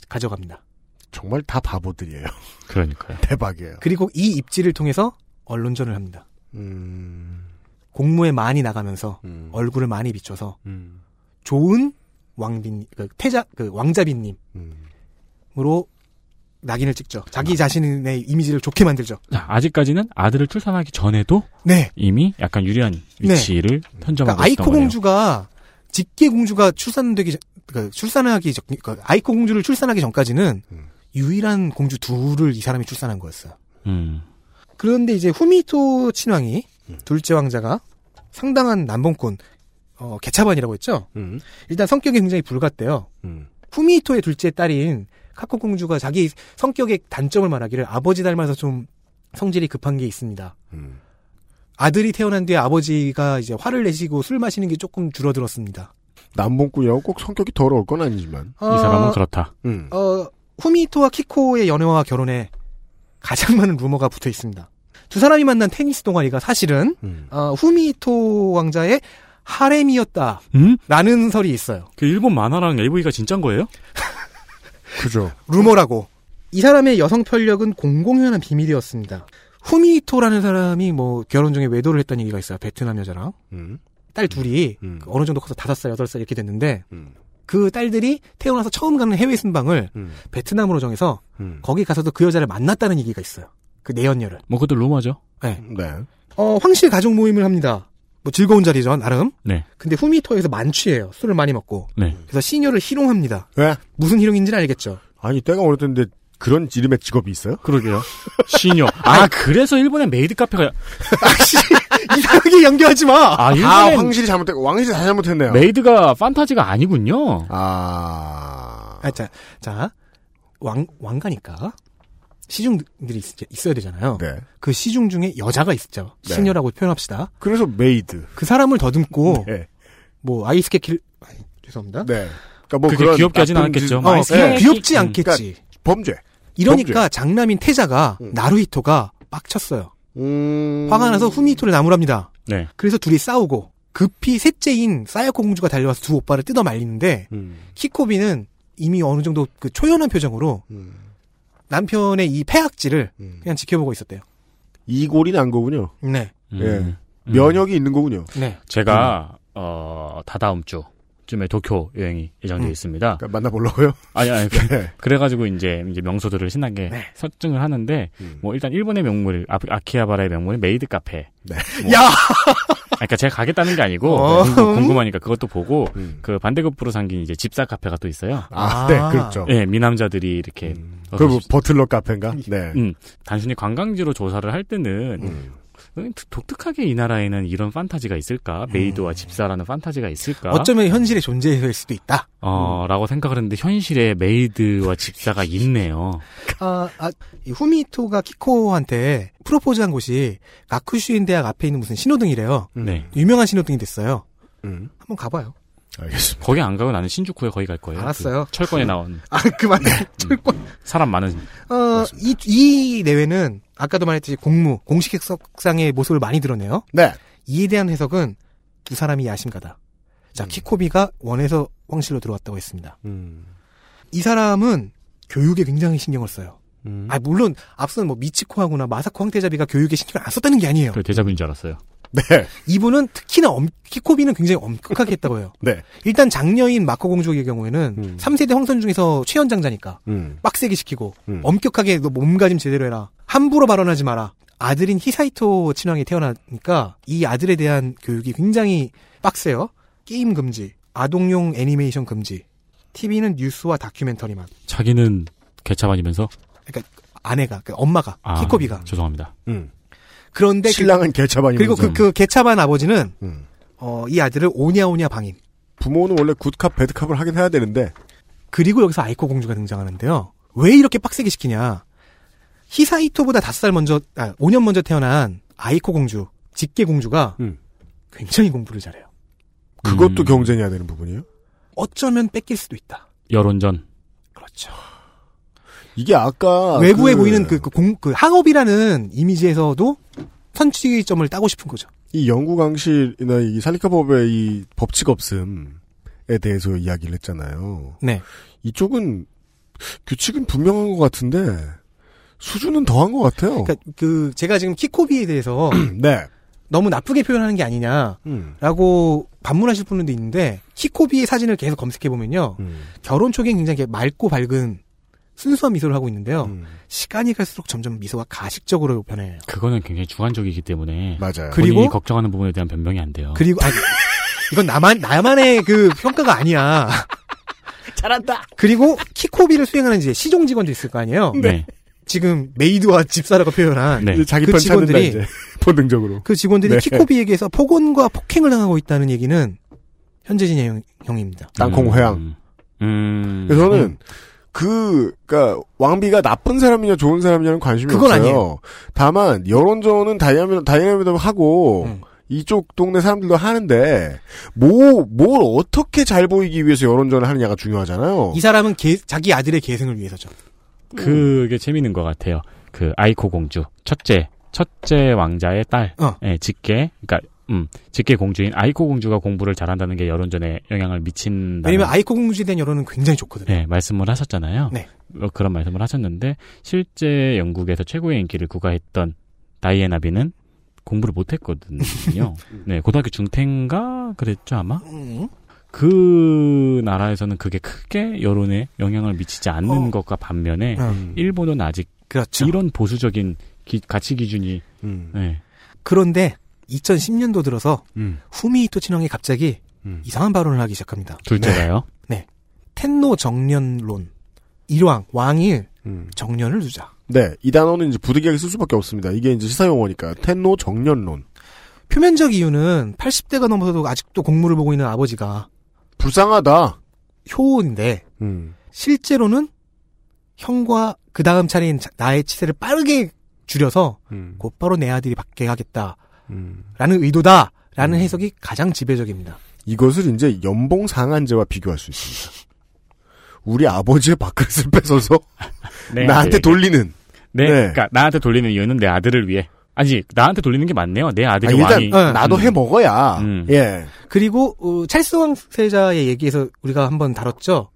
Speaker 4: 가져갑니다.
Speaker 2: 정말 다 바보들이에요.
Speaker 3: 그러니까요.
Speaker 2: 대박이에요.
Speaker 4: 그리고 이 입지를 통해서 언론전을 합니다.
Speaker 2: 음.
Speaker 4: 공무에 많이 나가면서
Speaker 2: 음.
Speaker 4: 얼굴을 많이 비춰서
Speaker 2: 음.
Speaker 4: 좋은 왕빈 그 태자 그 왕자빈님으로
Speaker 2: 음.
Speaker 4: 낙인을 찍죠. 자기 자신의 이미지를 좋게 만들죠.
Speaker 3: 자, 아직까지는 아들을 출산하기 전에도
Speaker 4: 네.
Speaker 3: 이미 약간 유리한 위치를
Speaker 4: 그러니까
Speaker 3: 선점하고 있던
Speaker 4: 아이코
Speaker 3: 거네요.
Speaker 4: 공주가 직계 공주가 출산되기 전- 그러니까 출산하기 전- 그러니까 아이코 공주를 출산하기 전까지는 유일한 공주 둘을 이 사람이 출산한 거였어요.
Speaker 3: 음.
Speaker 4: 그런데 이제 후미토 친왕이 둘째 왕자가 상당한 남봉꾼 어, 개차반이라고 했죠.
Speaker 2: 음.
Speaker 4: 일단 성격이 굉장히 불같대요.
Speaker 2: 음.
Speaker 4: 후미토의 둘째 딸인 카코 공주가 자기 성격의 단점을 말하기를 아버지 닮아서 좀 성질이 급한 게 있습니다.
Speaker 2: 음.
Speaker 4: 아들이 태어난 뒤에 아버지가 이제 화를 내시고 술 마시는 게 조금 줄어들었습니다.
Speaker 2: 남봉꾼이라고 꼭 성격이 더러울 건 아니지만.
Speaker 3: 이 사람은 그렇다.
Speaker 2: 음.
Speaker 4: 어, 후미토와 키코의 연애와 결혼에 가장 많은 루머가 붙어 있습니다. 두 사람이 만난 테니스 동아리가 사실은
Speaker 2: 음.
Speaker 4: 어, 후미토 왕자의 하렘이었다라는
Speaker 3: 음?
Speaker 4: 설이 있어요.
Speaker 3: 그 일본 만화랑 AV가 진짠 거예요?
Speaker 2: 그죠.
Speaker 4: 루머라고. 이 사람의 여성 편력은 공공연한 비밀이었습니다. 후미토라는 사람이 뭐 결혼 중에 외도를 했다는 얘기가 있어요. 베트남 여자랑
Speaker 2: 음.
Speaker 4: 딸 둘이
Speaker 2: 음.
Speaker 4: 그 어느 정도 커서 다섯 살 여덟 살 이렇게 됐는데
Speaker 2: 음.
Speaker 4: 그 딸들이 태어나서 처음 가는 해외 순방을
Speaker 2: 음.
Speaker 4: 베트남으로 정해서
Speaker 2: 음.
Speaker 4: 거기 가서도 그 여자를 만났다는 얘기가 있어요. 그 내연녀를.
Speaker 3: 뭐 그것도 루머죠.
Speaker 2: 네.
Speaker 4: 어, 황실 가족 모임을 합니다. 뭐 즐거운 자리죠, 나름.
Speaker 3: 네.
Speaker 4: 근데 후미토에서 만취해요. 술을 많이 먹고.
Speaker 3: 네.
Speaker 4: 그래서 시녀를 희롱합니다.
Speaker 2: 왜?
Speaker 4: 무슨 희롱인지는 알겠죠.
Speaker 2: 아니 때가 어렸 텐데 그런 이름의 직업이 있어요?
Speaker 3: 그러게요. 시녀. 아, 그래서 일본의 메이드 카페가
Speaker 4: 이상하게 연기하지 마!
Speaker 3: 아,
Speaker 2: 아
Speaker 3: 일본의
Speaker 2: 황실이 잘못했고 왕실이 다 잘못했네요.
Speaker 3: 메이드가 판타지가 아니군요.
Speaker 2: 아.
Speaker 4: 아, 자, 자, 왕, 왕가니까 시중들이 있, 어야 되잖아요.
Speaker 2: 네.
Speaker 4: 그 시중 중에 여자가 있죠.
Speaker 2: 네.
Speaker 4: 시녀라고 표현합시다.
Speaker 2: 그래서 메이드.
Speaker 4: 그 사람을 더듬고,
Speaker 2: 네.
Speaker 4: 뭐, 아이스케킬, 아니, 죄송합니다.
Speaker 2: 네. 그러니까 뭐
Speaker 3: 그게
Speaker 2: 그런
Speaker 3: 귀엽게 하진
Speaker 2: 나쁜
Speaker 3: 않았겠죠. 뭐.
Speaker 2: 짓-
Speaker 4: 어,
Speaker 2: 어,
Speaker 3: 아이스케-
Speaker 2: 네.
Speaker 3: 아이스케이크.
Speaker 4: 귀엽지
Speaker 3: 음.
Speaker 4: 않겠지.
Speaker 2: 그러니까 범죄.
Speaker 4: 이러니까 장남인 태자가 나루히토가 빡쳤어요.
Speaker 2: 음.
Speaker 4: 화가 나서 후미토를 나무랍니다.
Speaker 3: 네.
Speaker 4: 그래서 둘이 싸우고 급히 셋째인 사야코 공주가 달려와서 두 오빠를 뜯어 말리는데
Speaker 2: 음.
Speaker 4: 키코비는 이미 어느 정도 그 초연한 표정으로
Speaker 3: 음,
Speaker 4: 남편의 이 폐악질을
Speaker 2: 음.
Speaker 4: 그냥 지켜보고 있었대요.
Speaker 2: 이골이 난 거군요.
Speaker 4: 네.
Speaker 3: 음.
Speaker 2: 예. 면역이 있는 거군요.
Speaker 4: 네.
Speaker 3: 제가 어 다다음 주쯤에 도쿄 여행이 예정되어
Speaker 2: 음.
Speaker 3: 있습니다.
Speaker 2: 만나보려고요?
Speaker 3: 아니 아니
Speaker 2: 네.
Speaker 3: 그래가지고 이제 이제 명소들을 신나게 설정을 하는데 뭐 일단 일본의 명물 아, 아키하바라의 명물이 메이드 카페. 뭐-
Speaker 4: 야!
Speaker 3: 아니, 그러니까 제가 가겠다는 게 아니고 네,
Speaker 4: 어.
Speaker 3: 궁금- 궁금하니까 그것도 보고 그 반대급부로 생긴 이제 집사 카페가 또 있어요.
Speaker 2: 음. 아, 네, 그렇죠.
Speaker 3: 예, 미남자들이 이렇게
Speaker 2: 그 뭐, 버틀러 카페인가? 네.
Speaker 3: 음, 단순히 관광지로 조사를 할 때는 음, 독특하게 이 나라에는 이런 판타지가 있을까? 메이드와 집사라는 판타지가 있을까?
Speaker 4: 어쩌면 현실의 존재일 수도 있다.
Speaker 3: 어,
Speaker 4: 음.
Speaker 3: 라고 생각을 했는데 현실에 메이드와 집사가 있네요.
Speaker 4: 아, 아, 이 후미토가 키코한테 프로포즈한 곳이 가쿠슈인 대학 앞에 있는 무슨 신호등이래요.
Speaker 3: 네.
Speaker 4: 유명한 신호등이 됐어요.
Speaker 2: 음.
Speaker 4: 한번 가봐요.
Speaker 2: 알겠습니다.
Speaker 3: 거기 안 가고 나는 신주쿠에 거기 갈 거예요.
Speaker 4: 알았어요.
Speaker 3: 그 철권에 나온
Speaker 4: 아, 그만. 철권.
Speaker 3: 사람 많은
Speaker 4: 어, 이, 이 내외는 아까도 말했듯이 공무, 공식 해석상의 모습을 많이 드러내요.
Speaker 2: 네.
Speaker 4: 이에 대한 해석은 두 사람이 야심가다. 자, 키코비가 원에서 황실로 들어왔다고 했습니다. 이 사람은 교육에 굉장히 신경을 써요. 아, 물론 앞선 뭐 미치코하고나 마사코 황태자비가 교육에 신경을 안 썼다는 게 아니에요.
Speaker 3: 그 대자뷰인 줄 알았어요.
Speaker 2: 네.
Speaker 4: 이분은 특히나 엄- 키코비는 굉장히 엄격하게 했다고 해요.
Speaker 2: 네.
Speaker 4: 일단 장녀인 마코 공주의 경우에는 3세대 황선 중에서 최연장자니까 빡세게 시키고
Speaker 2: 음.
Speaker 4: 엄격하게 너 몸가짐 제대로 해라. 함부로 발언하지 마라. 아들인 히사이토 친왕이 태어나니까 이 아들에 대한 교육이 굉장히 빡세요. 게임 금지, 아동용 애니메이션 금지, TV는 뉴스와 다큐멘터리만.
Speaker 3: 자기는 개차반이면서
Speaker 4: 그러니까 아내가, 그러니까 엄마가,
Speaker 3: 아,
Speaker 4: 키코비가.
Speaker 3: 죄송합니다.
Speaker 4: 그런데 그-
Speaker 2: 그렇죠. 음. 신랑은 개차반이면서.
Speaker 4: 그리고 그, 그 개차반 아버지는
Speaker 2: 음.
Speaker 4: 어, 이 아들을 오냐오냐 방인.
Speaker 2: 부모는 원래 굿캅, 배드캅을 하긴 해야 되는데.
Speaker 4: 그리고 여기서 아이코 공주가 등장하는데요. 왜 이렇게 빡세게 시키냐. 히사이토보다 5살 먼저, 아, 5년 먼저 태어난 아이코 공주, 직계 공주가 굉장히 공부를 잘해요.
Speaker 3: 음.
Speaker 2: 그것도 경쟁해야 되는 부분이에요?
Speaker 4: 어쩌면 뺏길 수도 있다.
Speaker 3: 여론전.
Speaker 4: 그렇죠.
Speaker 2: 이게 아까.
Speaker 4: 외부에
Speaker 2: 그-
Speaker 4: 보이는 그, 그 공, 그 학업이라는 이미지에서도 선취점을 따고 싶은 거죠.
Speaker 2: 이 연구강실이나 이 살리카법의 이 법칙 없음에 대해서 이야기를 했잖아요.
Speaker 4: 네.
Speaker 2: 이쪽은 규칙은 분명한 것 같은데 수준은 더한 것 같아요.
Speaker 4: 그러니까 그 제가 지금 키코비에 대해서
Speaker 2: 네. 음.
Speaker 4: 너무 나쁘게 표현하는 게 아니냐라고 반문하실 분들도 있는데 키코비의 사진을 계속 검색해 보면요 결혼 초기엔 굉장히 이렇게 맑고 밝은 순수한 미소를 하고
Speaker 2: 음.
Speaker 4: 있는데요 시간이 갈수록 점점 미소가 가식적으로 변해요.
Speaker 3: 그거는 굉장히 주관적이기 때문에
Speaker 2: 맞아요.
Speaker 3: 그리고
Speaker 4: 음. 그리고-
Speaker 3: 걱정하는 부분에 대한 변명이 안 돼요.
Speaker 4: 그리고 아니, 이건 나만 나만의 그 평가가 아니야.
Speaker 2: 잘한다.
Speaker 4: 그리고 키코비를 수행하는 이제 시종 직원도 있을 거 아니에요.
Speaker 3: 네.
Speaker 4: 지금 메이드와 집사라고 표현한
Speaker 2: 이제 네. 자기
Speaker 4: 그
Speaker 2: 편 찾는다
Speaker 4: 직원들이
Speaker 2: 이제 본능적으로.
Speaker 4: 그
Speaker 2: 네.
Speaker 4: 직원들이 키코비에게서 폭언과 폭행을 당하고 있다는 얘기는 현재진 형, 형입니다.
Speaker 2: 땅콩 회양.
Speaker 3: 음.
Speaker 2: 그래서 저는 그 그러니까 왕비가 나쁜 사람이냐 좋은 사람이냐는 관심이
Speaker 4: 그건
Speaker 2: 없어요.
Speaker 4: 아니에요.
Speaker 2: 다만 여론전은 다이나믹 다이나믹하고
Speaker 4: 음.
Speaker 2: 하고 이쪽 동네 사람들도 하는데 뭐 뭘 어떻게 잘 보이기 위해서 여론전을 하느냐가 중요하잖아요.
Speaker 4: 이 사람은 개- 자기 아들의 계승을 위해서죠.
Speaker 3: 그게 재밌는 것 같아요. 그 아이코 공주 첫째 첫째 왕자의 딸
Speaker 4: 어.
Speaker 3: 예, 직계 그러니까 음 직계 공주인 아이코 공주가 공부를 잘한다는 게 여론전에 영향을 미친다.
Speaker 4: 왜냐면 아이코 공주에 대한 여론은 굉장히 좋거든요.
Speaker 3: 네, 말씀을 하셨잖아요.
Speaker 4: 네.
Speaker 3: 어, 그런 말씀을 하셨는데 실제 영국에서 최고의 인기를 구가했던 다이애나 비는 공부를 못했거든요. 네, 고등학교 중퇴인가 그랬죠 아마.
Speaker 4: 음.
Speaker 3: 그 나라에서는 그게 크게 여론에 영향을 미치지 않는
Speaker 4: 어.
Speaker 3: 것과 반면에
Speaker 4: 음. 그렇죠.
Speaker 3: 일본은 아직 이런 보수적인 기- 가치 기준이
Speaker 2: 음,
Speaker 3: 네.
Speaker 4: 그런데 2010년도 들어서
Speaker 3: 음.
Speaker 4: 후미히토 친왕이 갑자기
Speaker 2: 음,
Speaker 4: 이상한 발언을 하기 시작합니다.
Speaker 3: 둘째가요.
Speaker 4: 네. 텐노 정년론. 일왕, 왕일, 정년을 두자.
Speaker 2: 음. 네, 이 단어는 이제 부득이하게 쓸 수밖에 없습니다. 이게 이제 시사용어니까 텐노 정년론.
Speaker 4: 표면적 이유는 80대가 넘어서도 아직도 공무를 보고 있는 아버지가
Speaker 2: 불쌍하다.
Speaker 4: 효인데
Speaker 3: 음,
Speaker 4: 실제로는 형과 그 다음 차례인 자- 나의 치세를 빠르게 줄여서
Speaker 3: 음,
Speaker 2: 음.
Speaker 4: 곧바로 내 아들이 받게 하겠다라는 의도다라는 해석이 가장 지배적입니다.
Speaker 2: 이것을 이제 연봉 상한제와 비교할 수 있습니다. 우리 아버지의 밥그릇을 뺏어서
Speaker 3: 네,
Speaker 2: 나한테
Speaker 3: 아들에게.
Speaker 2: 돌리는.
Speaker 3: 네,
Speaker 2: 네.
Speaker 3: 그러니까 나한테 돌리는 이유는 내 아들을 위해. 아니 나한테 돌리는 게 맞네요. 내
Speaker 2: 아,
Speaker 3: 아들이
Speaker 2: 일단
Speaker 3: 왕이.
Speaker 2: 어, 나도
Speaker 3: 음.
Speaker 2: 해 먹어야.
Speaker 3: 음.
Speaker 2: 예.
Speaker 4: 그리고 어, 찰스 왕세자의 얘기에서 우리가 한번 다뤘죠.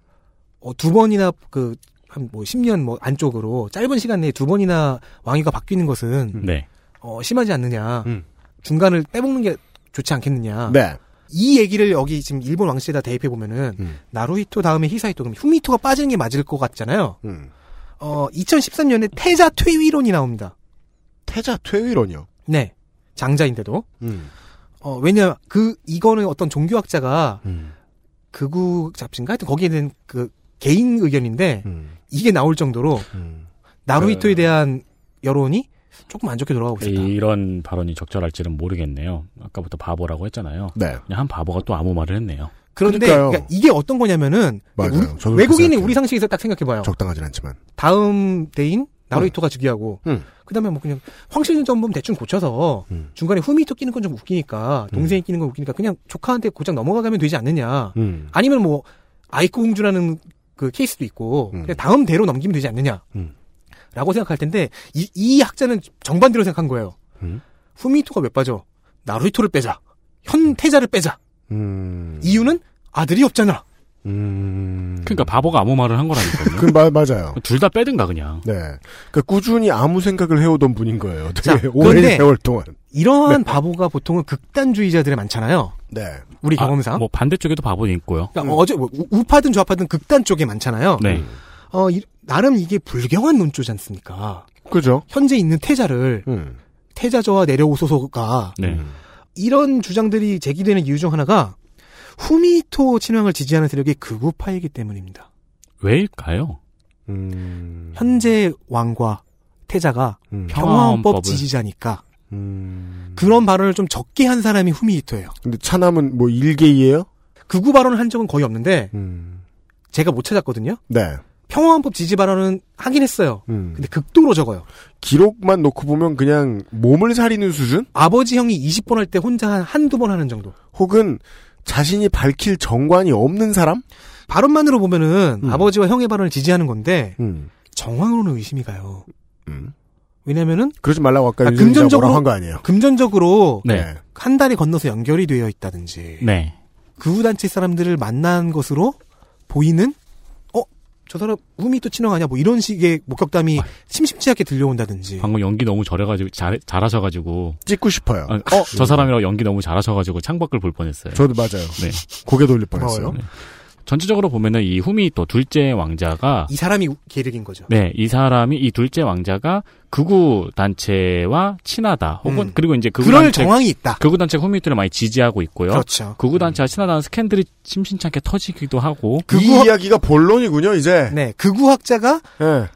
Speaker 4: 어, 두 번이나 그 한 뭐 10년 뭐 안쪽으로 짧은 시간 내에 두 번이나 왕위가 바뀌는 것은
Speaker 3: 네.
Speaker 4: 어, 심하지 않느냐. 중간을 빼먹는 게
Speaker 3: 아.
Speaker 4: 좋지 않겠느냐.
Speaker 2: 네.
Speaker 4: 이 얘기를 여기 지금 일본 왕실에다 대입해 보면은 나루히토 다음에 히사히토 그럼 후미토가 빠지는 게 맞을 것 같잖아요.
Speaker 2: 음.
Speaker 4: 어 2013년에 태자 퇴위론이 나옵니다.
Speaker 2: 태자 퇴위론이요? 음.
Speaker 4: 네. 장자인데도. 어 왜냐 그 이거는 어떤 종교학자가
Speaker 3: 음.
Speaker 4: 극우 잡신가 하여튼 거기에는 그 개인 의견인데
Speaker 2: 음.
Speaker 4: 이게 나올 정도로 나루히토에
Speaker 3: 네.
Speaker 4: 대한 여론이 조금 안 좋게 돌아가고 있어요.
Speaker 3: 이런 발언이 적절할지는 모르겠네요. 아까부터 바보라고 했잖아요.
Speaker 2: 네.
Speaker 3: 그냥 한 바보가 또 아무 말을 했네요.
Speaker 4: 그런데 그러니까 이게 어떤 거냐면은
Speaker 3: 맞아요.
Speaker 4: 우리-
Speaker 3: 저도 그렇게
Speaker 4: 외국인이
Speaker 3: 생각해요.
Speaker 4: 우리 상식에서 딱 생각해봐요.
Speaker 2: 적당하진 않지만.
Speaker 4: 다음 대인 나루히토가 즉위하고
Speaker 2: 음.
Speaker 4: 그다음에 뭐 그냥 황실전 전범 대충 고쳐서 중간에 후미토 끼는 건 좀 웃기니까 동생이 끼는 건 웃기니까 그냥 조카한테 고장 넘어가면 되지 않느냐
Speaker 2: 음.
Speaker 4: 아니면 뭐 아이코 공주라는 그 케이스도 있고 그냥 다음 대로 넘기면 되지 않느냐
Speaker 2: 음.
Speaker 4: 라고 생각할 텐데 이, 이 학자는 정반대로 생각한 거예요
Speaker 2: 음.
Speaker 4: 후미토가 왜 빠져 나루히토를 빼자 현태자를 빼자
Speaker 2: 음.
Speaker 4: 이유는 아들이 없잖아
Speaker 3: 그러니까 바보가 아무 말을 한 거라니까요.
Speaker 2: 그 마- 맞아요.
Speaker 3: 둘 다 빼든가 그냥.
Speaker 2: 네. 그러니까 꾸준히 아무 생각을 해오던 분인 거예요.
Speaker 4: 자,
Speaker 2: 되게
Speaker 4: 그런데
Speaker 2: 오랜 세월 동안.
Speaker 4: 이러한 바보가 보통은 극단주의자들이 많잖아요.
Speaker 2: 네.
Speaker 4: 우리
Speaker 3: 아,
Speaker 4: 경험상.
Speaker 3: 뭐 반대쪽에도 바보는 있고요.
Speaker 4: 그러니까 어제 뭐 우- 우파든 좌파든 극단 쪽에 많잖아요.
Speaker 3: 네.
Speaker 4: 어, 이- 나름 이게 불경한 논조지 않습니까?
Speaker 2: 그죠. 음.
Speaker 4: 현재 있는 태자를 태자저와 내려오소서가
Speaker 3: 네.
Speaker 4: 이런 주장들이 제기되는 이유 중 하나가 후미토 친황을 지지하는 세력이 극우파이기 때문입니다.
Speaker 3: 왜일까요?
Speaker 2: 음.
Speaker 4: 현재 왕과 태자가
Speaker 3: 음. 평화헌법을.
Speaker 4: 평화헌법 지지자니까 그런 발언을 좀 적게 한 사람이 후미히토예요.
Speaker 2: 음. 근데 차남은 뭐 일개이예요? 음.
Speaker 4: 극우 발언을 한 적은 거의 없는데 제가 못 찾았거든요.
Speaker 2: 네.
Speaker 4: 평화헌법 지지 발언은 하긴 했어요. 근데 극도로 적어요.
Speaker 2: 기록만 놓고 보면 그냥 몸을 사리는 수준?
Speaker 4: 아버지 형이 20번 할 때 혼자 한- 한두 번 하는 정도.
Speaker 2: 혹은 자신이 밝힐 정관이 없는 사람?
Speaker 4: 발언만으로 보면은
Speaker 3: 음.
Speaker 4: 아버지와 형의 발언을 지지하는 건데
Speaker 2: 음.
Speaker 4: 정황으로는 의심이 가요. 왜냐면은
Speaker 2: 그러지 말라고 아까
Speaker 4: 그러니까
Speaker 2: 유승민 기자가
Speaker 4: 금전적으로
Speaker 2: 뭐라고 한거 아니에요?
Speaker 4: 금전적으로
Speaker 2: 네.
Speaker 4: 한 달이 건너서 연결이 되어 있다든지
Speaker 3: 네.
Speaker 4: 극우 단체 사람들을 만난 것으로 보이는 어 저 사람 우미또 친형 아니야 뭐 이런 식의 목격담이 심심치 않게 들려온다든지
Speaker 3: 아. 방금 연기 너무 잘해가지고 잘 잘하셔가지고
Speaker 2: 찍고 싶어요.
Speaker 3: 아, 저 사람이랑 연기 너무 잘하셔가지고 창밖을 볼 뻔했어요.
Speaker 2: 저도 맞아요.
Speaker 3: 네.
Speaker 2: 고개 돌릴 뻔했어요.
Speaker 3: 네. 전체적으로 보면은 이 후미 또 둘째 왕자가
Speaker 4: 이 사람이 계륵인 거죠.
Speaker 3: 네, 이 사람이 이 둘째 왕자가 극우 단체와 친하다. 혹은
Speaker 4: 음.
Speaker 3: 그리고 이제 극우
Speaker 4: 그럴
Speaker 3: 단체
Speaker 4: 정황이 있다.
Speaker 3: 극우 단체 후미트를 많이 지지하고 있고요.
Speaker 4: 그렇죠.
Speaker 3: 극우 단체와 친하다는 스캔들이 심심찮게 터지기도 하고.
Speaker 2: 이 이야기가 본론이군요, 이제.
Speaker 4: 네, 극우학자가
Speaker 2: 네.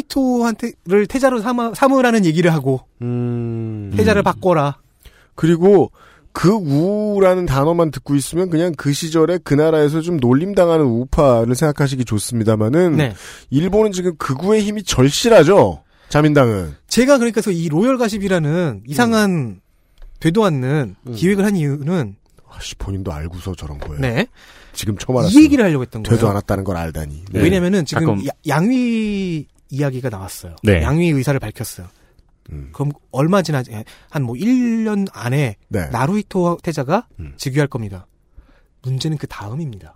Speaker 4: 후미토한테를 태자로 삼아, 삼으라는 얘기를 하고
Speaker 3: 음.
Speaker 4: 태자를 바꿔라.
Speaker 2: 음. 그리고 그 우라는 단어만 듣고 있으면 그냥 그 시절에 그 나라에서 좀 놀림당하는 우파를 생각하시기
Speaker 3: 음.
Speaker 2: 좋습니다만은
Speaker 4: 네.
Speaker 2: 일본은 지금 극우의 힘이 절실하죠. 자민당은.
Speaker 4: 제가 그러니까서 이 로열 가십이라는 이상한
Speaker 3: 음.
Speaker 4: 되도 않는 기획을 한 이유는
Speaker 2: 아씨 본인도 알고서 저런 거예요.
Speaker 4: 네.
Speaker 2: 지금 처음 알았어요.
Speaker 4: 이 얘기를 하려고 했던
Speaker 2: 되도
Speaker 4: 거예요.
Speaker 2: 않았다는 걸 알다니. 네.
Speaker 4: 왜냐면은 지금
Speaker 2: 가끔-
Speaker 4: 야- 양위 이야기가 나왔어요.
Speaker 2: 네.
Speaker 4: 양위 의사를 밝혔어요. 그럼 얼마 지나지 한 뭐 1년 안에
Speaker 2: 네. 음.
Speaker 4: 나루히토 태자가 즉위할 겁니다. 문제는 그 다음입니다.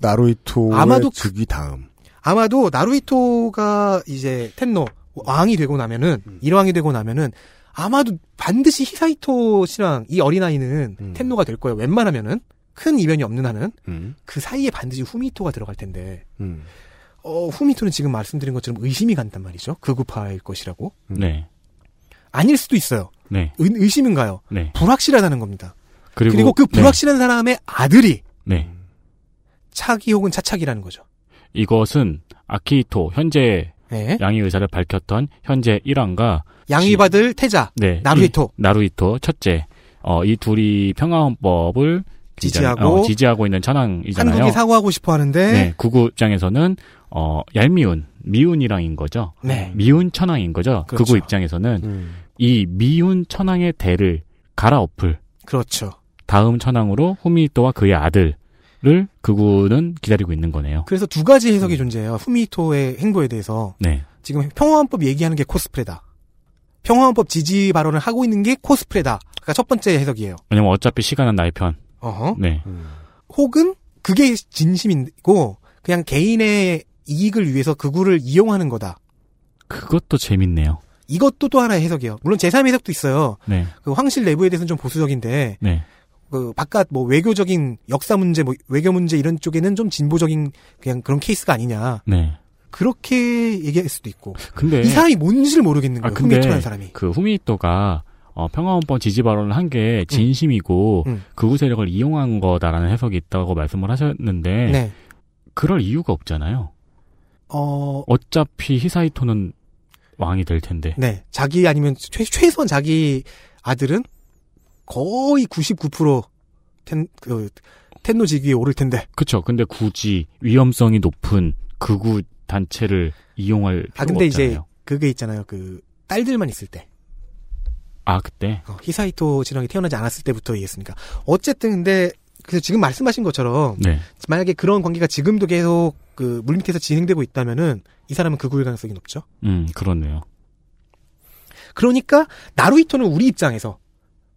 Speaker 2: 나루히토의
Speaker 4: 아마도 그-
Speaker 2: 즉위 다음.
Speaker 4: 아마도 나루히토가 이제 텐노 왕이 되고 나면은
Speaker 2: 음.
Speaker 4: 일왕이 되고 나면은 아마도 반드시 히사히토 신랑 이 어린아이는
Speaker 2: 음.
Speaker 4: 텐노가 될 거예요. 웬만하면은 큰 이변이 없는 한은 그 사이에 반드시 후미토가 들어갈 텐데
Speaker 2: 음.
Speaker 4: 어, 후미토는 지금 말씀드린 것처럼 의심이 간단 말이죠. 극우파일 것이라고
Speaker 3: 네.
Speaker 4: 아닐 수도 있어요.
Speaker 3: 네.
Speaker 4: 의, 의심인가요?
Speaker 3: 네.
Speaker 4: 불확실하다는 겁니다.
Speaker 3: 그리고,
Speaker 4: 그리고, 그
Speaker 3: 네.
Speaker 4: 불확실한 사람의 아들이
Speaker 3: 네.
Speaker 4: 차기 혹은 차차기라는 거죠.
Speaker 3: 이것은 아키히토 현재
Speaker 4: 네.
Speaker 3: 양의 의사를 밝혔던 현재 1왕과
Speaker 4: 양위받을 태자
Speaker 3: 네.
Speaker 4: 나루히토
Speaker 3: 이- 나루히토 첫째. 어, 이 둘이 평화헌법을 굉장히-
Speaker 4: 지지하고
Speaker 3: 어, 지지하고 있는 천황이잖아요.
Speaker 4: 한국이 사과하고 싶어 하는데
Speaker 3: 네, 구구 입장에서는 어 얄미운 미운이랑인 거죠.
Speaker 4: 네.
Speaker 3: 미운 천황인 거죠.
Speaker 4: 그렇죠. 음.
Speaker 3: 구구 입장에서는 이 미운 천황의 대를 갈아엎을
Speaker 4: 그렇죠.
Speaker 3: 다음 천황으로 후미토와 그의 아들을 구구는 기다리고 있는 거네요.
Speaker 4: 그래서 두 가지 해석이
Speaker 3: 음.
Speaker 4: 존재해요. 후미토의 행보에 대해서
Speaker 3: 네,
Speaker 4: 지금 평화헌법 얘기하는 게 코스프레다. 평화헌법 지지 발언을 하고 있는 게 코스프레다. 그러니까 첫 번째 해석이에요.
Speaker 3: 왜냐면 어차피 시간은 나의 편.
Speaker 4: 어허.
Speaker 3: 네,
Speaker 4: 혹은 그게 진심이고 그냥 개인의 이익을 위해서 극우를 이용하는 거다.
Speaker 3: 그것도 재밌네요.
Speaker 4: 이것도 또 하나의 해석이에요. 물론 제3의 해석도 있어요.
Speaker 3: 네.
Speaker 4: 그 황실 내부에 대해서는 좀 보수적인데
Speaker 3: 네.
Speaker 4: 그 바깥 뭐 외교적인 역사 문제 뭐 외교 문제 이런 쪽에는 좀 진보적인 그냥 그런 케이스가 아니냐
Speaker 3: 네.
Speaker 4: 그렇게 얘기할 수도 있고
Speaker 3: 근데
Speaker 4: 이 사람이 뭔지를 모르겠는
Speaker 3: 네. 아,
Speaker 4: 거예요
Speaker 3: 근데
Speaker 4: 후미토라는 사람이
Speaker 3: 그 후미토가 어, 평화헌법 지지 발언을 한 게 진심이고
Speaker 4: 음.
Speaker 3: 극우 세력을 이용한 거다라는 해석이 있다고 말씀을 하셨는데
Speaker 4: 네.
Speaker 3: 그럴 이유가 없잖아요.
Speaker 4: 어
Speaker 3: 어차피 히사이토는 왕이 될 텐데.
Speaker 4: 네. 자기 아니면 최, 최소한 자기 아들은 거의 99%텐그 텐노 직위에 오를 텐데
Speaker 3: 그쵸. 근데 굳이 위험성이 높은 극우 단체를 이용할 필요가
Speaker 4: 아 근데
Speaker 3: 없잖아요.
Speaker 4: 이제 그게 있잖아요 그 딸들만 있을 때
Speaker 3: 아 그때
Speaker 4: 어, 히사이토 진왕이 태어나지 않았을 때부터 얘기했으니까 어쨌든 근데 그래서 지금 말씀하신 것처럼
Speaker 3: 네.
Speaker 4: 만약에 그런 관계가 지금도 계속 그 물밑에서 진행되고 있다면은 이 사람은 극우일 가능성이 높죠.
Speaker 3: 음 그렇네요.
Speaker 4: 그러니까 나루히토는 우리 입장에서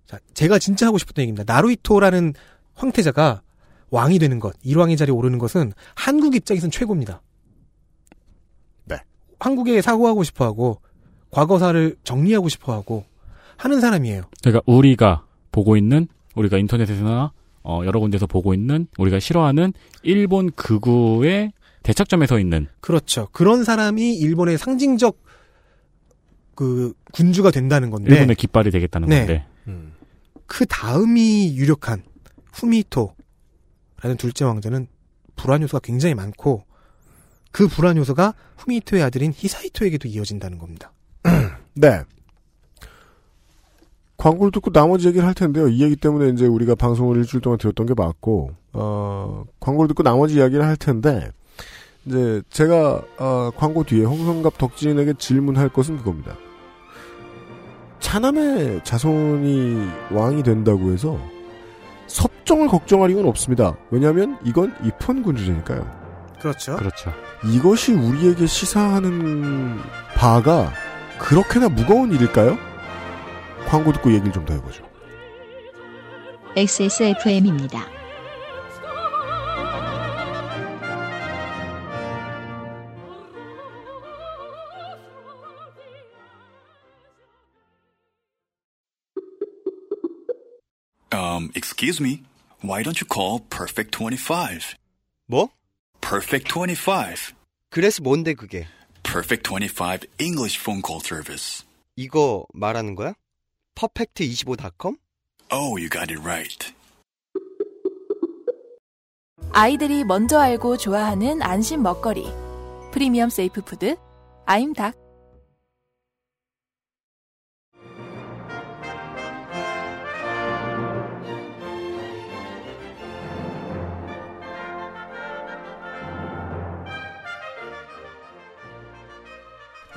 Speaker 4: 자, 제가 진짜 하고 싶었던 얘기입니다. 나루히토라는 황태자가 왕이 되는 것, 일왕의 자리에 오르는 것은 한국 입장에선 최고입니다.
Speaker 2: 네.
Speaker 4: 한국에 사고하고 싶어하고 과거사를 정리하고 싶어하고 하는 사람이에요.
Speaker 3: 그러니까 우리가 보고 있는 우리가 인터넷에서나 어, 여러 군데서 보고 있는 우리가 싫어하는 일본 극우의 대척점에 서 있는
Speaker 4: 그렇죠. 그런 사람이 일본의 상징적 그 군주가 된다는 건데
Speaker 3: 일본의 깃발이 되겠다는
Speaker 4: 네.
Speaker 3: 건데.
Speaker 2: 음.
Speaker 4: 그 다음이 유력한 후미토라는 둘째 왕자는 불안 요소가 굉장히 많고 그 불안 요소가 후미토의 아들인 히사이토에게도 이어진다는 겁니다.
Speaker 2: 네. 광고를 듣고 나머지 얘기를 할 텐데요. 이 얘기 때문에 이제 우리가 방송을 일주일 동안 들었던 게 맞고, 어, 광고를 듣고 나머지 이야기를 할 텐데, 이제 제가, 어, 광고 뒤에 홍성갑 덕진에게 질문할 것은 그겁니다. 차남의 자손이 왕이 된다고 해서 섭정을 걱정할 이유는 없습니다. 왜냐하면 이건 입헌군주제니까요.
Speaker 4: 그렇죠.
Speaker 3: 그렇죠.
Speaker 2: 이것이 우리에게 시사하는 바가 그렇게나 무거운 일일까요? 광고 듣고 얘기를 좀 더 해보죠.
Speaker 1: XSFM입니다.
Speaker 7: Um, excuse me. Why don't you call Perfect 25?
Speaker 11: 뭐?
Speaker 7: Perfect 25.
Speaker 11: 그래서 뭔데 그게?
Speaker 7: Perfect 25 English phone call service.
Speaker 11: 이거 말하는 거야? 퍼펙트25.com?
Speaker 7: Oh, you got it right.
Speaker 6: 아이들이 먼저 알고 좋아하는 안심 먹거리. 프리미엄 세이프 푸드 아임닭.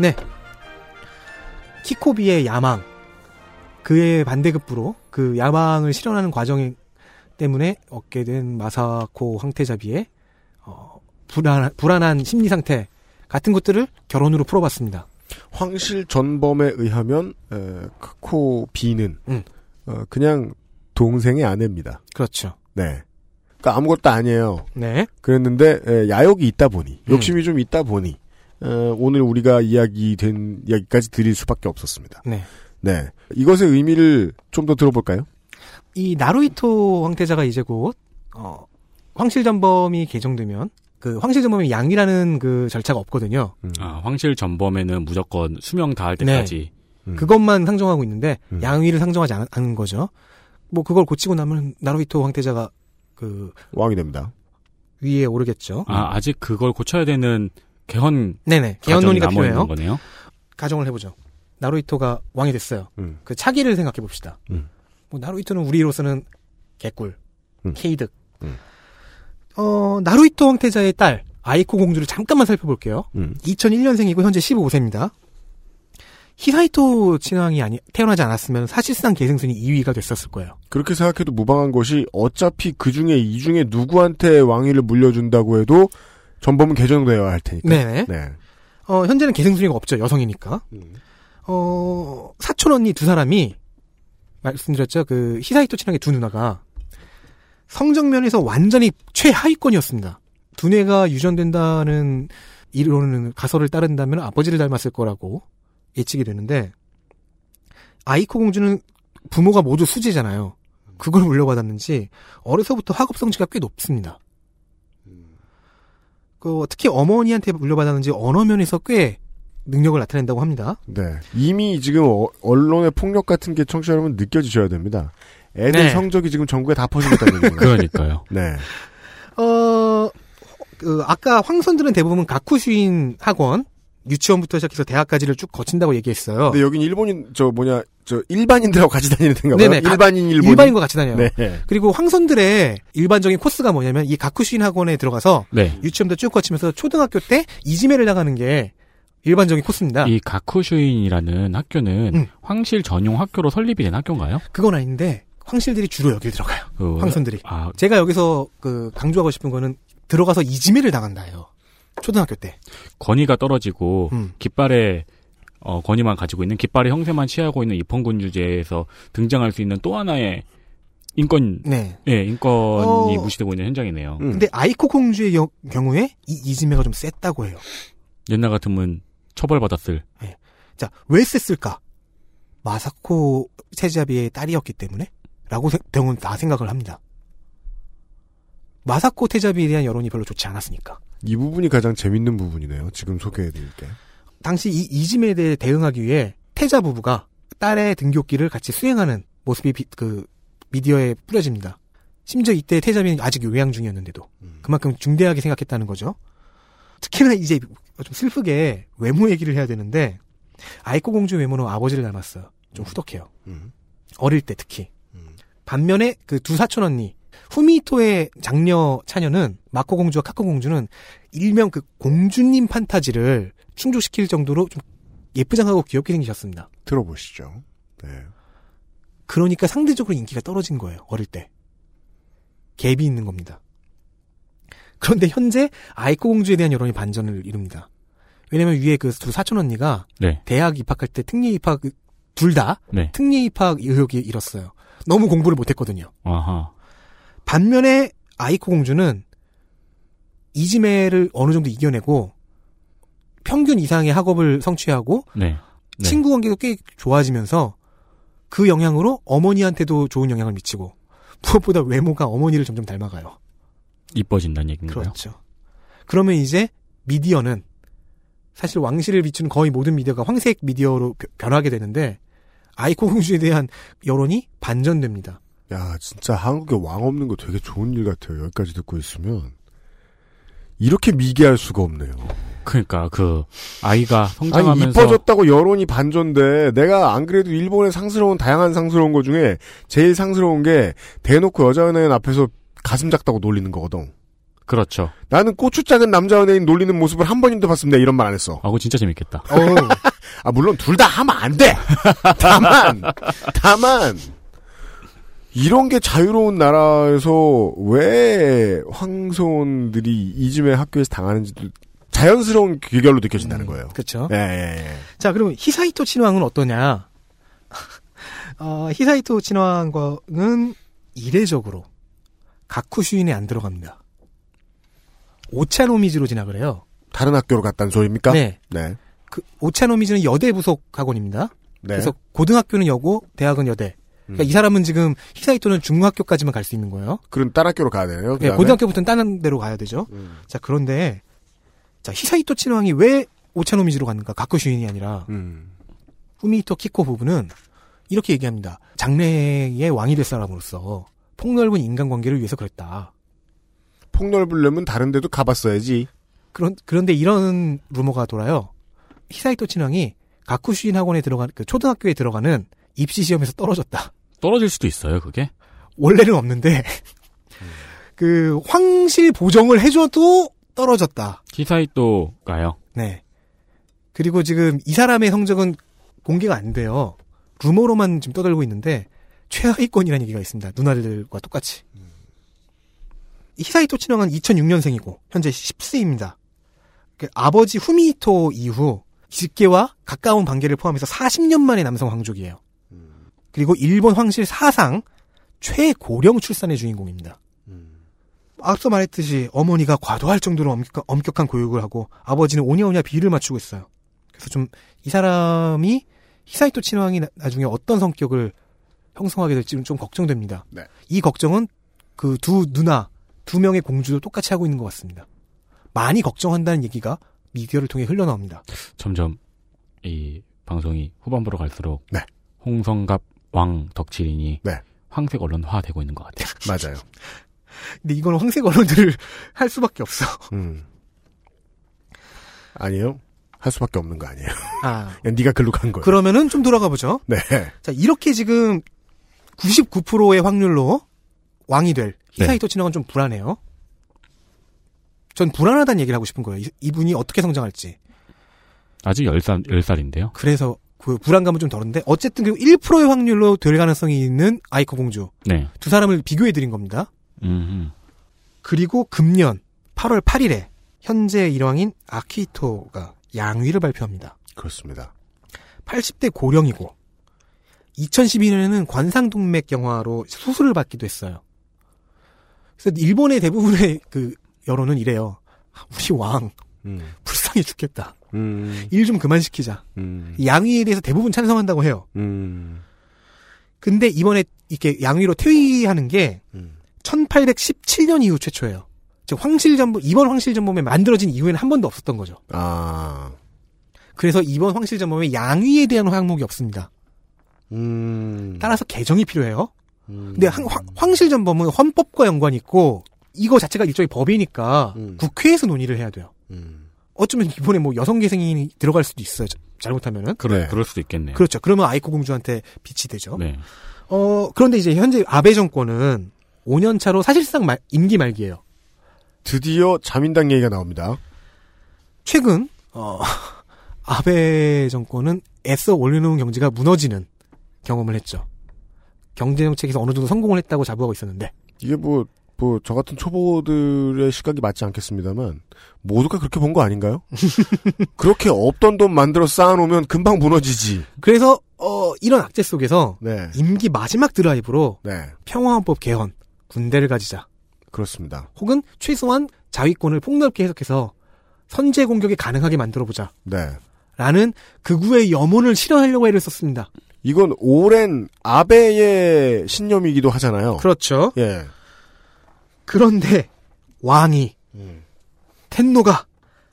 Speaker 4: 네. 키코비의 야망. 그의 반대급부로 그 야망을 실현하는 과정 때문에 얻게 된 마사코 황태자비의 어, 불안, 불안한 심리 상태 같은 것들을 결혼으로 풀어봤습니다.
Speaker 2: 황실 전범에 의하면 에, 크코 비는
Speaker 4: 음.
Speaker 2: 어, 그냥 동생의 아내입니다.
Speaker 4: 그렇죠.
Speaker 2: 네. 그러니까 아무것도 아니에요.
Speaker 4: 네.
Speaker 2: 그랬는데 에, 야욕이 있다 보니
Speaker 4: 음.
Speaker 2: 욕심이 좀 있다 보니 에, 오늘 우리가 이야기된 이야기까지 드릴 수밖에 없었습니다.
Speaker 4: 네.
Speaker 2: 네. 이것의 의미를 좀 더 들어볼까요?
Speaker 4: 이 나루히토 황태자가 이제 곧 어, 황실전범이 개정되면 그 황실전범이 양이라는 그 절차가 없거든요.
Speaker 3: 아, 황실 전범에는 무조건 수명 다할
Speaker 4: 네.
Speaker 3: 때까지
Speaker 4: 그것만 상정하고 있는데 양위를 상정하지 않, 않은 거죠. 뭐 그걸 고치고 나면 나루히토 황태자가 그
Speaker 2: 왕이 됩니다.
Speaker 4: 위에 오르겠죠.
Speaker 3: 아, 아직 그걸 고쳐야 되는 개헌 과정이
Speaker 4: 네네. 음. 개헌논의가
Speaker 3: 남아 있는
Speaker 4: 필요해요.
Speaker 3: 거네요.
Speaker 4: 가정을 해보죠. 나루히토가 왕이 됐어요.
Speaker 2: 음.
Speaker 4: 그 차기를 생각해 봅시다.
Speaker 2: 음.
Speaker 4: 뭐 나루히토는 우리로서는 개꿀,
Speaker 2: 음.
Speaker 4: 케이득.
Speaker 2: 음.
Speaker 4: 어 나루히토 황태자의 딸 아이코 공주를 잠깐만 살펴볼게요.
Speaker 2: 음.
Speaker 4: 2001년생이고 현재 15세입니다. 히사이토 친왕이 아니 태어나지 않았으면 사실상 계승순이 2위가 됐었을 거예요.
Speaker 2: 그렇게 생각해도 무방한 것이 어차피 그 중에 이 중에 누구한테 왕위를 물려준다고 해도 전범은 개정되어야 할 테니까.
Speaker 4: 네네.
Speaker 2: 네.
Speaker 4: 어, 현재는 계승순위가 없죠. 여성이니까. 어, 사촌 언니 두 사람이 말씀드렸죠. 그 히사히토 친하게 두 누나가 성적 면에서 완전히 최하위권이었습니다. 두뇌가 유전된다는 이론은 가설을 따른다면 아버지를 닮았을 거라고 예측이 되는데 아이코 공주는 부모가 모두 수지잖아요. 그걸 물려받았는지 어려서부터 학업 성취가 꽤 높습니다. 그 특히 어머니한테 물려받았는지 언어 면에서 꽤 능력을 나타낸다고 합니다.
Speaker 2: 네. 이미 지금 어- 언론의 폭력 같은 게 청취자 여러분 느껴지셔야 됩니다. 애들
Speaker 4: 네.
Speaker 2: 성적이 지금 전국에 다 퍼지겠다는 얘기예요.
Speaker 12: 그러니까요.
Speaker 2: 네.
Speaker 4: 어, 그 아까 황선들은 대부분 가쿠슈인 학원, 유치원부터 시작해서 대학까지를 쭉 거친다고 얘기했어요.
Speaker 2: 근데 여긴 일본인 저 뭐냐 저 일반인들하고 같이 다니는 데인가 봐요.
Speaker 4: 네네. 가-
Speaker 2: 일반인 일본
Speaker 4: 일반인과 같이 다녀요.
Speaker 2: 네.
Speaker 4: 그리고 황선들의 일반적인 코스가 뭐냐면 이 가쿠슈인 학원에 들어가서
Speaker 12: 네.
Speaker 4: 유치원도 쭉 거치면서 초등학교 때 이지메를 당하는 게 일반적인 코스입니다.
Speaker 2: 예.
Speaker 12: 이 가쿠슈인이라는 학교는 황실 전용 학교로 설립이 된 학교인가요?
Speaker 4: 그건 아닌데 황실들이 주로 여길 들어가요.
Speaker 12: 그-
Speaker 4: 황선들이.
Speaker 12: 아,
Speaker 4: 제가 여기서 그 강조하고 싶은 거는 들어가서 이지메를 당한다예요. 초등학교 때.
Speaker 12: 권위가 떨어지고
Speaker 4: 음.
Speaker 12: 깃발에 어, 권위만 가지고 있는 깃발의 형세만 취하고 있는 입헌군 주제에서 등장할 수 있는 또 하나의 인권
Speaker 4: 네.
Speaker 12: 예, 인권이
Speaker 4: 어.
Speaker 12: 무시되고 있는 현장이네요.
Speaker 4: 근데 아이코 공주의 경- 경우에 이 이지메가 좀 셌다고 해요.
Speaker 12: 옛날 같으면 처벌받았을
Speaker 4: 자, 왜 셌을까? 마사코 세자비의 딸이었기 때문에? 라고 세- 대부분 다 생각을 합니다. 마사코 테자비에 대한 여론이 별로 좋지 않았으니까.
Speaker 2: 이 부분이 가장 재밌는 부분이네요. 지금 소개해드릴 게.
Speaker 4: 당시 이 이짐에 대해 대응하기 위해 테자 부부가 딸의 등교길을 같이 수행하는 모습이 비- 그 미디어에 뿌려집니다. 심지어 이때 테자비는 아직 요양 중이었는데도 그만큼 중대하게 생각했다는 거죠. 특히나 이제 좀 슬프게 외모 얘기를 해야 되는데 아이코 공주 외모는 아버지를 닮았어요. 좀 후덕해요.
Speaker 2: 음,
Speaker 4: 어릴 때 특히. 반면에 그 두 사촌 언니 후미토의 장녀 차녀는 마코 공주와 카코 공주는 일명 그 공주님 판타지를 충족시킬 정도로 좀 예쁘장하고 귀엽게 생기셨습니다.
Speaker 2: 들어보시죠. 네.
Speaker 4: 그러니까 상대적으로 인기가 떨어진 거예요. 어릴 때. 갭이 있는 겁니다. 그런데 현재 아이코 공주에 대한 여론이 반전을 이룹니다. 왜냐면 위에 그 두 사촌 언니가
Speaker 12: 네.
Speaker 4: 대학 입학할 때 특례 입학 둘 다
Speaker 12: 네.
Speaker 4: 특례 입학 의혹이 일었어요. 너무 공부를 못했거든요.
Speaker 12: 아하.
Speaker 4: 반면에 아이코 공주는 이지메를 어느 정도 이겨내고 평균 이상의 학업을 성취하고
Speaker 12: 네. 네.
Speaker 4: 친구 관계도 꽤 좋아지면서 그 영향으로 어머니한테도 좋은 영향을 미치고 무엇보다 외모가 어머니를 점점 닮아가요.
Speaker 12: 이뻐진다는 얘기인가요?
Speaker 4: 그렇죠. 그러면 이제 미디어는 사실 왕실을 비추는 거의 모든 미디어가 황색 미디어로 변- 변하게 되는데 아이코 공주에 대한 여론이 반전됩니다.
Speaker 2: 야, 진짜 한국에 왕 없는 거 되게 좋은 일 같아요. 여기까지 듣고 있으면. 이렇게 미개할 수가 없네요.
Speaker 12: 그러니까 그 아이가
Speaker 2: 아니,
Speaker 12: 성장하면서
Speaker 2: 이뻐졌다고 여론이 반전돼. 내가 안 그래도 일본의 상스러운, 다양한 상스러운 것 중에 제일 상스러운 게 대놓고 여자 연예인 앞에서 가슴 작다고 놀리는 거거든.
Speaker 12: 그렇죠.
Speaker 2: 나는 고추 작은 남자 연예인 놀리는 모습을 한 번도 봤습니다. 이런 말 안 했어.
Speaker 12: 아고 진짜 재밌겠다.
Speaker 2: 아, 물론 둘 다 하면 안 돼! 다만, 다만, 이런 게 자유로운 나라에서 왜 황소원들이 이즘의 학교에서 당하는지도 자연스러운 귀결로 느껴진다는 거예요.
Speaker 4: 그렇죠.
Speaker 2: 예, 예, 예.
Speaker 4: 자, 그럼 히사이토 친왕은 어떠냐? 어, 히사이토 친왕과는 이례적으로 가쿠슈인에 안 들어갑니다. 오차노미즈로 진학을 해요.
Speaker 2: 다른 학교로 갔다는 소리입니까?
Speaker 4: 네.
Speaker 2: 네.
Speaker 4: 그 오차노미즈는 여대 부속 학원입니다.
Speaker 2: 네.
Speaker 4: 그래서 고등학교는 여고, 대학은 여대. 그러니까
Speaker 2: 음.
Speaker 4: 이 사람은 지금 히사이토는 중학교까지만 갈 수 있는 거예요.
Speaker 2: 그럼 딸 학교로 가야 되네요.
Speaker 4: 네,
Speaker 2: 그다음에? 음.
Speaker 4: 고등학교부터는 다른 데로 가야 되죠. 자, 그런데 자, 히사이토 친왕이 왜 오차노미즈로 갔는가? 가쿠슈인이 아니라
Speaker 2: 음.
Speaker 4: 후미토 키코 부부는 이렇게 얘기합니다. 장래의 왕이 될 사람으로서 폭넓은 인간관계를 위해서 그랬다.
Speaker 2: 폭넓으려면 다른 데도 가봤어야지.
Speaker 4: 그런 그런데 이런 루머가 돌아요. 히사이토 친왕이 가쿠슈인 학원에 들어간 그 초등학교에 들어가는 입시 시험에서 떨어졌다.
Speaker 12: 떨어질 수도 있어요, 그게.
Speaker 4: 원래는 없는데 그 황실 보정을 해줘도 떨어졌다.
Speaker 12: 히사이또 가요.
Speaker 4: 네. 그리고 지금 이 사람의 성적은 공개가 안 돼요. 루머로만 지금 떠들고 있는데 최하위권이라는 얘기가 있습니다. 누나들과 똑같이. 이 히사이토 친왕은 2006년생이고 현재 10세입니다. 그 아버지 후미히토 이후 직계와 가까운 관계를 포함해서 40년 만의 남성 황족이에요. 그리고 일본 황실 사상 최고령 출산의 주인공입니다. 앞서 말했듯이 어머니가 과도할 정도로 엄격한, 엄격한 교육을 하고 아버지는 오냐오냐 비를 맞추고 있어요. 그래서 좀 이 사람이 히사이토 친왕이 나- 나중에 어떤 성격을 형성하게 될지는 좀 걱정됩니다.
Speaker 2: 네.
Speaker 4: 이 걱정은 그 두 누나 두 명의 공주도 똑같이 하고 있는 것 같습니다. 많이 걱정한다는 얘기가 미디어를 통해 흘러나옵니다.
Speaker 12: 점점 이 방송이 후반부로 갈수록
Speaker 2: 네.
Speaker 12: 홍성갑 왕 덕질인이
Speaker 2: 네.
Speaker 12: 황색 언론화 되고 있는 것 같아요.
Speaker 2: 맞아요.
Speaker 4: 근데 이건 황색 언론들을 할 수밖에 없어.
Speaker 2: 음. 아니요. 할 수밖에 없는 거 아니에요.
Speaker 4: 아.
Speaker 2: 야, 네가 글로 간 거예요.
Speaker 4: 그러면은 좀 돌아가 보죠.
Speaker 2: 네.
Speaker 4: 자, 이렇게 지금 99%의 확률로 왕이 될 히사이토 친왕은 좀 불안해요. 전 불안하다는 얘기를 하고 싶은 거예요. 이- 이분이 어떻게 성장할지.
Speaker 12: 아직 10살, 10살인데요.
Speaker 4: 그래서 그 불안감은 좀 덜은데 어쨌든 그리고 1%의 확률로 될 가능성이 있는 아이코 공주.
Speaker 12: 네.
Speaker 4: 두 사람을 비교해 드린 겁니다.
Speaker 12: 음,
Speaker 2: 네.
Speaker 4: 그리고 금년 8월 8일에 현재 일왕인 아키토가 양위를 발표합니다.
Speaker 2: 그렇습니다.
Speaker 4: 80대 고령이고 2012년에는 관상동맥 경화로 수술을 받기도 했어요. 그래서 일본의 대부분의 그 여론은 이래요. 아, 우리 왕
Speaker 2: 음.
Speaker 4: 불쌍해 죽겠다.
Speaker 2: 음.
Speaker 4: 일 좀 그만 시키자.
Speaker 2: 음.
Speaker 4: 이 양위에 대해서 대부분 찬성한다고 해요.
Speaker 2: 음.
Speaker 4: 근데 이번에 이렇게 양위로 퇴위하는 게 1817년 이후 최초예요. 즉 황실전부 이번 황실전범에 만들어진 이후에는 한 번도 없었던 거죠.
Speaker 2: 아.
Speaker 4: 그래서 이번 황실전범에 양위에 대한 항목이 없습니다.
Speaker 2: 음.
Speaker 4: 따라서 개정이 필요해요. 근데 항- 황- 황실전범은 헌법과 연관이 있고 이거 자체가 일종의 법이니까 국회에서 논의를 해야 돼요. 어쩌면 이번에 뭐 여성계생이 들어갈 수도 있어요. 자- 잘못하면은.
Speaker 12: 그래, 그럴 수도 있겠네요.
Speaker 4: 그렇죠. 그러면 아이코 공주한테 빛이 되죠.
Speaker 12: 네.
Speaker 4: 어, 그런데 이제 현재 아베 정권은 5년 차로 사실상 말- 임기 말기예요.
Speaker 2: 드디어 자민당 얘기가 나옵니다.
Speaker 4: 최근 어, 아베 정권은 애써 올려놓은 경제가 무너지는 경험을 했죠. 경제 정책에서 어느 정도 성공을 했다고 자부하고 있었는데
Speaker 2: 이게 뭐, 뭐, 저 같은 초보들의 시각이 맞지 않겠습니다만, 모두가 그렇게 본 거 아닌가요? 그렇게 없던 돈 만들어 쌓아놓으면 금방 무너지지.
Speaker 4: 그래서 어, 이런 악재 속에서
Speaker 2: 네.
Speaker 4: 임기 마지막 드라이브로
Speaker 2: 네.
Speaker 4: 평화헌법 개헌, 군대를 가지자,
Speaker 2: 그렇습니다.
Speaker 4: 혹은 최소한 자위권을 폭넓게 해석해서 선제 공격이 가능하게 만들어보자.
Speaker 2: 네.
Speaker 4: 라는 극우의 염원을 실현하려고 애를 썼습니다.
Speaker 2: 이건 오랜 아베의 신념이기도 하잖아요.
Speaker 4: 그렇죠.
Speaker 2: 예.
Speaker 4: 그런데 왕이
Speaker 2: 음.
Speaker 4: 텐노가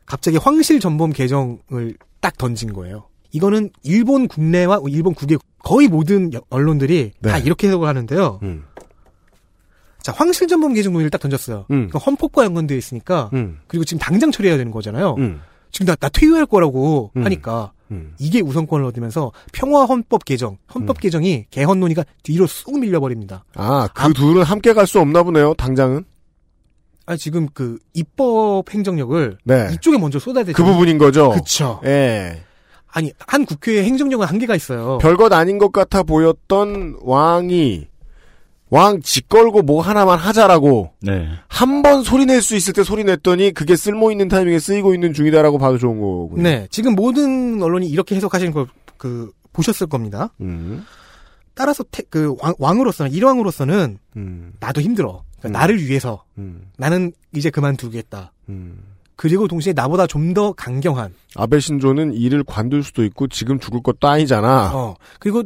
Speaker 4: 갑자기 황실 전범 개정을 딱 던진 거예요. 이거는 일본 국내와 일본 국외 거의 모든 여- 언론들이
Speaker 2: 네.
Speaker 4: 다 이렇게 해석을 하는데요.
Speaker 2: 음.
Speaker 4: 자, 황실 전범 개정 논의를 딱 던졌어요.
Speaker 2: 음.
Speaker 4: 그건 헌법과 연관되어 있으니까
Speaker 2: 음.
Speaker 4: 그리고 지금 당장 처리해야 되는 거잖아요.
Speaker 2: 음.
Speaker 4: 지금 나, 나 퇴위할 거라고
Speaker 2: 음.
Speaker 4: 하니까
Speaker 2: 음.
Speaker 4: 이게 우선권을 얻으면서 평화 헌법 개정, 헌법 개정이 개헌 논의가 뒤로 쑥 밀려버립니다.
Speaker 2: 아, 그 둘은 함께 갈 수 없나 보네요, 당장은.
Speaker 4: 아 지금 그 입법 행정력을
Speaker 2: 네.
Speaker 4: 이쪽에 먼저 쏟아대죠.
Speaker 2: 그 부분인 거죠?
Speaker 4: 그쵸.
Speaker 2: 예.
Speaker 4: 아니 한 국회의 행정력은 한계가 있어요.
Speaker 2: 별것 아닌 것 같아 보였던 왕이, 왕 짓걸고 뭐 하나만 하자라고,
Speaker 12: 네.
Speaker 2: 한 번 소리낼 수 있을 때 소리냈더니, 그게 쓸모있는 타이밍에 쓰이고 있는 중이다라고 봐도 좋은 거군요.
Speaker 4: 네, 지금 모든 언론이 이렇게 해석하시는 걸 그 보셨을 겁니다.
Speaker 2: 음.
Speaker 4: 따라서 태- 그 왕, 왕으로서는 일왕으로서는
Speaker 2: 음.
Speaker 4: 나도 힘들어. 그러니까 나를 위해서
Speaker 2: 음.
Speaker 4: 나는 이제 그만두겠다.
Speaker 2: 음.
Speaker 4: 그리고 동시에 나보다 좀 더 강경한.
Speaker 2: 아베 신조는 일을 관둘 수도 있고, 지금 죽을 것도 아니잖아.
Speaker 4: 어 그리고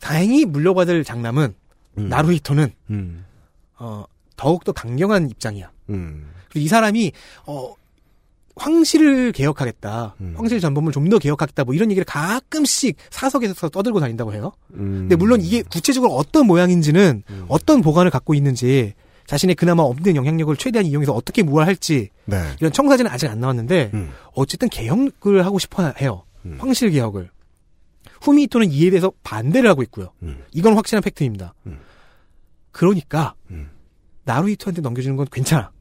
Speaker 4: 다행히 물려받을 장남은
Speaker 2: 음.
Speaker 4: 나루히토는
Speaker 2: 음.
Speaker 4: 어 더욱 더 강경한 입장이야.
Speaker 2: 음.
Speaker 4: 그리고 이 사람이 어 황실을 개혁하겠다.
Speaker 2: 음.
Speaker 4: 황실 전범을 좀 더 개혁하겠다. 뭐 이런 얘기를 가끔씩 사석에서 떠들고 다닌다고 해요.
Speaker 2: 음.
Speaker 4: 근데 네, 물론 이게 구체적으로 어떤 모양인지는 어떤 보관을 갖고 있는지 자신의 그나마 없는 영향력을 최대한 이용해서 어떻게 모아할지
Speaker 2: 네.
Speaker 4: 이런 청사진은 아직 안 나왔는데 어쨌든 개혁을 하고 싶어 해요. 황실 개혁을. 후미히토는 이에 대해서 반대를 하고 있고요. 이건 확실한 팩트입니다. 그러니까 나루히토한테 넘겨주는 건 괜찮아.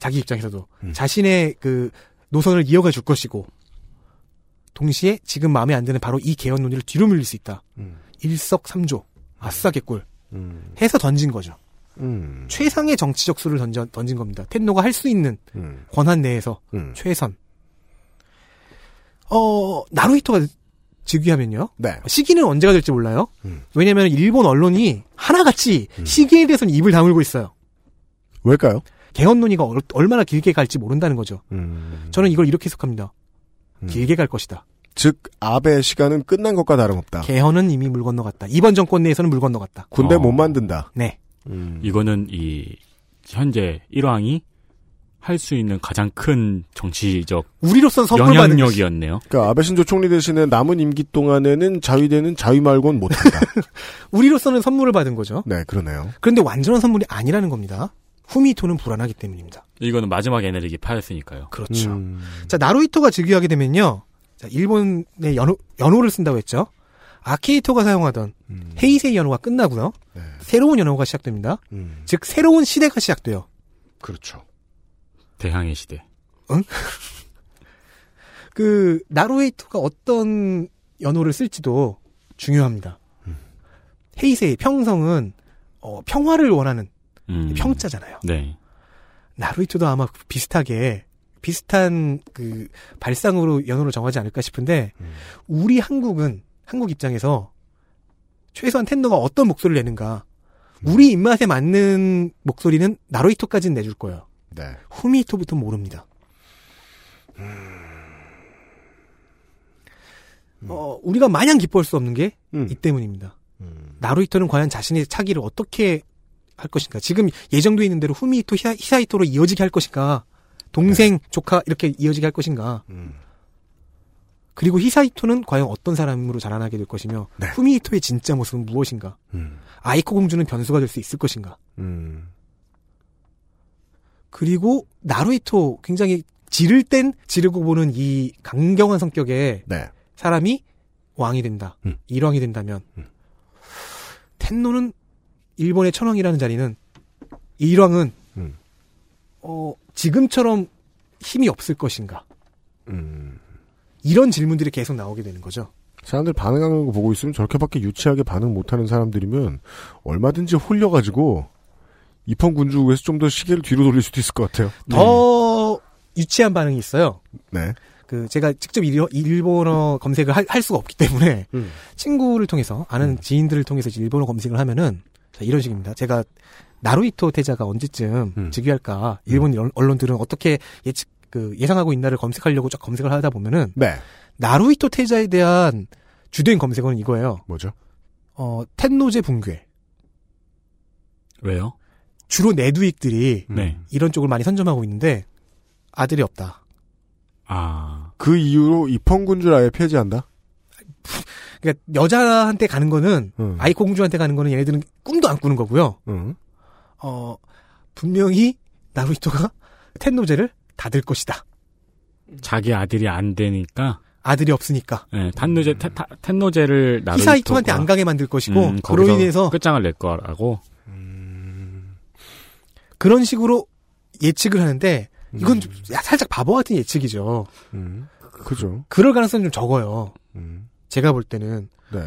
Speaker 4: 자기 입장에서도 자신의 그 노선을 이어가 줄 것이고 동시에 지금 마음에 안 드는 바로 이 개헌 논의를 뒤로 밀릴 수 있다. 일석삼조 아싸 개꿀
Speaker 2: 음.
Speaker 4: 해서 던진 거죠.
Speaker 2: 음.
Speaker 4: 최상의 정치적 수를 던져, 던진 겁니다. 텐노가 할 수 있는
Speaker 2: 음.
Speaker 4: 권한 내에서
Speaker 2: 음.
Speaker 4: 최선. 어 나루히토가 즉위하면요.
Speaker 2: 네.
Speaker 4: 시기는 언제가 될지 몰라요.
Speaker 12: 음.
Speaker 4: 왜냐하면 일본 언론이 하나같이 시기에 대해서는 입을 다물고 있어요.
Speaker 2: 왜일까요?
Speaker 4: 개헌 논의가 얼- 얼마나 길게 갈지 모른다는 거죠.
Speaker 2: 음.
Speaker 12: 음.
Speaker 4: 저는 이걸 이렇게 해석합니다. 길게 갈 것이다.
Speaker 2: 즉 아베 시간은 끝난 것과
Speaker 12: 아.
Speaker 2: 다름없다.
Speaker 4: 개헌은 이미 물 건너갔다. 이번 정권 내에서는 물 건너갔다.
Speaker 2: 군대
Speaker 4: 어.
Speaker 2: 못 만든다.
Speaker 4: 네.
Speaker 2: 음.
Speaker 12: 이거는 이 현재 일왕이 할 수 있는 가장 큰 정치적
Speaker 4: 우리로선
Speaker 2: 선물 받은
Speaker 12: 영향력이었네요.
Speaker 2: 그러니까 아베 신조 총리 대신에 남은 임기 동안에는 자위대는 자위 말곤 못한다.
Speaker 4: 우리로서는 선물을 받은 거죠.
Speaker 2: 네, 그러네요.
Speaker 4: 그런데 완전한 선물이 아니라는 겁니다. 후미토는 불안하기 때문입니다.
Speaker 12: 이거는 마지막 에너지 팔았으니까요.
Speaker 4: 그렇죠.
Speaker 2: 음.
Speaker 4: 자, 나루히토가 즉위하게 되면요. 자, 일본의 연호, 연호를 쓴다고 했죠. 아키히토가 사용하던
Speaker 2: 음.
Speaker 4: 헤이세이 연호가 끝나고요. 새로운 연호가 시작됩니다.
Speaker 2: 음.
Speaker 4: 즉, 새로운 시대가 시작돼요.
Speaker 2: 그렇죠.
Speaker 12: 대항해 시대.
Speaker 4: 응? 그, 나루히토가 어떤 연호를 쓸지도 중요합니다. 헤이세이, 평성은, 어, 평화를 원하는
Speaker 12: 음.
Speaker 4: 평자잖아요.
Speaker 12: 네.
Speaker 4: 나루히토도 아마 비슷하게 비슷한 그 발상으로 연호를 정하지 않을까 싶은데 우리 한국은 한국 입장에서 최소한 텐더가 어떤 목소리를 내는가 우리 입맛에 맞는 목소리는 나루히토까지는 내줄 거예요.
Speaker 2: 네.
Speaker 4: 후미히토부터 모릅니다. 어, 우리가 마냥 기뻐할 수 없는 게 이
Speaker 2: 음.
Speaker 4: 때문입니다. 나루히토는 과연 자신의 차기를 어떻게 할 것인가. 지금 예정돼 있는 대로 후미히토 히사- 히사히토로 이어지게 할 것인가. 동생, 조카 이렇게 이어지게 할 것인가.
Speaker 2: 음.
Speaker 4: 그리고 히사히토는 과연 어떤 사람으로 자라나게 될 것이며 후미히토의 진짜 모습은 무엇인가.
Speaker 2: 음.
Speaker 4: 아이코 공주는 변수가 될 수 있을 것인가. 그리고 나루히토 굉장히 지를 땐 지르고 보는 이 강경한 성격의
Speaker 2: 네.
Speaker 4: 사람이 왕이 된다. 일왕이 된다면 텐노는 일본의 천왕이라는 자리는 일왕은 어, 지금처럼 힘이 없을 것인가?
Speaker 2: 음.
Speaker 4: 이런 질문들이 계속 나오게 되는 거죠.
Speaker 2: 사람들 반응하는 거 보고 있으면 저렇게밖에 유치하게 반응 못하는 사람들이면 얼마든지 홀려가지고 입헌 군주국에서 좀 더 시계를 뒤로 돌릴 수도 있을 것 같아요.
Speaker 3: 네.
Speaker 4: 더 유치한 반응이 있어요.
Speaker 2: 네.
Speaker 4: 그 제가 직접 일- 일본어 검색을 할, 할 수가 없기 때문에
Speaker 2: 음.
Speaker 4: 친구를 통해서 아는 지인들을 통해서 이제 일본어 검색을 하면은 자, 이런 식입니다. 제가 나루히토 태자가 언제쯤 즉위할까 일본 연- 언론들은 어떻게 예측 그 예상하고 있나를 검색하려고 쫙 검색을 하다 보면은
Speaker 2: 네.
Speaker 4: 나루히토 태자에 대한 주된 검색어는 이거예요.
Speaker 2: 뭐죠?
Speaker 4: 어 텐노제 붕괴.
Speaker 12: 네. 왜요?
Speaker 4: 주로 내두익들이
Speaker 2: 음.
Speaker 12: 네.
Speaker 4: 이런 쪽을 많이 선점하고 있는데 아들이 없다.
Speaker 12: 아.
Speaker 2: 그 이후로 입헌 군주를 아예 폐지한다?
Speaker 4: 그러니까 여자한테 가는 거는
Speaker 2: 음.
Speaker 4: 아이코 음. 공주한테 가는 거는 얘네들은 꿈도 안 꾸는 거고요. 어 분명히 나루히토가 텐노제를 닫을 것이다.
Speaker 12: 자기 아들이 안 되니까
Speaker 4: 아들이 없으니까
Speaker 12: 네, 탄노제 태- 타- 텐노제를 나를
Speaker 4: 히사히토한테 안 가게 음, 만들 것이고 그로 인해서
Speaker 12: 끝장을 낼 거라고
Speaker 2: 음.
Speaker 4: 그런 식으로 예측을 하는데 이건 좀 야- 살짝 바보 같은 예측이죠.
Speaker 2: 음. 그죠. 음.
Speaker 4: 그럴 가능성이 좀 적어요. 제가 볼 때는
Speaker 2: 네.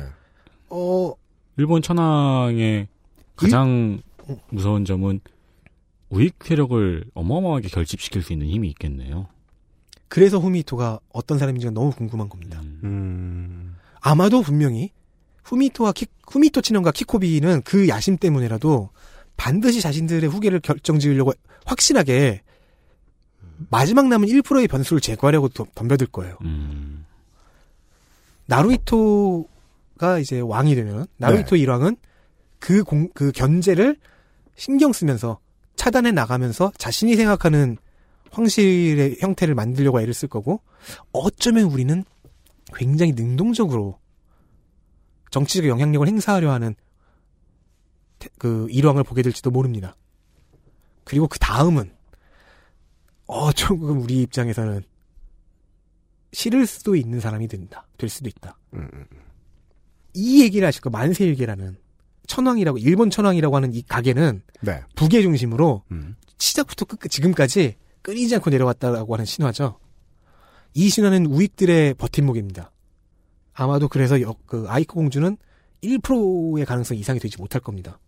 Speaker 4: 어
Speaker 12: 일본 천황의 가장 무서운 점은 우익 세력을 어마어마하게 결집시킬 수 있는 힘이 있겠네요.
Speaker 4: 그래서 후미토가 어떤 사람인지가 너무 궁금한 겁니다.
Speaker 2: 음.
Speaker 4: 음. 아마도 분명히 후미토와 키, 후미토 친형과 키코비는 그 야심 때문에라도 반드시 자신들의 후계를 결정지으려고 확실하게 마지막 남은 1%의 변수를 제거하려고 덤- 덤벼들 거예요.
Speaker 12: 음.
Speaker 4: 나루히토가 이제 왕이 되면 나루히토 일왕은 그, 공, 그 견제를 신경 쓰면서 차단해 나가면서 자신이 생각하는 황실의 형태를 만들려고 애를 쓸 거고 어쩌면 우리는 굉장히 능동적으로 정치적 영향력을 행사하려 하는 태- 그 일왕을 보게 될지도 모릅니다. 그리고 그 다음은 어 조금 우리 입장에서는 싫을 수도 있는 사람이 된다. 될 수도 있다.
Speaker 2: 음,
Speaker 4: 이 얘기를 아실 거 만세일계라는 천황이라고 일본 천황이라고 하는 이 가게는
Speaker 2: 네. 음.
Speaker 4: 북의 중심으로 시작부터 끝 지금까지 끊이지 않고 내려왔다라고 하는 신화죠. 이 신화는 우익들의 버팀목입니다. 아마도 그래서 역, 그 아이코 공주는 1%의 가능성 이상이 되지 못할 겁니다.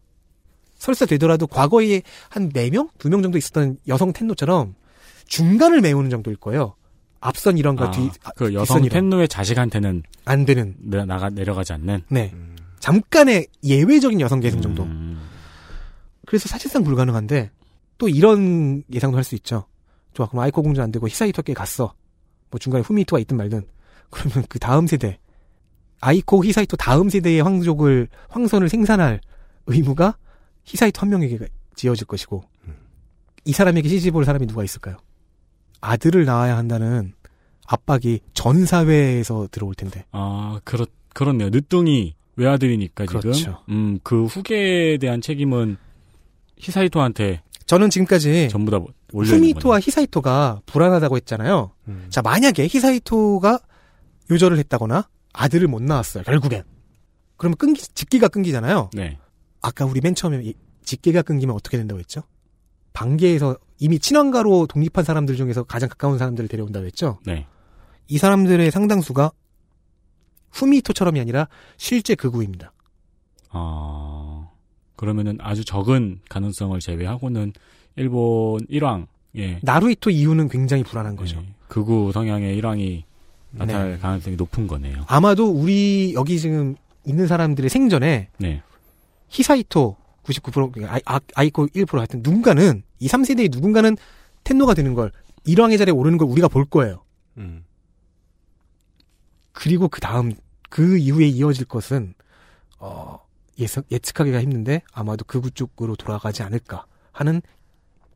Speaker 4: 설사 되더라도 과거에 한 4명? 2명 정도 있었던 여성 텐노처럼 중간을 메우는 정도일 거예요. 앞선 이런과
Speaker 12: 아,
Speaker 4: 뒤, 아,
Speaker 12: 그 여성
Speaker 4: 뒷선 이런.
Speaker 12: 텐노의 자식한테는
Speaker 4: 안 되는
Speaker 12: 내, 나가 내려가지 않는
Speaker 4: 네.
Speaker 12: 음.
Speaker 4: 잠깐의 예외적인 여성 계승 정도. 그래서 사실상 불가능한데 또 이런 예상도 할 수 있죠. 좋아, 그럼 아이코 공전 안 되고 히사이토 학교에 갔어. 뭐 중간에 후미토가 있든 말든. 그러면 그 다음 세대, 아이코 히사이토 다음 세대의 황족을, 황선을 생산할 의무가 히사이토 한 명에게 지어질 것이고,
Speaker 12: 음.
Speaker 4: 이 사람에게 시집 올 사람이 누가 있을까요? 아들을 낳아야 한다는 압박이 전 사회에서 들어올 텐데.
Speaker 12: 아, 그렇, 그렇네요. 늦둥이 외아들이니까 지금.
Speaker 4: 그렇죠.
Speaker 12: 음, 그 후계에 대한 책임은 히사이토한테
Speaker 4: 저는 지금까지
Speaker 12: 전부 다 올려있는 음.
Speaker 4: 네. 후미토와 히사이토가 불안하다고 했잖아요. 자, 만약에 히사이토가 요절을 했다거나 아들을 못 낳았어요, 결국엔. 그러면 끊기, 직기가 끊기잖아요.
Speaker 12: 네.
Speaker 4: 아까 우리 맨 처음에 이- 직계가 끊기면 어떻게 된다고 했죠? 반계에서 이미 친왕가로 독립한 사람들 중에서 가장 가까운 사람들을 데려온다고 했죠?
Speaker 12: 네.
Speaker 4: 이 사람들의 상당수가 후미토처럼이 아니라 실제 극우입니다.
Speaker 12: 어, 그러면은 아주 적은 가능성을 제외하고는 일본 일왕, 예. 네.
Speaker 4: 나루히토 이후는 굉장히 불안한 거죠.
Speaker 12: 극우 성향의 일왕이 나타날 가능성이 높은 거네요.
Speaker 4: 아마도 우리 여기 지금 있는 사람들의 생전에
Speaker 12: 네.
Speaker 4: 히사이토 99% 아이- 아, 아이코 1% 하여튼 누군가는 이 3세대의 누군가는 텐노가 되는 걸 일왕의 자리에 오르는 걸 우리가 볼 거예요. 그리고 그 다음 그 이후에 이어질 것은 어, 예상, 예측하기가 힘든데 아마도 그구 쪽으로 돌아가지 않을까 하는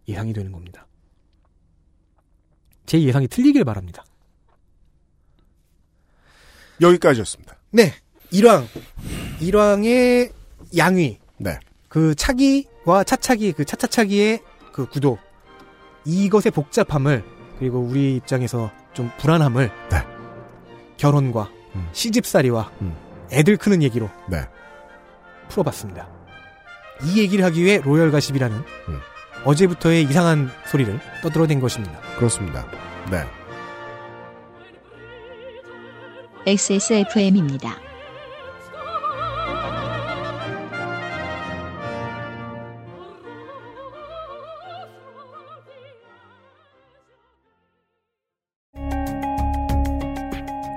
Speaker 4: 예상이 되는 겁니다. 제 예상이 틀리길 바랍니다.
Speaker 2: 여기까지였습니다.
Speaker 4: 네. 일왕. 일왕의 양위.
Speaker 2: 네.
Speaker 4: 그 차기와 차차기, 그 차차차기의 그 구도. 이것의 복잡함을, 그리고 우리 입장에서 좀 불안함을. 결혼과 시집살이와 애들 크는 얘기로.
Speaker 2: 네.
Speaker 4: 풀어봤습니다. 이 얘기를 하기 위해 로열 가십이라는 어제부터의 이상한 소리를 떠들어댄 것입니다.
Speaker 2: 그렇습니다. 네.
Speaker 1: XSFM입니다.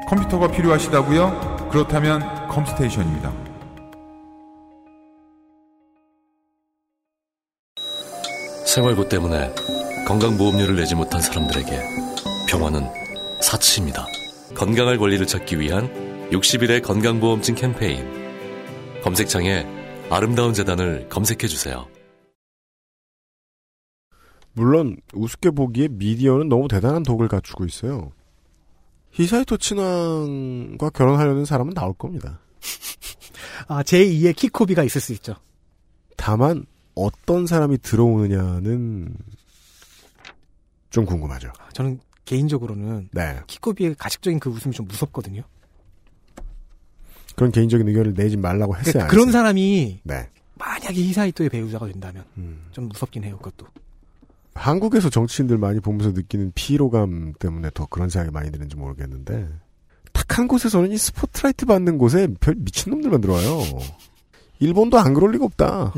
Speaker 13: 컴퓨터가 필요하시다고요? 그렇다면 컴스테이션입니다.
Speaker 7: 생활고 때문에 건강보험료를 내지 못한 사람들에게 병원은 사치입니다. 건강할 권리를 찾기 위한 60일의 건강보험증 캠페인 검색창에 아름다운 재단을 검색해 주세요.
Speaker 2: 물론 우습게 보기에 미디어는 너무 대단한 독을 갖추고 있어요. 히사이토 친왕과 결혼하려는 사람은 나올 겁니다.
Speaker 4: 아, 제2의 키코비가 있을 수 있죠.
Speaker 2: 다만 어떤 사람이 들어오느냐는 좀 궁금하죠.
Speaker 4: 저는 개인적으로는
Speaker 2: 네.
Speaker 4: 키코비의 가식적인 그 웃음이 좀 무섭거든요.
Speaker 2: 그런 개인적인 의견을 내지 말라고 했어요.
Speaker 4: 그러니까 그런 사람이
Speaker 2: 네.
Speaker 4: 만약에 히사이토의 배우자가 된다면 좀 무섭긴 해요, 그것도.
Speaker 2: 음. 한국에서 정치인들 많이 보면서 느끼는 피로감 때문에 더 그런 생각이 많이 드는지 모르겠는데 탁 한 곳에서는 이 스포트라이트 받는 곳에 별 미친놈들만 들어와요. 일본도 안 그럴 리가 없다.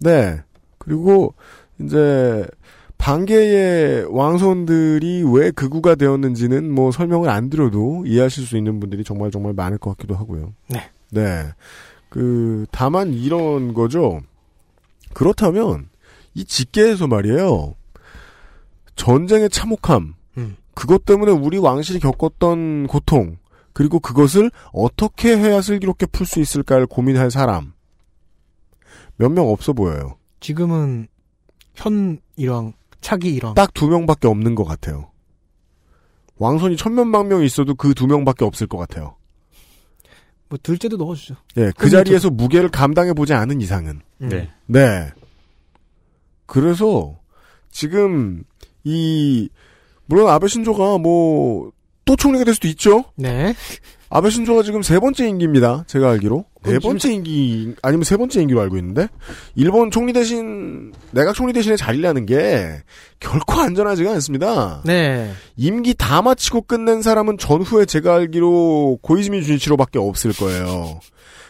Speaker 2: 네. 그리고 이제 반개의 왕손들이 왜 극우가 되었는지는 뭐 설명을 안 드려도 이해하실 수 있는 분들이 정말 정말 많을 것 같기도 하고요.
Speaker 4: 네.
Speaker 2: 네. 그 다만 이런 거죠. 그렇다면 이 직계에서 말이에요. 전쟁의 참혹함,
Speaker 4: 음.
Speaker 2: 그것 때문에 우리 왕실이 겪었던 고통, 그리고 그것을 어떻게 해야 슬기롭게 풀 수 있을까를 고민할 사람. 몇 명 없어 보여요.
Speaker 4: 지금은 현 일왕, 차기 일왕.
Speaker 2: 딱 두 명밖에 없는 것 같아요. 왕손이 천면만 명 있어도 그 두 명밖에 없을 것 같아요.
Speaker 4: 뭐 둘째도 넣어주죠.
Speaker 2: 예, 그
Speaker 4: 그건
Speaker 2: 자리에서 무게를 감당해 보지 않은 이상은.
Speaker 4: 음. 네.
Speaker 2: 네. 그래서 지금 이 물론 아베 신조가 뭐 또 총리가 될 수도 있죠.
Speaker 4: 네.
Speaker 2: 아베 신조가 지금 세 번째 임기입니다. 제가 알기로 네
Speaker 13: 그럼 지금-
Speaker 2: 번째 임기 아니면 세 번째 임기로 알고 있는데 일본 총리 대신 내각 총리 대신에 자리라는 게 결코 안전하지가 않습니다.
Speaker 4: 네.
Speaker 2: 임기 다 마치고 끝낸 사람은 전후에 제가 알기로 고이즈미 준이치로밖에 없을 거예요.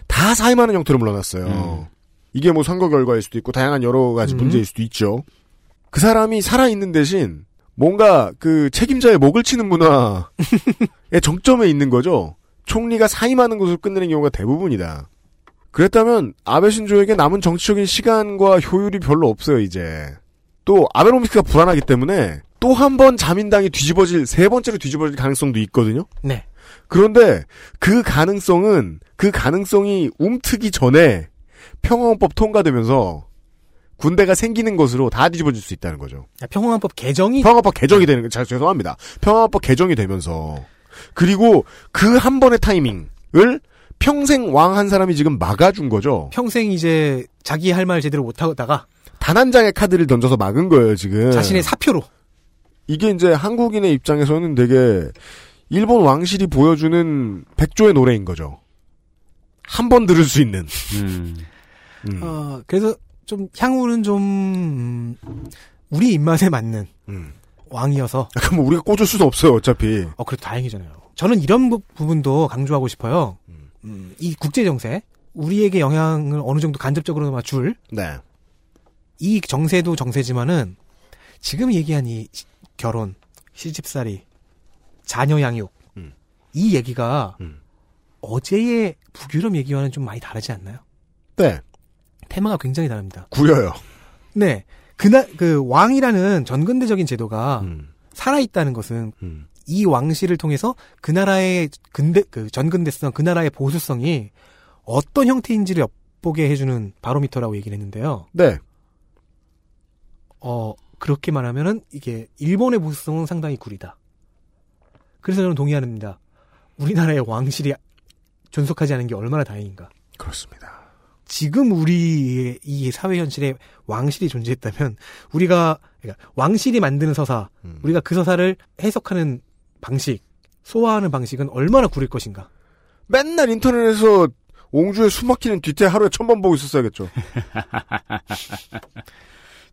Speaker 2: 다 사임하는 형태로 물러났어요. 이게 뭐 선거 결과일 수도 있고 다양한 여러 가지
Speaker 13: 음.
Speaker 2: 문제일 수도 있죠. 그 사람이 살아 있는 대신 뭔가 그 책임자의 목을 치는 문화의 정점에 있는 거죠. 총리가 사임하는 것으로 끝내는 경우가 대부분이다. 그랬다면 아베 신조에게 남은 정치적인 시간과 효율이 별로 없어요 이제. 또 아베노믹스가 불안하기 때문에 또 한 번 자민당이 뒤집어질 세 번째로 뒤집어질 가능성도 있거든요.
Speaker 4: 네.
Speaker 2: 그런데 그 가능성은 그 가능성이 움트기 전에 평화헌법 통과되면서 군대가 생기는 것으로 다 뒤집어질 수 있다는 거죠.
Speaker 4: 평화헌법 개정이
Speaker 2: 평화헌법 개정이 되는 거 자, 죄송합니다. 평화헌법 개정이 되면서 그리고 그 한 번의 타이밍을 평생 왕 한 사람이 지금 막아준 거죠.
Speaker 4: 평생 이제 자기 할 말 제대로 못 하다가
Speaker 2: 단 한 장의 카드를 던져서 막은 거예요, 지금.
Speaker 4: 자신의 사표로.
Speaker 2: 이게 이제 한국인의 입장에서는 되게 일본 왕실이 보여주는 백조의 노래인 거죠. 한 번 들을 수 있는. 음.
Speaker 4: 어, 그래서 좀 향후는 좀 음, 우리 입맛에 맞는 왕이어서.
Speaker 2: 그럼 우리가 꽂을 수도 없어요, 어차피.
Speaker 4: 어, 그래도 다행이잖아요. 저는 이런 부- 부분도 강조하고 싶어요. 음, 이 국제 정세 우리에게 영향을 어느 정도 간접적으로 줄
Speaker 2: 네.
Speaker 4: 이 정세도 정세지만은 지금 얘기한 이 시- 결혼, 시집살이, 자녀 양육 이 얘기가 어제의 북유럽 얘기와는 좀 많이 다르지 않나요?
Speaker 2: 네.
Speaker 4: 테마가 굉장히 다릅니다.
Speaker 2: 구려요.
Speaker 4: 네. 그날 그 왕이라는 전근대적인 제도가
Speaker 2: 음.
Speaker 4: 살아 있다는 것은 이 왕실을 통해서 그 나라의 근대 그 전근대성 그 나라의 보수성이 어떤 형태인지를 엿보게 해주는 바로미터라고 얘기를 했는데요.
Speaker 2: 네.
Speaker 4: 어 그렇게 말하면은 이게 일본의 보수성은 상당히 구리다. 그래서 저는 동의합니다. 우리나라의 왕실이 존속하지 않은 게 얼마나 다행인가.
Speaker 2: 그렇습니다.
Speaker 4: 지금 우리의 이 사회 현실에 왕실이 존재했다면 우리가 그러니까 왕실이 만드는 서사, 우리가 그 서사를 해석하는 방식, 소화하는 방식은 얼마나 구릴 것인가.
Speaker 2: 맨날 인터넷에서 옹주의 숨막히는 뒤태 하루에 천번 보고 있었어야겠죠.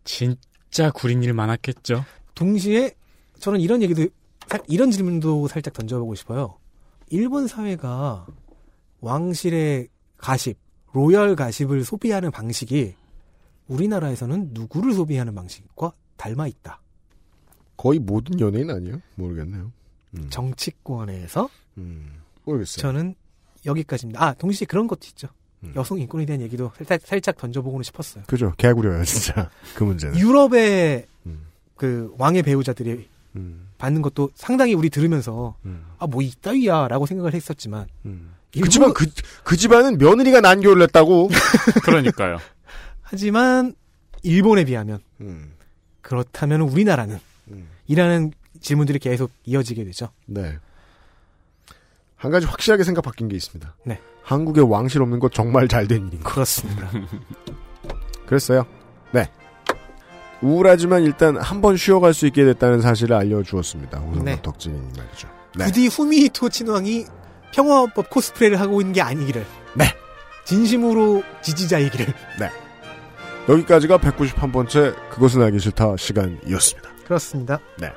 Speaker 12: 진짜 구린 일 많았겠죠.
Speaker 4: 동시에 저는 이런 얘기도 살- 이런 질문도 살짝 던져보고 싶어요. 일본 사회가 왕실의 가십, 로열 가십을 소비하는 방식이 우리나라에서는 누구를 소비하는 방식과 닮아 있다.
Speaker 2: 거의 모든 연예인 아니에요? 모르겠네요. 음.
Speaker 4: 정치권에서
Speaker 2: 모르겠어요.
Speaker 4: 저는 여기까지입니다. 아, 동시에 그런 것도 있죠. 여성 인권에 대한 얘기도 살짝, 살짝 던져보고는 싶었어요.
Speaker 2: 그죠. 개구려요, 진짜. 그 문제는.
Speaker 4: 유럽의 그 왕의 배우자들이
Speaker 2: 음.
Speaker 4: 받는 것도 상당히 우리 들으면서 아, 뭐 이따위야 라고 생각을 했었지만
Speaker 2: 그 집안, 그, 그 집안은 며느리가 난교를 했다고.
Speaker 12: 그러니까요.
Speaker 4: 하지만 일본에 비하면
Speaker 2: 음.
Speaker 4: 그렇다면 우리나라는 이라는 질문들이 계속 이어지게 되죠.
Speaker 2: 네. 한 가지 확실하게 생각 바뀐 게 있습니다.
Speaker 4: 네.
Speaker 2: 한국에 왕실 없는 거 정말 잘 된 일인 거.
Speaker 4: 그렇습니다.
Speaker 2: 그랬어요. 네. 우울하지만 일단 한 번 쉬어갈 수 있게 됐다는 사실을 알려주었습니다. 우선
Speaker 4: 네.
Speaker 2: 덕진이님 말이죠. 네.
Speaker 4: 부디 후미히토 친왕이 평화헌법 코스프레를 하고 있는 게 아니기를.
Speaker 2: 네.
Speaker 4: 진심으로 지지자이기를.
Speaker 2: 네. 여기까지가 191번째 그것은 알기 싫다 시간이었습니다.
Speaker 4: 그렇습니다.
Speaker 2: 네.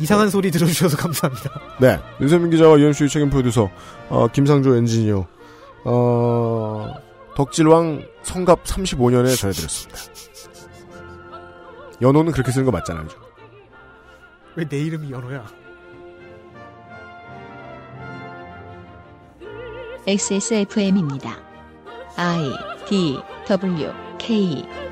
Speaker 4: 이상한 소리 들어주셔서 감사합니다.
Speaker 2: 네. 윤세민 기자와 유현수의 책임 프로듀서, 어, 김상조 엔지니어, 어, 덕질왕 성갑 35년에 전해드렸습니다. 연호는 그렇게 쓰는 거 맞잖아요. 좀.
Speaker 4: 왜 내 이름이 연호야?
Speaker 1: XSFM입니다. I D W K